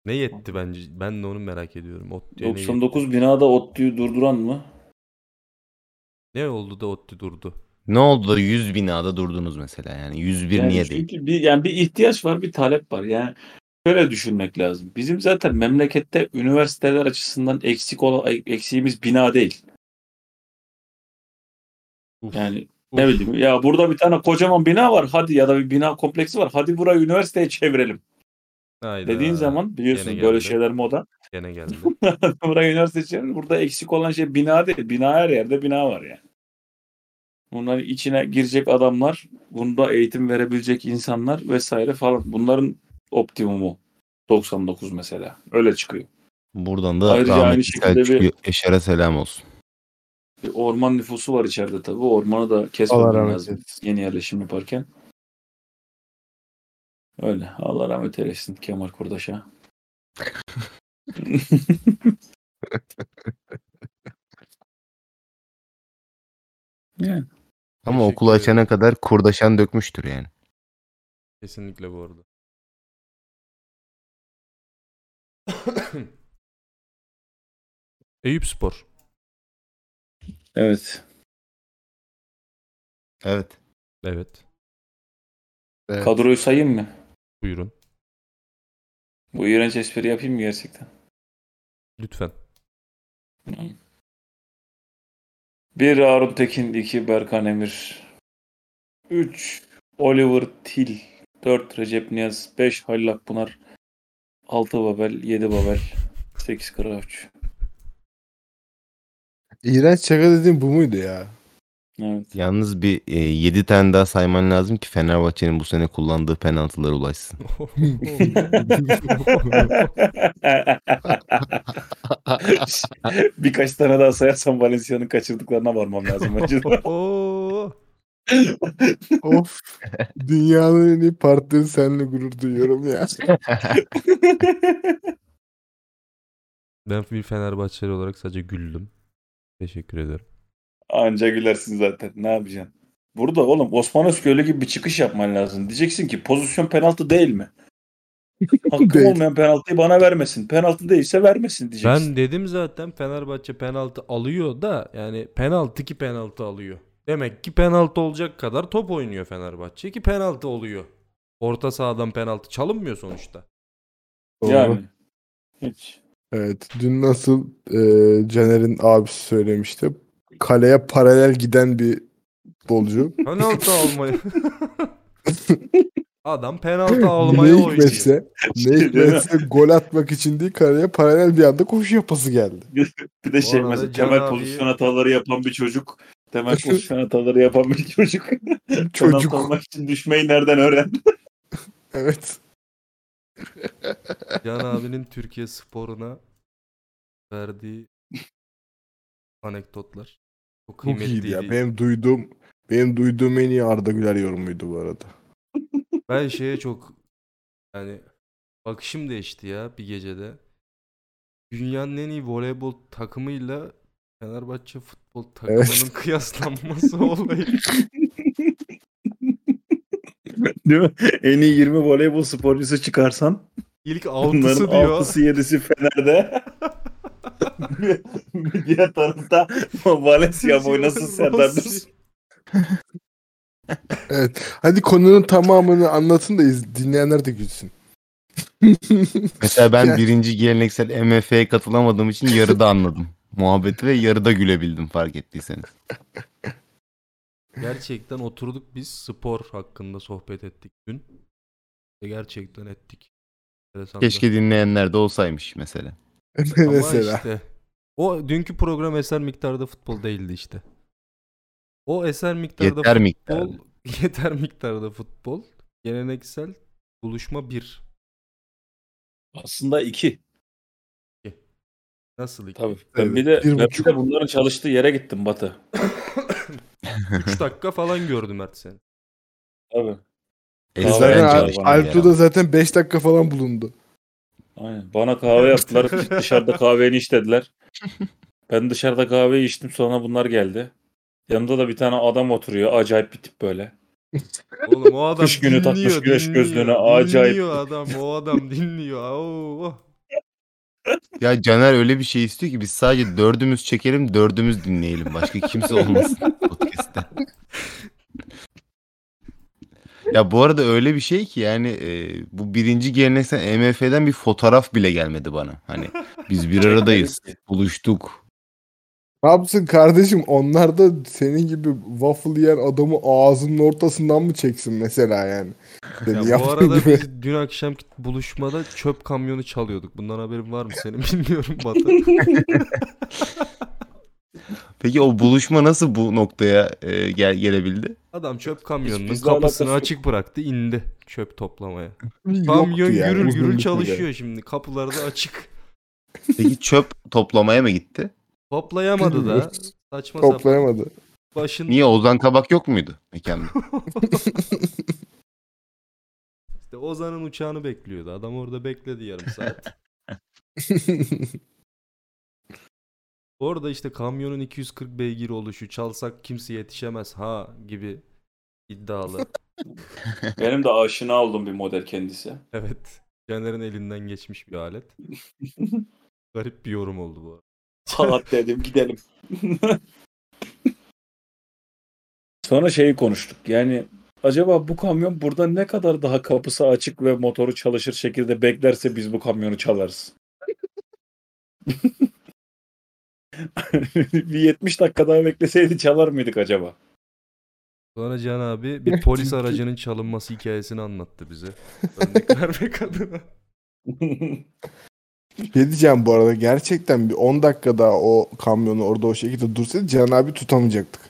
Speaker 1: ne yetti bence? Ben de onu merak ediyorum. Ot diye ne yetti?
Speaker 2: 99 binada ODTÜ'yü durduran mı?
Speaker 1: ne oldu da Otti durdu?
Speaker 4: Ne oldu da 100 binada durdunuz mesela yani 101
Speaker 2: Yani
Speaker 4: niye değil?
Speaker 2: çünkü Bir, yani bir ihtiyaç var, bir talep var. Yani şöyle düşünmek lazım. Bizim zaten memlekette üniversiteler açısından eksik olan eksiğimiz bina değil.
Speaker 1: Uf,
Speaker 2: Yani
Speaker 1: uf.
Speaker 2: ne bileyim ya burada bir tane kocaman bina var hadi ya da bir bina kompleksi var. Hadi burayı üniversiteye çevirelim.
Speaker 1: Hayda.
Speaker 2: Dediğin zaman biliyorsun
Speaker 1: Gene
Speaker 2: böyle
Speaker 1: geldi.
Speaker 2: şeyler moda.
Speaker 1: Gene
Speaker 2: *laughs*
Speaker 1: geldi.
Speaker 2: burayı üniversiteye çevirelim. Burada eksik olan şey bina değil. Bina her yerde bina var yani. Bunların içine girecek adamlar, bunda eğitim verebilecek insanlar vesaire falan. Bunların optimumu 99 mesela. Öyle çıkıyor.
Speaker 4: Buradan da
Speaker 2: Ayrıca aynı
Speaker 4: rahmetli
Speaker 2: şekilde bir-
Speaker 4: Selçuk Eşer'e selam olsun.
Speaker 2: Bir orman nüfusu var içeride tabii. O Ormanı da
Speaker 3: Allah
Speaker 2: kesmem
Speaker 3: rahmet
Speaker 2: lazım. Yeni yerleşim yaparken. Öyle. Allah rahmet eylesin Kemal Kurdaş'a. yani.
Speaker 4: Ama
Speaker 1: Teşekkür
Speaker 4: okulu
Speaker 1: ederim.
Speaker 4: açana kadar kurdaşan dökmüştür yani.
Speaker 1: Kesinlikle bu arada. *coughs* Eyüp Spor.
Speaker 2: Evet.
Speaker 4: Evet.
Speaker 1: Evet.
Speaker 2: Kadroyu sayayım mı?
Speaker 1: Buyurun.
Speaker 2: Bu iğrenç espri yapayım mı gerçekten? *laughs*
Speaker 1: Lütfen.
Speaker 2: Bir Harun Tekin, iki Berkan Emir, 3 Oliver Til, 4 Recep Niyaz, 5 Halil Akpınar, 6 Babel, 7 Babel, 8 Kıraç.
Speaker 3: İğrenç şaka dediğim bu muydu ya?
Speaker 2: Evet.
Speaker 4: Yalnız bir 7 tane daha sayman lazım ki Fenerbahçe'nin bu sene kullandığı penaltılara ulaşsın.
Speaker 2: *laughs*
Speaker 1: *laughs*
Speaker 2: Birkaç tane daha sayarsam Valencia'nın kaçırdıklarına varmam lazım.
Speaker 1: *laughs*
Speaker 2: acaba.
Speaker 1: Oo.
Speaker 3: Of. Dünyanın en iyi partneri seninle gurur duyuyorum ya.
Speaker 1: Ben bir Fenerbahçeli olarak sadece güldüm. Teşekkür ederim.
Speaker 2: Anca gülersin zaten. Ne yapacaksın? Burada oğlum Osman Özköylü gibi bir çıkış yapman lazım. Diyeceksin ki pozisyon penaltı değil mi? Hakkım
Speaker 3: Değil.
Speaker 2: olmayan penaltıyı bana vermesin. Penaltı değilse vermesin diyeceksin.
Speaker 1: Ben dedim zaten Fenerbahçe penaltı alıyor da yani penaltı ki penaltı alıyor. Demek ki penaltı olacak kadar top oynuyor Fenerbahçe ki penaltı oluyor. Orta sahadan penaltı çalınmıyor
Speaker 3: *laughs*
Speaker 1: sonuçta.
Speaker 3: Doğru.
Speaker 2: Yani. Hiç.
Speaker 3: Evet. Dün nasıl e, Caner'in abisi söylemişti. Kaleye paralel giden bir futbolcu.
Speaker 1: Penaltı
Speaker 3: *laughs*
Speaker 1: almayı. Adam penaltı almayı
Speaker 3: ne
Speaker 1: oynuyor.
Speaker 3: hikmetse,
Speaker 2: Şey,
Speaker 3: ne hikmetse gol atmak için değil kaleye paralel bir anda koşu yapası geldi.
Speaker 2: Bir de şey
Speaker 1: Bu arada
Speaker 2: mesela
Speaker 1: Can
Speaker 2: temel
Speaker 1: abi-
Speaker 2: pozisyon hataları yapan bir çocuk. *laughs* Temel pozisyon hataları yapan bir çocuk. Çocuk.
Speaker 3: Çocuk.
Speaker 2: olmak için düşmeyi nereden öğrendi?
Speaker 3: Evet.
Speaker 1: Can abinin Türkiye sporuna verdiği anekdotlar. Çok
Speaker 3: Çok iyiydi
Speaker 1: kıymetliydi.
Speaker 3: ya. Benim duyduğum benim duyduğum en iyi Arda Güler yorumuydu bu arada.
Speaker 1: Ben şeye çok yani bakışım değişti ya bir gecede. Dünyanın en iyi voleybol takımıyla Fenerbahçe futbol takımının *laughs*
Speaker 3: Evet.
Speaker 1: kıyaslanması olayı.
Speaker 2: *laughs* Değil mi? En iyi 20 voleybol sporcusu çıkarsan
Speaker 1: İlk
Speaker 2: Bunların
Speaker 1: altısı diyor.
Speaker 2: altısı yedisi Fener'de. Diğer tarafta
Speaker 1: *laughs*
Speaker 2: Valencia oynasın Serdar Dursun.
Speaker 3: Evet. Hadi konunun tamamını anlatın da iz- dinleyenler de gülsün. *laughs*
Speaker 4: Mesela
Speaker 3: Ya.
Speaker 4: ben birinci geleneksel MF'ye katılamadığım için yarıda anladım. Muhabbeti ve yarıda gülebildim fark ettiyseniz.
Speaker 1: Gerçekten oturduk biz spor hakkında sohbet ettik dün. Ve Gerçekten ettik. Enteresan da.
Speaker 4: Keşke dinleyenler de olsaymış mesela.
Speaker 1: Ama
Speaker 3: Mesela.
Speaker 1: işte o dünkü program eser miktarda futbol değildi işte. O eser miktarda
Speaker 4: Yeter miktarda.
Speaker 1: futbol, *laughs* yeter miktarda futbol, geleneksel buluşma bir.
Speaker 2: Aslında iki.
Speaker 1: Nasıl iki?
Speaker 2: Tabii.
Speaker 3: Evet,
Speaker 2: Ben bir de,
Speaker 3: bir
Speaker 2: ben
Speaker 3: buçuk.
Speaker 2: bir de bunların çalıştığı yere gittim Batı.
Speaker 1: 3 dakika falan gördüm Mert
Speaker 2: *laughs*
Speaker 1: seni.
Speaker 2: Tabii.
Speaker 4: Ezber
Speaker 2: Zaten
Speaker 4: bence
Speaker 3: Zaten
Speaker 2: Al-
Speaker 4: başına
Speaker 3: Alptu
Speaker 4: yaramaz.
Speaker 3: da zaten 5 dakika falan bulundu.
Speaker 2: Aynen. Bana kahve yaptılar. dışarıda kahveni işlediler. Ben dışarıda kahveyi içtim sonra bunlar geldi. Yanımda da bir tane adam oturuyor. Acayip bir tip böyle.
Speaker 1: Oğlum o adam
Speaker 2: Kış günü takmış
Speaker 1: dinliyor,
Speaker 2: güneş
Speaker 1: dinliyor,
Speaker 2: gözlüğüne, acayip.
Speaker 1: Dinliyor adam, o adam dinliyor. Oo,
Speaker 2: *laughs*
Speaker 1: oh.
Speaker 4: Ya Caner öyle bir şey istiyor ki biz sadece dördümüz çekelim, dördümüz dinleyelim. Başka kimse olmasın podcast'te. Ya bu arada öyle bir şey ki yani e, bu birinci geleneksel MF'den bir fotoğraf bile gelmedi bana. Hani biz bir aradayız, buluştuk.
Speaker 3: Ne yapsın kardeşim? Onlar da senin gibi waffle yiyen adamı ağzının ortasından mı çeksin mesela yani? Senin
Speaker 1: Ya bu
Speaker 3: yaptığın
Speaker 1: arada
Speaker 3: gibi.
Speaker 1: biz dün akşamki buluşmada çöp kamyonu çalıyorduk. Bundan haberin var mı senin *laughs* bilmiyorum Batı.
Speaker 4: Peki o buluşma nasıl bu noktaya e, gel gelebildi?
Speaker 1: Adam çöp kamyonunun
Speaker 2: bizle
Speaker 1: kapısını
Speaker 2: alakası yok.
Speaker 1: açık bıraktı indi çöp toplamaya.
Speaker 3: Yoktu *laughs*
Speaker 1: Kamyon
Speaker 3: yani,
Speaker 1: gürül
Speaker 3: uzun bir
Speaker 1: gürül
Speaker 3: süre.
Speaker 1: çalışıyor şimdi kapıları da açık.
Speaker 4: Peki çöp toplamaya mı gitti?
Speaker 1: Toplayamadı
Speaker 3: *laughs*
Speaker 1: da
Speaker 3: Bilmiyoruz.
Speaker 1: saçma sapan
Speaker 3: Toplayamadı.
Speaker 1: başın
Speaker 4: Niye Ozan Kabak yok muydu mekanda?
Speaker 1: işte Ozan'ın uçağını bekliyordu. Adam orada bekledi yarım saat.
Speaker 3: *laughs*
Speaker 1: Orada işte kamyonun 240 beygir oluşu çalsak kimse yetişemez ha gibi
Speaker 3: *laughs*
Speaker 1: iddialı.
Speaker 2: Benim de aşina olduğum bir model kendisi.
Speaker 1: Evet. Caner'in elinden geçmiş bir alet.
Speaker 3: *laughs*
Speaker 1: Garip bir yorum oldu bu arada.
Speaker 2: Salat dedim gidelim. *laughs* Sonra şeyi konuştuk. Yani acaba bu kamyon burada ne kadar daha kapısı açık ve motoru çalışır şekilde beklerse biz bu kamyonu çalarız. *laughs* bir 70 dakika daha bekleseydi çalar mıydık acaba?
Speaker 1: Sonra Can abi bir polis aracının çalınması hikayesini anlattı bize.
Speaker 3: *laughs*
Speaker 1: Örnek vermek adına.
Speaker 3: Bir şey diyeceğim bu arada gerçekten bir 10 dakika daha o kamyonu orada o şekilde dursaydı Can abi tutamayacaktık.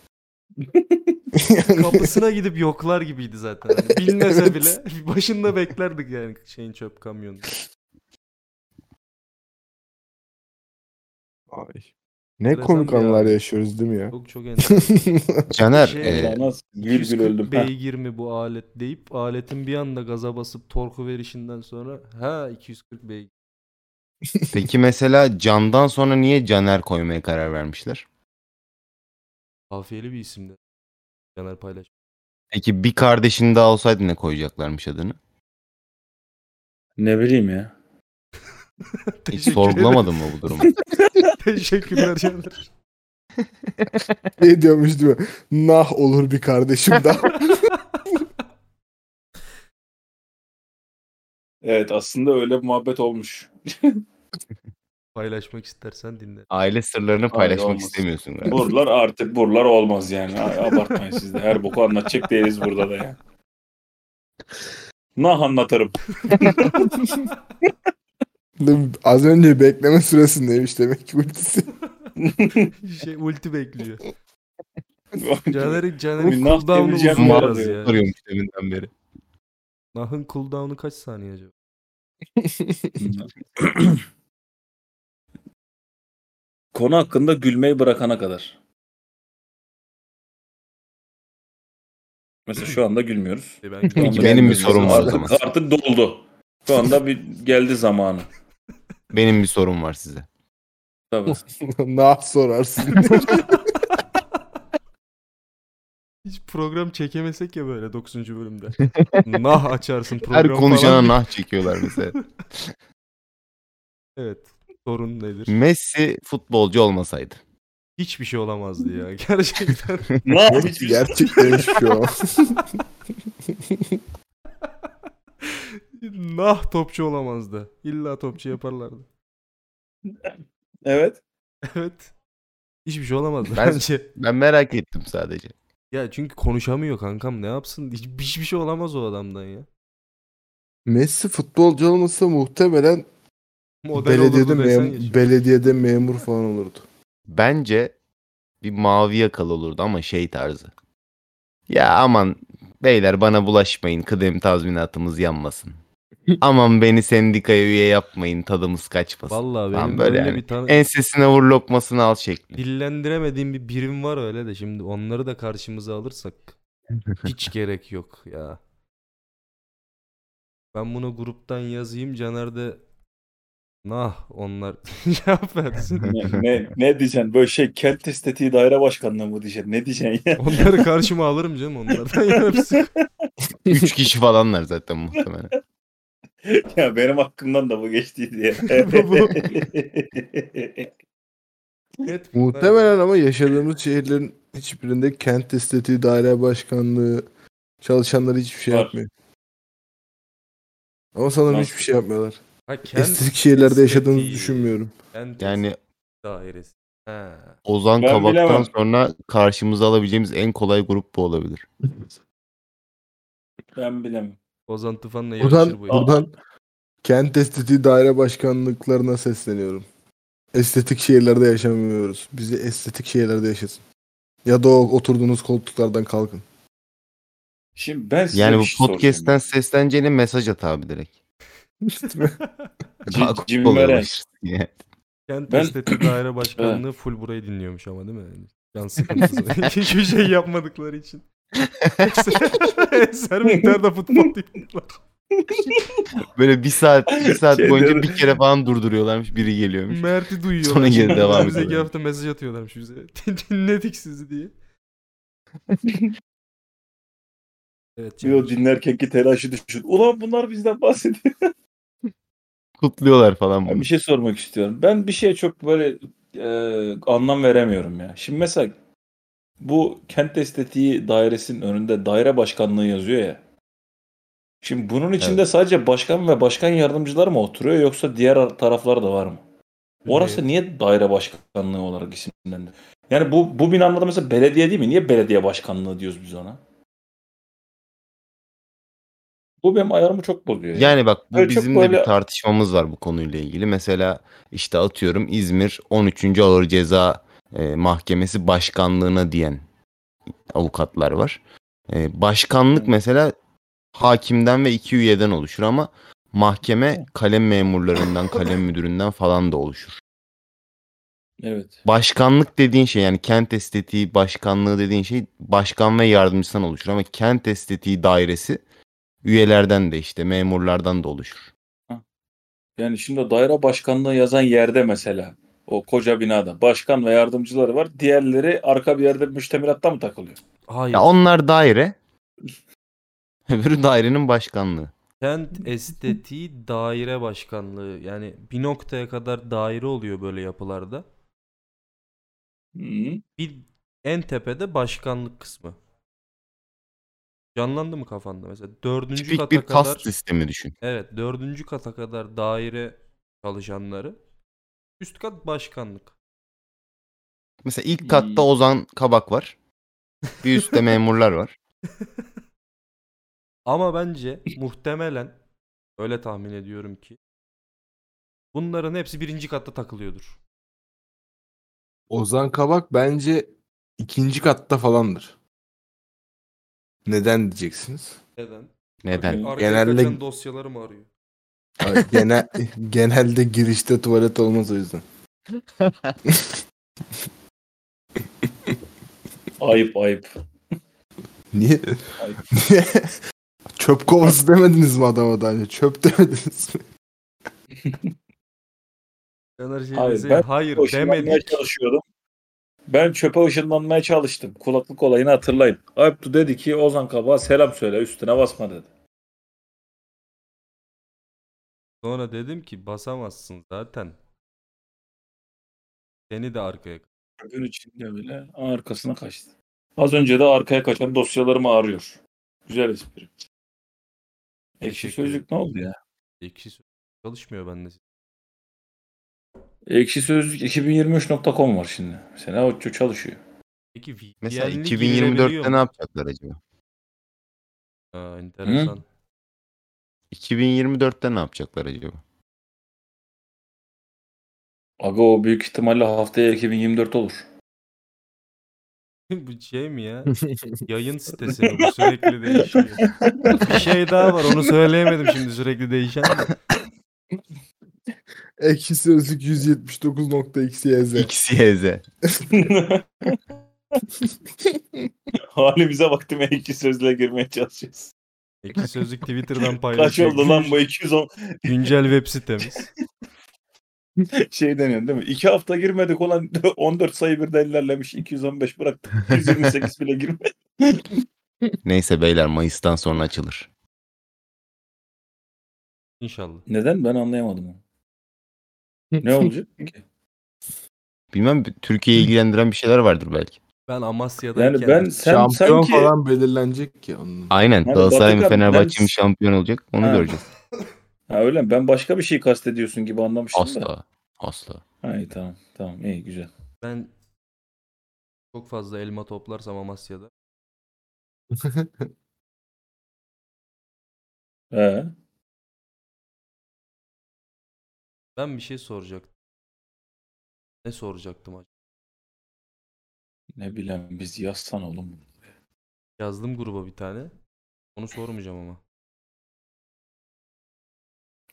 Speaker 3: Yani
Speaker 1: Kapısına gidip yoklar gibiydi zaten.
Speaker 2: *laughs*
Speaker 1: Hani bilmese bile *laughs* başında beklerdik yani şeyin çöp kamyonu.
Speaker 3: Ay. Ne
Speaker 1: Enteresan
Speaker 3: komik
Speaker 1: bir
Speaker 3: anılar
Speaker 1: abi.
Speaker 3: yaşıyoruz değil mi ya? *laughs*
Speaker 1: Çok çok enteresan.
Speaker 4: Caner
Speaker 1: Şey,
Speaker 4: e,
Speaker 2: Ulan nasıl *laughs* gül gül
Speaker 1: 240
Speaker 2: öldüm. Ha,
Speaker 1: beygir mi bu alet deyip aletin bir anda gaza basıp torku verişinden sonra ha 240 beygir.
Speaker 4: peki mesela Can'dan sonra niye Caner koymaya karar vermişler?
Speaker 1: Kafiyeli bir isimdi. Caner paylaş.
Speaker 4: Peki bir kardeşin daha olsaydı ne koyacaklarmış adını?
Speaker 2: Ne bileyim ya.
Speaker 4: Hiç
Speaker 1: Teşekkür ederim. *laughs*
Speaker 4: sorgulamadın mı bu durumu?
Speaker 1: Teşekkürler Caner.
Speaker 3: Ne diyormuş değil mi? Nah olur bir kardeşim daha.
Speaker 1: *laughs*
Speaker 2: Evet aslında öyle bir muhabbet olmuş.
Speaker 1: Paylaşmak istersen dinle.
Speaker 4: *laughs*
Speaker 1: *laughs*
Speaker 4: Aile sırlarını paylaşmak
Speaker 2: olmaz.
Speaker 4: istemiyorsun galiba.
Speaker 2: Buralar artık buralar olmaz yani. Ay, Abartmayın siz de. Her boku anlatacak değiliz burada da yani. Nah anlatırım.
Speaker 3: Az önce bekleme süresindeymiş demek ki ultisi. *laughs*
Speaker 1: şey ulti bekliyor. Caner'in Caner'in
Speaker 2: Nah
Speaker 1: cooldown'u
Speaker 2: demeyeceğim
Speaker 1: uzun
Speaker 2: ya
Speaker 1: biraz
Speaker 2: diyor.
Speaker 1: ya.
Speaker 4: Soruyormuş deminden beri.
Speaker 1: Nah'ın cooldown'u kaç saniye acaba?
Speaker 2: Konu hakkında gülmeyi bırakana kadar. Mesela şu anda gülmüyoruz.
Speaker 1: E ben
Speaker 2: Şu anda
Speaker 4: Benim bir
Speaker 2: gülmüyoruz.
Speaker 4: sorum var o
Speaker 2: Artık-
Speaker 4: zaman.
Speaker 2: Artık doldu. Şu anda bir geldi zamanı.
Speaker 4: Benim bir sorum var size. *laughs*
Speaker 2: Tabii.
Speaker 3: nah sorarsın.
Speaker 1: Hiç program çekemesek ya böyle 9.
Speaker 4: *laughs*
Speaker 1: bölümde. nah açarsın program
Speaker 4: Her konuşana
Speaker 1: falan.
Speaker 4: nah çekiyorlar
Speaker 1: *laughs*
Speaker 4: mesela.
Speaker 1: Evet. Sorun
Speaker 4: Hmm.
Speaker 1: nedir?
Speaker 4: Messi futbolcu olmasaydı.
Speaker 1: Hiçbir şey olamazdı ya. *laughs* Gerçekten.
Speaker 2: Nah
Speaker 3: Gerçek- Gerçekten şey şu an.
Speaker 1: nah topçu olamazdı. İlla topçu yaparlardı. *laughs*
Speaker 2: Evet.
Speaker 1: Evet. Hiçbir şey olamazdı
Speaker 4: Ben-
Speaker 1: bence.
Speaker 4: Ben merak ettim sadece.
Speaker 1: Ya çünkü konuşamıyor kankam ne yapsın? Hiç- Hiçbir şey olamaz o adamdan ya.
Speaker 3: *laughs* Messi futbolcu olmasa muhtemelen
Speaker 1: Model
Speaker 3: belediyede,
Speaker 1: olurdu desen
Speaker 3: mem-
Speaker 1: ya şimdi.
Speaker 3: belediyede memur falan olurdu.
Speaker 4: Bence bir mavi yakalı olurdu ama şey tarzı. Ya aman beyler bana bulaşmayın kıdem tazminatımız *laughs* yanmasın. Aman beni sendikaya üye yapmayın tadımız kaçmasın.
Speaker 1: Vallahi
Speaker 4: Tamam,
Speaker 1: benim
Speaker 4: böyle
Speaker 1: böyle
Speaker 4: yani.
Speaker 1: bir tane
Speaker 4: *laughs* Ensesine vur lokmasını al şekli.
Speaker 1: dillendiremediğim bir birim var öyle de şimdi onları da karşımıza alırsak
Speaker 3: *laughs*
Speaker 1: hiç gerek yok ya. Ben bunu gruptan yazayım Caner de nah onlar *laughs* cevap versin.
Speaker 3: *laughs*
Speaker 2: Ne, ne, ne diyeceksin? Böyle şey kent estetiği daire başkanlığı mı diyeceksin? Ne diyeceksin *laughs* ya?
Speaker 1: Onları karşıma alırım canım onlardan yana bir sıkıntı.
Speaker 4: Üç kişi falanlar zaten muhtemelen.
Speaker 2: ya benim hakkımdan da bu geçti diye.
Speaker 1: *laughs* Bu- bu. Net bunlar.
Speaker 3: Muhtemelen ama yaşadığımız şehirlerin hiçbirinde kent estetiği, daire başkanlığı, çalışanları hiçbir şey
Speaker 2: Var.
Speaker 3: yapmıyor. Ama sanırım
Speaker 2: Nasıl?
Speaker 3: hiçbir şey yapmıyorlar.
Speaker 1: Ha, kent
Speaker 3: Estetik şehirlerde yaşadığımızı
Speaker 1: estetiği.
Speaker 3: düşünmüyorum.
Speaker 1: Kent
Speaker 4: Yani
Speaker 1: dairesi. Ha.
Speaker 4: Ozan
Speaker 2: Ben
Speaker 4: Kabak'tan
Speaker 2: bilemem.
Speaker 4: sonra karşımıza alabileceğimiz en kolay grup bu olabilir.
Speaker 2: ben bilemem.
Speaker 1: Ozan Tufan'la yarışır
Speaker 3: Buradan,
Speaker 1: bu. ya.
Speaker 3: buradan kent estetiği daire başkanlıklarına sesleniyorum. Estetik şehirlerde yaşamıyoruz. Bizi estetik şehirlerde yaşatın. Ya da o oturduğunuz koltuklardan kalkın.
Speaker 2: Şimdi ben size
Speaker 4: Yani
Speaker 2: bir
Speaker 4: bu
Speaker 2: şey
Speaker 4: podcast'ten sesleneceğine mesaj at abi direkt. Daha
Speaker 2: Jim
Speaker 4: kolay
Speaker 2: Meren.
Speaker 4: ulaşırsın ya.
Speaker 1: Kent
Speaker 2: Ben-
Speaker 1: Estetiği Daire Başkanlığı full burayı dinliyormuş ama değil mi? Yani can
Speaker 4: *laughs*
Speaker 1: sıkıntısı. *laughs* Hiçbir şey yapmadıkları için. Eser miktarda
Speaker 4: *laughs*
Speaker 1: futbol dinliyorlar.
Speaker 4: Böyle bir saat bir saat
Speaker 2: *laughs* Şey
Speaker 4: boyunca
Speaker 2: diyorum.
Speaker 4: bir kere falan durduruyorlarmış biri geliyormuş.
Speaker 1: Mert'i duyuyorlar.
Speaker 4: Sonra geri
Speaker 1: Şimdi
Speaker 4: devam
Speaker 1: Bize iki
Speaker 4: ediyorlar.
Speaker 1: hafta mesaj atıyorlarmış bize. *laughs* Dinledik sizi diye. evet. Cem.
Speaker 2: Yo, dinlerkenki telaşı düşün. Ulan bunlar bizden bahsediyor.
Speaker 4: Kutluyorlar falan
Speaker 2: Ben
Speaker 4: bunu.
Speaker 2: bir şey sormak istiyorum. Ben bir şeye çok böyle e, anlam veremiyorum ya. Şimdi mesela bu kent estetiği dairesinin önünde daire başkanlığı yazıyor ya. Şimdi bunun içinde sadece başkan ve başkan yardımcılar mı oturuyor yoksa diğer taraflar da var mı? Orası niye daire başkanlığı olarak isimlendi? Yani bu bu binanın adı mesela belediye değil mi? Niye belediye başkanlığı diyoruz biz ona? Bu benim ayarımı çok bozuyor. ya.
Speaker 4: Yani bak bu
Speaker 2: Ee, Böyle çok
Speaker 4: bizim de
Speaker 2: böyle-
Speaker 4: bir tartışmamız var bu konuyla ilgili. Mesela işte atıyorum İzmir 13. Ağır Ceza e, Mahkemesi Başkanlığına diyen avukatlar var. E, başkanlık
Speaker 2: Hmm.
Speaker 4: mesela hakimden ve iki üyeden oluşur ama mahkeme kalem memurlarından, kalem müdüründen falan da oluşur.
Speaker 2: Evet.
Speaker 4: Başkanlık dediğin şey yani kent estetiği başkanlığı dediğin şey başkan ve yardımcısından oluşur ama kent estetiği dairesi üyelerden de işte memurlardan da oluşur.
Speaker 2: Yani şimdi o daire başkanlığı yazan yerde mesela o koca binada başkan ve yardımcıları var. Diğerleri arka bir yerde müştemilatta mı takılıyor?
Speaker 1: Hayır.
Speaker 4: Ya onlar daire. *laughs* Öbürü dairenin başkanlığı.
Speaker 1: Kent Estetiği Daire Başkanlığı. Yani bir noktaya kadar daire oluyor böyle yapılarda.
Speaker 2: Hı.
Speaker 1: Bir en tepede başkanlık kısmı. Canlandı mı kafanda mesela? Dördüncü
Speaker 4: Tipik
Speaker 1: kata
Speaker 4: bir
Speaker 1: kadar.
Speaker 4: kast sistemi düşün.
Speaker 1: Evet dördüncü kata kadar daire çalışanları. Üst kat başkanlık.
Speaker 4: Mesela ilk katta Ozan Kabak var.
Speaker 1: *laughs*
Speaker 4: Bir üstte memurlar var.
Speaker 1: Ama bence muhtemelen öyle tahmin ediyorum ki bunların hepsi birinci katta takılıyordur.
Speaker 3: Ozan Kabak bence ikinci katta falandır. Neden diyeceksiniz?
Speaker 1: Neden?
Speaker 4: Neden?
Speaker 1: Arkaya
Speaker 3: Genelde-
Speaker 1: kaçan dosyaları mı arıyor?
Speaker 3: *laughs* Ay, Genel, genelde girişte tuvalet olmaz o yüzden.
Speaker 2: Ayıp ayıp.
Speaker 3: Niye?
Speaker 2: Ay.
Speaker 3: Niye? Çöp kovası demediniz mi adama daha önce? Çöp demediniz mi?
Speaker 1: Caner şey
Speaker 2: Hayır,
Speaker 1: dese,
Speaker 2: ben
Speaker 1: hayır
Speaker 2: Işınlanmaya
Speaker 1: demedik.
Speaker 2: çalışıyordum. Ben çöpe ışınlanmaya çalıştım. Kulaklık olayını hatırlayın. Ayıptu dedi ki Ozan Kabak'a selam söyle üstüne basma dedi.
Speaker 1: Sonra dedim ki basamazsın zaten. Seni de arkaya
Speaker 2: Gün içinde bile arkasına kaçtı. Az önce de arkaya kaçan dosyalarımı arıyor. Güzel espri. Ekşi
Speaker 1: Teşekkür
Speaker 2: Sözlük ne oldu ya?
Speaker 1: ekşi sözlük çalışmıyor bende.
Speaker 2: Ekşi Sözlük 2023.com var şimdi. Mesela o çalışıyor.
Speaker 1: Peki
Speaker 4: Mesela
Speaker 1: VPN'lik
Speaker 4: 2024'te
Speaker 1: girebiliyor
Speaker 4: ne
Speaker 1: mu?
Speaker 4: yapacaklar acaba?
Speaker 1: Aa, enteresan.
Speaker 4: 2024'te ne
Speaker 1: *laughs*
Speaker 4: yapacaklar acaba?
Speaker 2: Aga o büyük ihtimalle haftaya 2024 *laughs* olur.
Speaker 1: *laughs* bu şey mi
Speaker 2: *laughs*
Speaker 1: ya? Yayın sitesi mi bu sürekli değişiyor. Bir şey daha var onu söyleyemedim şimdi sürekli değişen. de.
Speaker 3: Ekşi sözlük 179.xyz.
Speaker 4: XYZ.
Speaker 2: Halimize baktım Ekşi Sözlük'e girmeye çalışıyoruz.
Speaker 1: Ekşi Sözlük Twitter'dan
Speaker 2: Kaç
Speaker 1: paylaşıyor.
Speaker 2: oldu lan bu 210
Speaker 1: Güncel web sitemiz.
Speaker 2: şey deniyor değil mi? 2 hafta girmedik olan *laughs* 14 sayı birden ilerlemiş. 215 bıraktık. 128 bile girmedi.
Speaker 4: Neyse beyler Mayıs'tan sonra açılır.
Speaker 1: İnşallah.
Speaker 2: *laughs* Neden? Ben anlayamadım onu. Ne
Speaker 3: *laughs*
Speaker 2: olacak ki?
Speaker 4: Bilmem Türkiye'yi ilgilendiren bir şeyler vardır belki.
Speaker 1: Ben Amasya'dayken
Speaker 2: Yani ben sen
Speaker 3: Şampiyon
Speaker 2: sanki
Speaker 3: falan belirlenecek ki
Speaker 4: *laughs*
Speaker 3: onun.
Speaker 4: Aynen.
Speaker 2: Abi
Speaker 4: Galatasaray mı
Speaker 2: Batıkan,
Speaker 4: Fenerbahçe
Speaker 2: ben-
Speaker 4: mi şampiyon olacak? Onu
Speaker 2: Ha.
Speaker 4: göreceğiz.
Speaker 2: ha, öyle mi? Ben başka bir şey kastediyorsun gibi anlamıştım da.
Speaker 4: Asla. Asla.
Speaker 2: Ha, iyi, tamam tamam iyi güzel.
Speaker 1: ben çok fazla elma toplarsam Amasya'da
Speaker 2: Ee,
Speaker 1: ben bir şey soracaktım. Ne soracaktım acaba?
Speaker 2: ne bileyim biz yazsan oğlum.
Speaker 1: Yazdım gruba bir tane. Onu sormayacağım ama.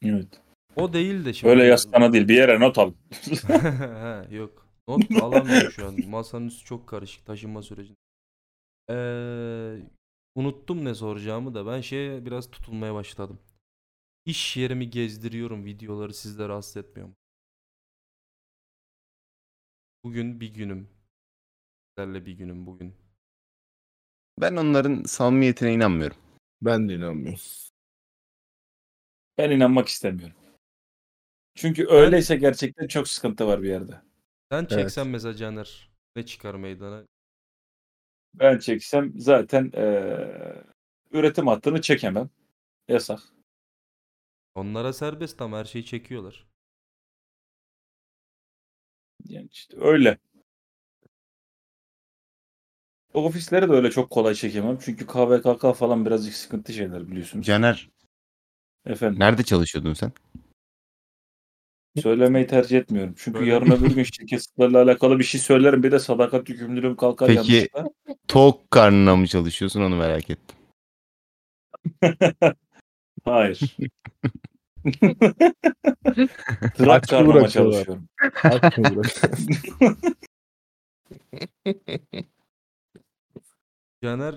Speaker 2: Evet.
Speaker 1: O değil de şimdi.
Speaker 2: Öyle yazsana değil bir yere not al.
Speaker 1: *laughs* Ha, Yok. Not da alamıyorum şu an. Masanın üstü çok karışık taşınma sürecinde. Ee, unuttum ne soracağımı da ben şeye biraz tutulmaya başladım. İş yerimi gezdiriyorum videoları sizlere rahatsız etmiyor mu? Bugün bir günüm. Sizlerle bir günüm bugün.
Speaker 4: Ben onların samimiyetine inanmıyorum.
Speaker 3: Ben de inanmıyorum.
Speaker 2: Ben inanmak istemiyorum. Çünkü öyleyse gerçekten çok sıkıntı var bir yerde.
Speaker 1: Sen çeksen mesela Caner ne çıkar meydana?
Speaker 2: Ben çeksem zaten eee, üretim hattını çekemem. Yasak.
Speaker 1: Onlara serbest ama her şeyi çekiyorlar.
Speaker 2: Yani işte öyle. Ofisleri de öyle çok kolay çekemem. Çünkü KVKK falan birazcık sıkıntı şeyler biliyorsunuz.
Speaker 4: Caner
Speaker 2: Efendim
Speaker 4: nerede çalışıyordun sen?
Speaker 2: söylemeyi tercih etmiyorum. Çünkü
Speaker 1: Böyle-
Speaker 2: yarın öbür gün şirket sırlarıyla alakalı bir şey söylerim. Bir de sadakat yükümlülüğüm kalkar
Speaker 4: Peki-
Speaker 2: yanlışlıkla.
Speaker 4: Tok karnına mı çalışıyorsun onu merak ettim.
Speaker 2: Hayır.
Speaker 3: Aç
Speaker 2: Trak
Speaker 3: mı
Speaker 2: karnıma
Speaker 3: bırakıyorlar?
Speaker 2: çalışıyorum.
Speaker 1: Caner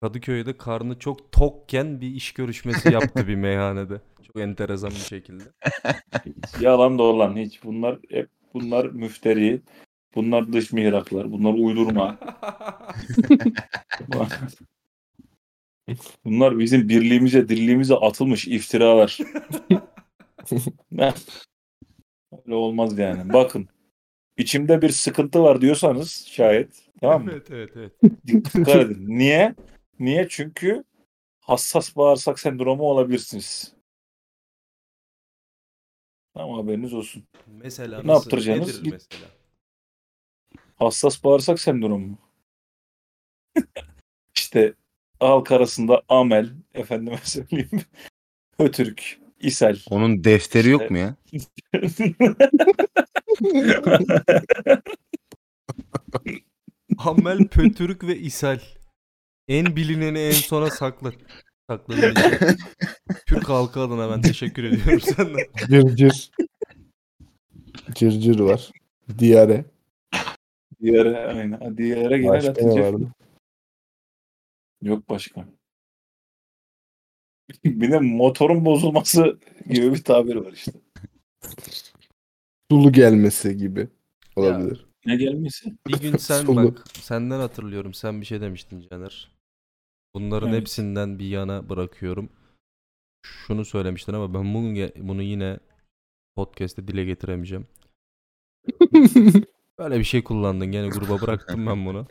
Speaker 1: Kadıköy'de karnı çok tokken bir iş görüşmesi yaptı bir meyhanede. Çok enteresan bir şekilde.
Speaker 2: Yalan dolan hiç. Bunlar hep bunlar müfteri. Bunlar dış mihraklar. Bunlar
Speaker 1: *laughs*
Speaker 2: uydurma. Bunlar bizim birliğimize, dirliğimize atılmış iftiralar. Öyle olmaz yani. Bakın. içimde bir sıkıntı var diyorsanız şayet *laughs* tamam mı?
Speaker 1: Evet evet evet.
Speaker 3: *laughs*
Speaker 2: Dikkat edin. Niye? Niye? Çünkü hassas bağırsak sendromu olabilirsiniz. Tamam haberiniz olsun.
Speaker 1: Mesela
Speaker 2: Ne
Speaker 1: nasıl-
Speaker 2: yaptıracağınız?
Speaker 1: Nedir mesela?
Speaker 2: Hassas bağırsak *laughs* sendromu. işte halk arasında amel, efendime *laughs* söyleyeyim, ötürk, ishal.
Speaker 4: Onun defteri yok
Speaker 2: İşte-
Speaker 4: mu ya?
Speaker 1: Hammel, pötürük ve ishal. En bilineni en sona sakla. Saklayabileceğim. Türk halkı adına ben teşekkür ediyorum
Speaker 2: *laughs*
Speaker 1: senden.
Speaker 3: Cırcır. Cırcır var. Diyare.
Speaker 2: Diğere aynen. Diğere genel
Speaker 3: Başka ne
Speaker 2: Hatice.
Speaker 3: vardı?
Speaker 2: Yok başka. *laughs* Bir de motorun bozulması gibi bir tabir var işte.
Speaker 3: Sulu gelmesi gibi olabilir.
Speaker 2: Ne gelmesi? *laughs*
Speaker 1: Bir gün sen
Speaker 3: Sulu.
Speaker 1: bak senden hatırlıyorum. Sen bir şey demiştin Caner. Bunların
Speaker 2: Evet.
Speaker 1: hepsinden bir yana bırakıyorum. Şunu söylemiştin ama ben bunu, ge- bunu yine podcast'te dile getiremeyeceğim. Böyle bir şey kullandın. Gene gruba bıraktım ben
Speaker 2: *laughs*
Speaker 1: bunu.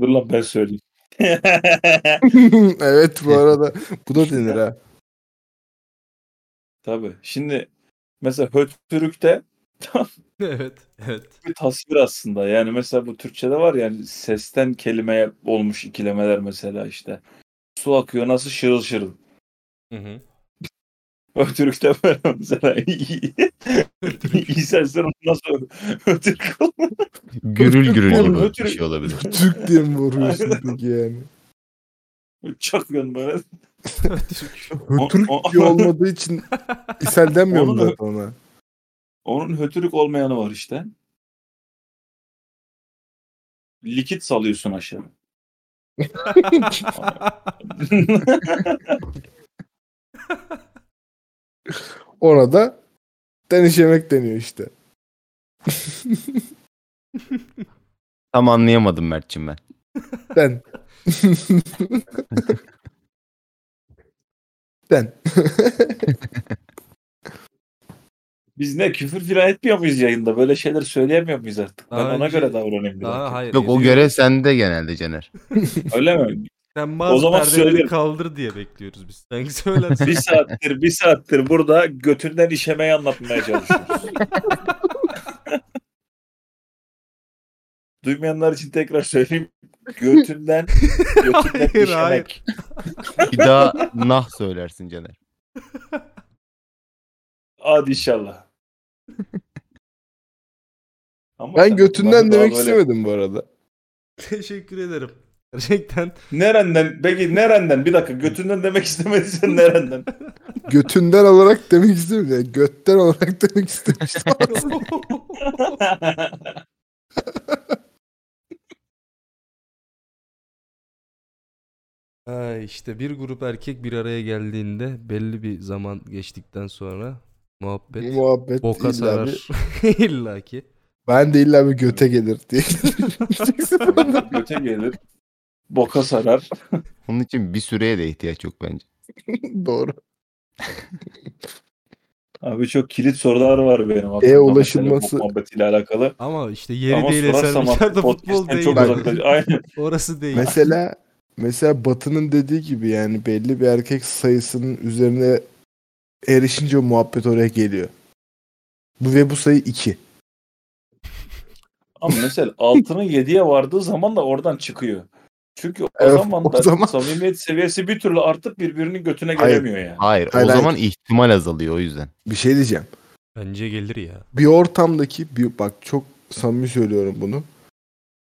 Speaker 2: Dur lan ben söyleyeyim.
Speaker 3: *laughs* evet bu arada. Bu da
Speaker 2: *laughs*
Speaker 3: denir ha.
Speaker 2: Tabii. Şimdi mesela hötürükte
Speaker 1: evet. Evet.
Speaker 2: bir tasvir aslında. Yani mesela bu Türkçe'de var yani sesten kelimeye olmuş ikilemeler mesela işte. Su akıyor nasıl şırıl şırıl.
Speaker 1: Hı hı.
Speaker 2: Ötürükte böyle mesela. İyi sesler nasıl ötürük olmuyor?
Speaker 4: Gürül gürül
Speaker 3: Oğlum,
Speaker 4: gibi bir
Speaker 2: ötürü-
Speaker 4: şey olabilir.
Speaker 3: Türk diye mi vuruyorsun peki yani?
Speaker 2: Çakıyorsun böyle.
Speaker 1: Pötürük.
Speaker 2: O-
Speaker 3: Türk
Speaker 2: o-
Speaker 3: diye olmadığı için ishal denmiyor mu
Speaker 2: Onu-
Speaker 3: zaten ona?
Speaker 2: *laughs*
Speaker 3: *laughs*
Speaker 2: Onun hötürük olmayanı var işte. Likit salıyorsun aşağı.
Speaker 3: Ona da denişemek deniyor işte.
Speaker 4: Tam anlayamadım Mert'cim ben.
Speaker 3: *laughs* Den. Den.
Speaker 2: Biz ne küfür filan etmiyor muyuz yayında? Böyle şeyler söyleyemiyor muyuz artık? Ben
Speaker 1: Daha
Speaker 2: ona
Speaker 1: önce-
Speaker 2: göre davranayım. biraz.
Speaker 1: Daha hayır.
Speaker 4: Yok o
Speaker 1: ediyorum.
Speaker 4: görev sende genelde Caner.
Speaker 2: Öyle mi?
Speaker 1: Sen bazı
Speaker 2: O zaman
Speaker 1: perdeleri
Speaker 2: söylerim.
Speaker 1: kaldır diye bekliyoruz biz. Sen *laughs* söylersin.
Speaker 2: *laughs* Bir saattir, bir saattir burada götünden işemeyi anlatmaya çalışıyoruz. Duymayanlar için tekrar söyleyeyim. Götünden, götünden
Speaker 1: *laughs* Hayır,
Speaker 2: işemek.
Speaker 1: hayır.
Speaker 4: Bir daha nah söylersin Caner.
Speaker 2: Hadi inşallah. Ama
Speaker 3: *laughs* Ben
Speaker 2: sen
Speaker 3: götünden
Speaker 2: bunları daha
Speaker 3: demek
Speaker 2: böyle-
Speaker 3: istemedim bu arada.
Speaker 1: Teşekkür ederim. Gerçekten
Speaker 2: Nerenden? Peki nerenden? Bir dakika götünden demek istemediysen nerenden?
Speaker 3: Götünden olarak demek istemedim. Yani götten olarak *laughs* demek istemiştim.
Speaker 1: Ha, işte bir grup erkek bir araya geldiğinde belli bir zaman geçtikten sonra
Speaker 3: Bu
Speaker 1: muhabbet
Speaker 3: muhabbet
Speaker 1: boka
Speaker 3: illa bir-
Speaker 1: sarar. *laughs* İlla ki.
Speaker 3: ben de illa bir göte gelir diye.
Speaker 2: *laughs* Göte gelir. Boka sarar.
Speaker 4: Onun için bir süreye de ihtiyaç yok bence.
Speaker 3: Doğru.
Speaker 2: Abi çok kilit sorular var benim aklımda.
Speaker 3: E, ulaşılması-
Speaker 2: Mesela bu muhabbetiyle alakalı.
Speaker 1: Ama işte yeri
Speaker 2: Ama
Speaker 1: değil
Speaker 2: sorarsam
Speaker 1: eserlikler de
Speaker 2: artık
Speaker 1: futbol
Speaker 2: podcast'ten
Speaker 1: değil.
Speaker 2: çok uzaklaş. Aynen.
Speaker 1: Orası değil.
Speaker 3: Mesela mesela Batı'nın dediği gibi yani belli bir erkek sayısının üzerine erişince o muhabbet oraya geliyor. Bu ve bu sayı 2.
Speaker 2: Ama mesela altının 7'ye vardığı zaman da oradan çıkıyor. Çünkü o
Speaker 3: Evet,
Speaker 2: zaman
Speaker 3: o
Speaker 2: da
Speaker 3: zaman-
Speaker 2: samimiyet seviyesi bir türlü artıp birbirinin götüne
Speaker 3: Hayır.
Speaker 2: gelemiyor yani.
Speaker 4: Hayır
Speaker 3: Hayır,
Speaker 4: o
Speaker 3: hayır.
Speaker 4: zaman ihtimal azalıyor o yüzden.
Speaker 3: Bir şey diyeceğim.
Speaker 1: Bence gelir ya. *laughs*
Speaker 3: Bir ortamdaki bir bak çok samimi söylüyorum bunu.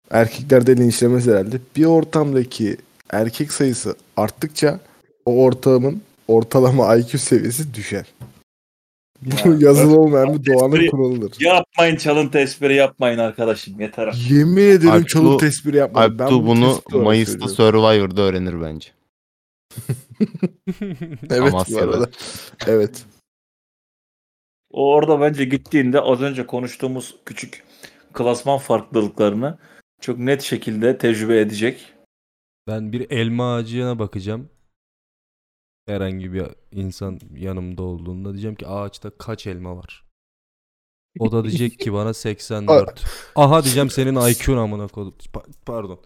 Speaker 3: Erkekler de linçlemez herhalde. Bir ortamdaki erkek sayısı arttıkça o ortamın ortalama IQ seviyesi düşer. *laughs* Bu
Speaker 2: Ya,
Speaker 3: yazılı olmayan bir doğanın
Speaker 2: espri-
Speaker 3: kuralıdır.
Speaker 2: Yapmayın çalıntı espri yapmayın arkadaşım yeter artık.
Speaker 3: Yemin ederim
Speaker 4: Alptu-
Speaker 3: çalıp tespiri yapmadım. Ben
Speaker 4: Alptu bunu
Speaker 3: tespit olarak
Speaker 4: Mayıs'ta
Speaker 3: söylüyorum.
Speaker 4: Survivor'da öğrenir bence.
Speaker 3: Evet bu
Speaker 4: Amasya'da.
Speaker 3: arada. *laughs* Evet.
Speaker 2: O orada bence gittiğinde az önce konuştuğumuz küçük klasman farklılıklarını çok net şekilde tecrübe edecek.
Speaker 1: Ben bir elma ağacına bakacağım. Herhangi bir insan yanımda olduğunda diyeceğim ki ağaçta kaç elma var? O da diyecek ki bana *laughs* 84. Aha diyeceğim senin IQ'n amına kodum. Pa- pardon.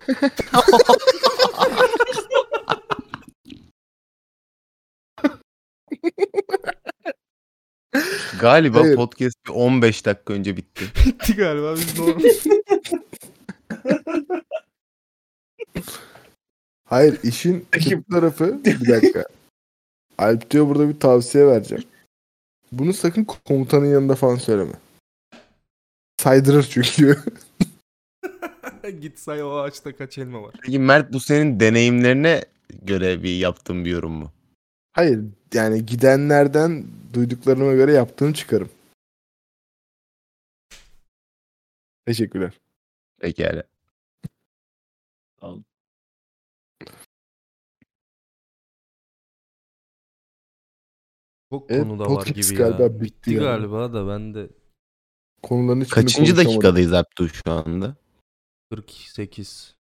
Speaker 4: Galiba
Speaker 3: Hayır.
Speaker 4: podcast bir 15 dakika önce bitti.
Speaker 1: Bitti galiba biz doğru.
Speaker 3: Hayır işin
Speaker 2: Peki-
Speaker 3: kötü tarafı bir dakika. Alp diyor burada bir tavsiye vereceğim. Bunu sakın komutanın yanında falan söyleme. Saydırır çünkü.
Speaker 1: *laughs* Git say o ağaçta kaç elma var.
Speaker 4: Peki Mert bu senin deneyimlerine göre bir yaptığın bir yorum mu?
Speaker 3: *laughs* Hayır yani gidenlerden duyduklarıma göre yaptığını çıkarım. Teşekkürler.
Speaker 4: Pekala.
Speaker 1: Çok
Speaker 3: Evet,
Speaker 1: konu da var
Speaker 3: podcast
Speaker 1: gibi
Speaker 3: galiba
Speaker 1: ya.
Speaker 3: bitti
Speaker 1: Bitti
Speaker 3: yani.
Speaker 1: galiba da ben de
Speaker 3: Konuların hiçbirini
Speaker 4: Kaçıncı
Speaker 3: konuşamadım.
Speaker 4: dakikadayız Abdü şu anda?
Speaker 1: 48.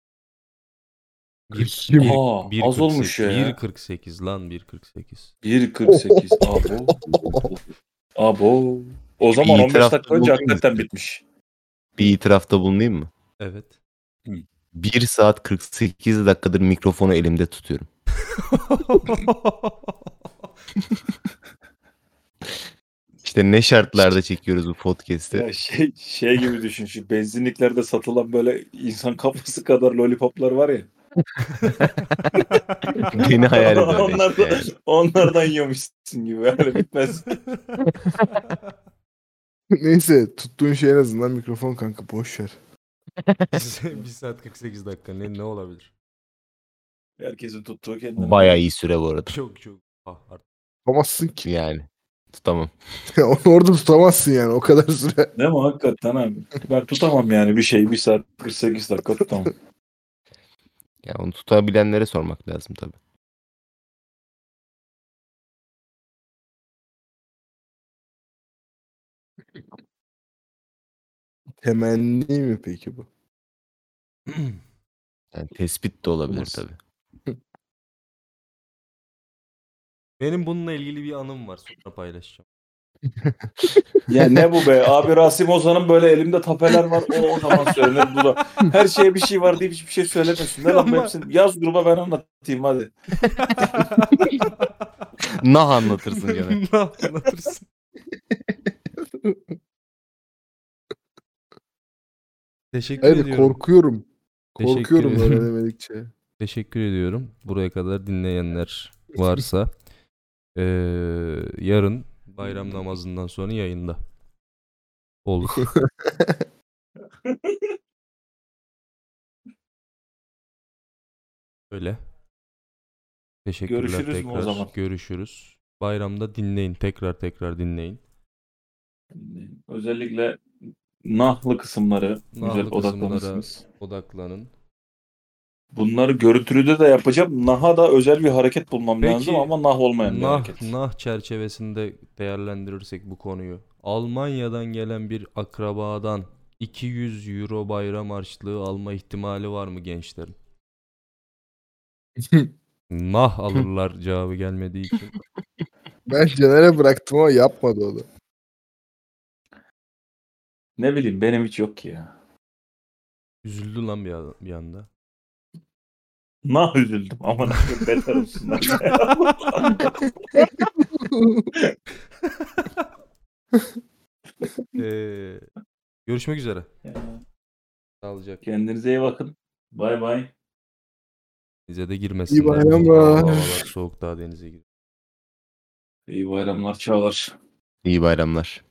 Speaker 3: Kim?
Speaker 2: Aa, az olmuş ya.
Speaker 1: 1.48 lan 1.48.
Speaker 2: *laughs* 1.48. Abo. Abo. O zaman
Speaker 4: İyi
Speaker 2: 15
Speaker 4: tarafta
Speaker 2: dakika önce
Speaker 4: buldun
Speaker 2: hakikaten
Speaker 4: bizi.
Speaker 2: bitmiş.
Speaker 4: Bir itirafta bulunayım mı?
Speaker 2: *laughs*
Speaker 1: Evet.
Speaker 4: 1 saat 48 dakikadır mikrofonu elimde tutuyorum. İşte ne şartlarda çekiyoruz bu podcast'i.
Speaker 2: Ya şey, şey gibi düşün şu benzinliklerde satılan böyle insan kafası kadar lollipoplar var ya.
Speaker 4: *laughs*
Speaker 2: *laughs*
Speaker 4: Beni hayal ediyorum işte.
Speaker 2: onlardan,
Speaker 4: yani.
Speaker 2: onlardan yiyormuşsun gibi. Öyle bitmez.
Speaker 3: *laughs* Neyse tuttuğun şey en azından mikrofon kanka boş ver.
Speaker 1: *laughs* Bir 1 saat 48 dakika ne, ne olabilir? *laughs*
Speaker 2: Herkesin tuttuğu kendine.
Speaker 4: Bayağı iyi süre bu arada.
Speaker 1: Çok çok. Ah, artık.
Speaker 3: Tutamazsın ki. *laughs*
Speaker 4: Yani tutamam.
Speaker 3: Onu orada tutamazsın yani o kadar süre. *laughs*
Speaker 2: Değil mi hakikaten abi? Ben tutamam yani bir şey. 1 saat 48 dakika tutamam.
Speaker 4: Yani onu tutabilenlere sormak lazım tabii.
Speaker 3: Temenni mi peki bu?
Speaker 4: Yani tespit de olabilir
Speaker 2: Olmaz.
Speaker 4: tabii.
Speaker 1: Benim bununla ilgili bir anım var sonra paylaşacağım. *laughs*
Speaker 2: ya ne bu be? Abi Rasim Ozan'ın böyle elimde tapeler var. O, o zaman söylenir bu da. Her şeye bir şey var deyip hiçbir şey söylemesin. Ne lan bu
Speaker 1: Ama-
Speaker 2: hepsini? Yaz gruba ben anlatayım hadi.
Speaker 4: Nah anlatırsın gene.
Speaker 1: ne anlatırsın? *laughs* Teşekkür
Speaker 3: Hayır
Speaker 1: ediyorum.
Speaker 3: korkuyorum.
Speaker 1: Teşekkür
Speaker 3: Korkuyorum
Speaker 1: ediyorum.
Speaker 3: öğrenemedikçe.
Speaker 1: Teşekkür ediyorum. Buraya kadar dinleyenler varsa eee, yarın bayram namazından sonra yayında
Speaker 2: *laughs*
Speaker 1: olur. Öyle. Teşekkürler
Speaker 2: Görüşürüz mü o
Speaker 1: tekrar.
Speaker 2: zaman?
Speaker 1: Görüşürüz. Bayramda dinleyin. Tekrar tekrar dinleyin.
Speaker 2: Özellikle nahlı kısımları
Speaker 1: Nahlı
Speaker 2: güzel
Speaker 1: kısımlara-
Speaker 2: odaklanırsınız.
Speaker 1: Odaklanın.
Speaker 2: Bunları görüntülü de yapacağım. Naha da özel bir hareket bulmam
Speaker 1: Peki,
Speaker 2: lazım ama nah olmayan bir hareket.
Speaker 1: Nah, nah çerçevesinde değerlendirirsek bu konuyu. Almanya'dan gelen bir akrabadan 200 euro bayram harçlığı alma ihtimali var mı gençlerin? Nah alırlar cevabı gelmediği için.
Speaker 3: Ben Caner'e bıraktım ama yapmadı o da.
Speaker 2: Ne bileyim benim hiç yok ki ya.
Speaker 1: Üzüldü lan bir, adam- bir anda.
Speaker 2: Nah üzüldüm ama
Speaker 1: *laughs*
Speaker 2: beter olsunlar.
Speaker 1: Ee, görüşmek üzere. Sağlıcakla.
Speaker 2: Kendinize iyi bakın. Bay bay.
Speaker 1: Denize de girmesinler.
Speaker 3: bayramlar.
Speaker 1: Havalar soğuk daha denize gir.
Speaker 2: İyi bayramlar Çağlar.
Speaker 4: İyi bayramlar.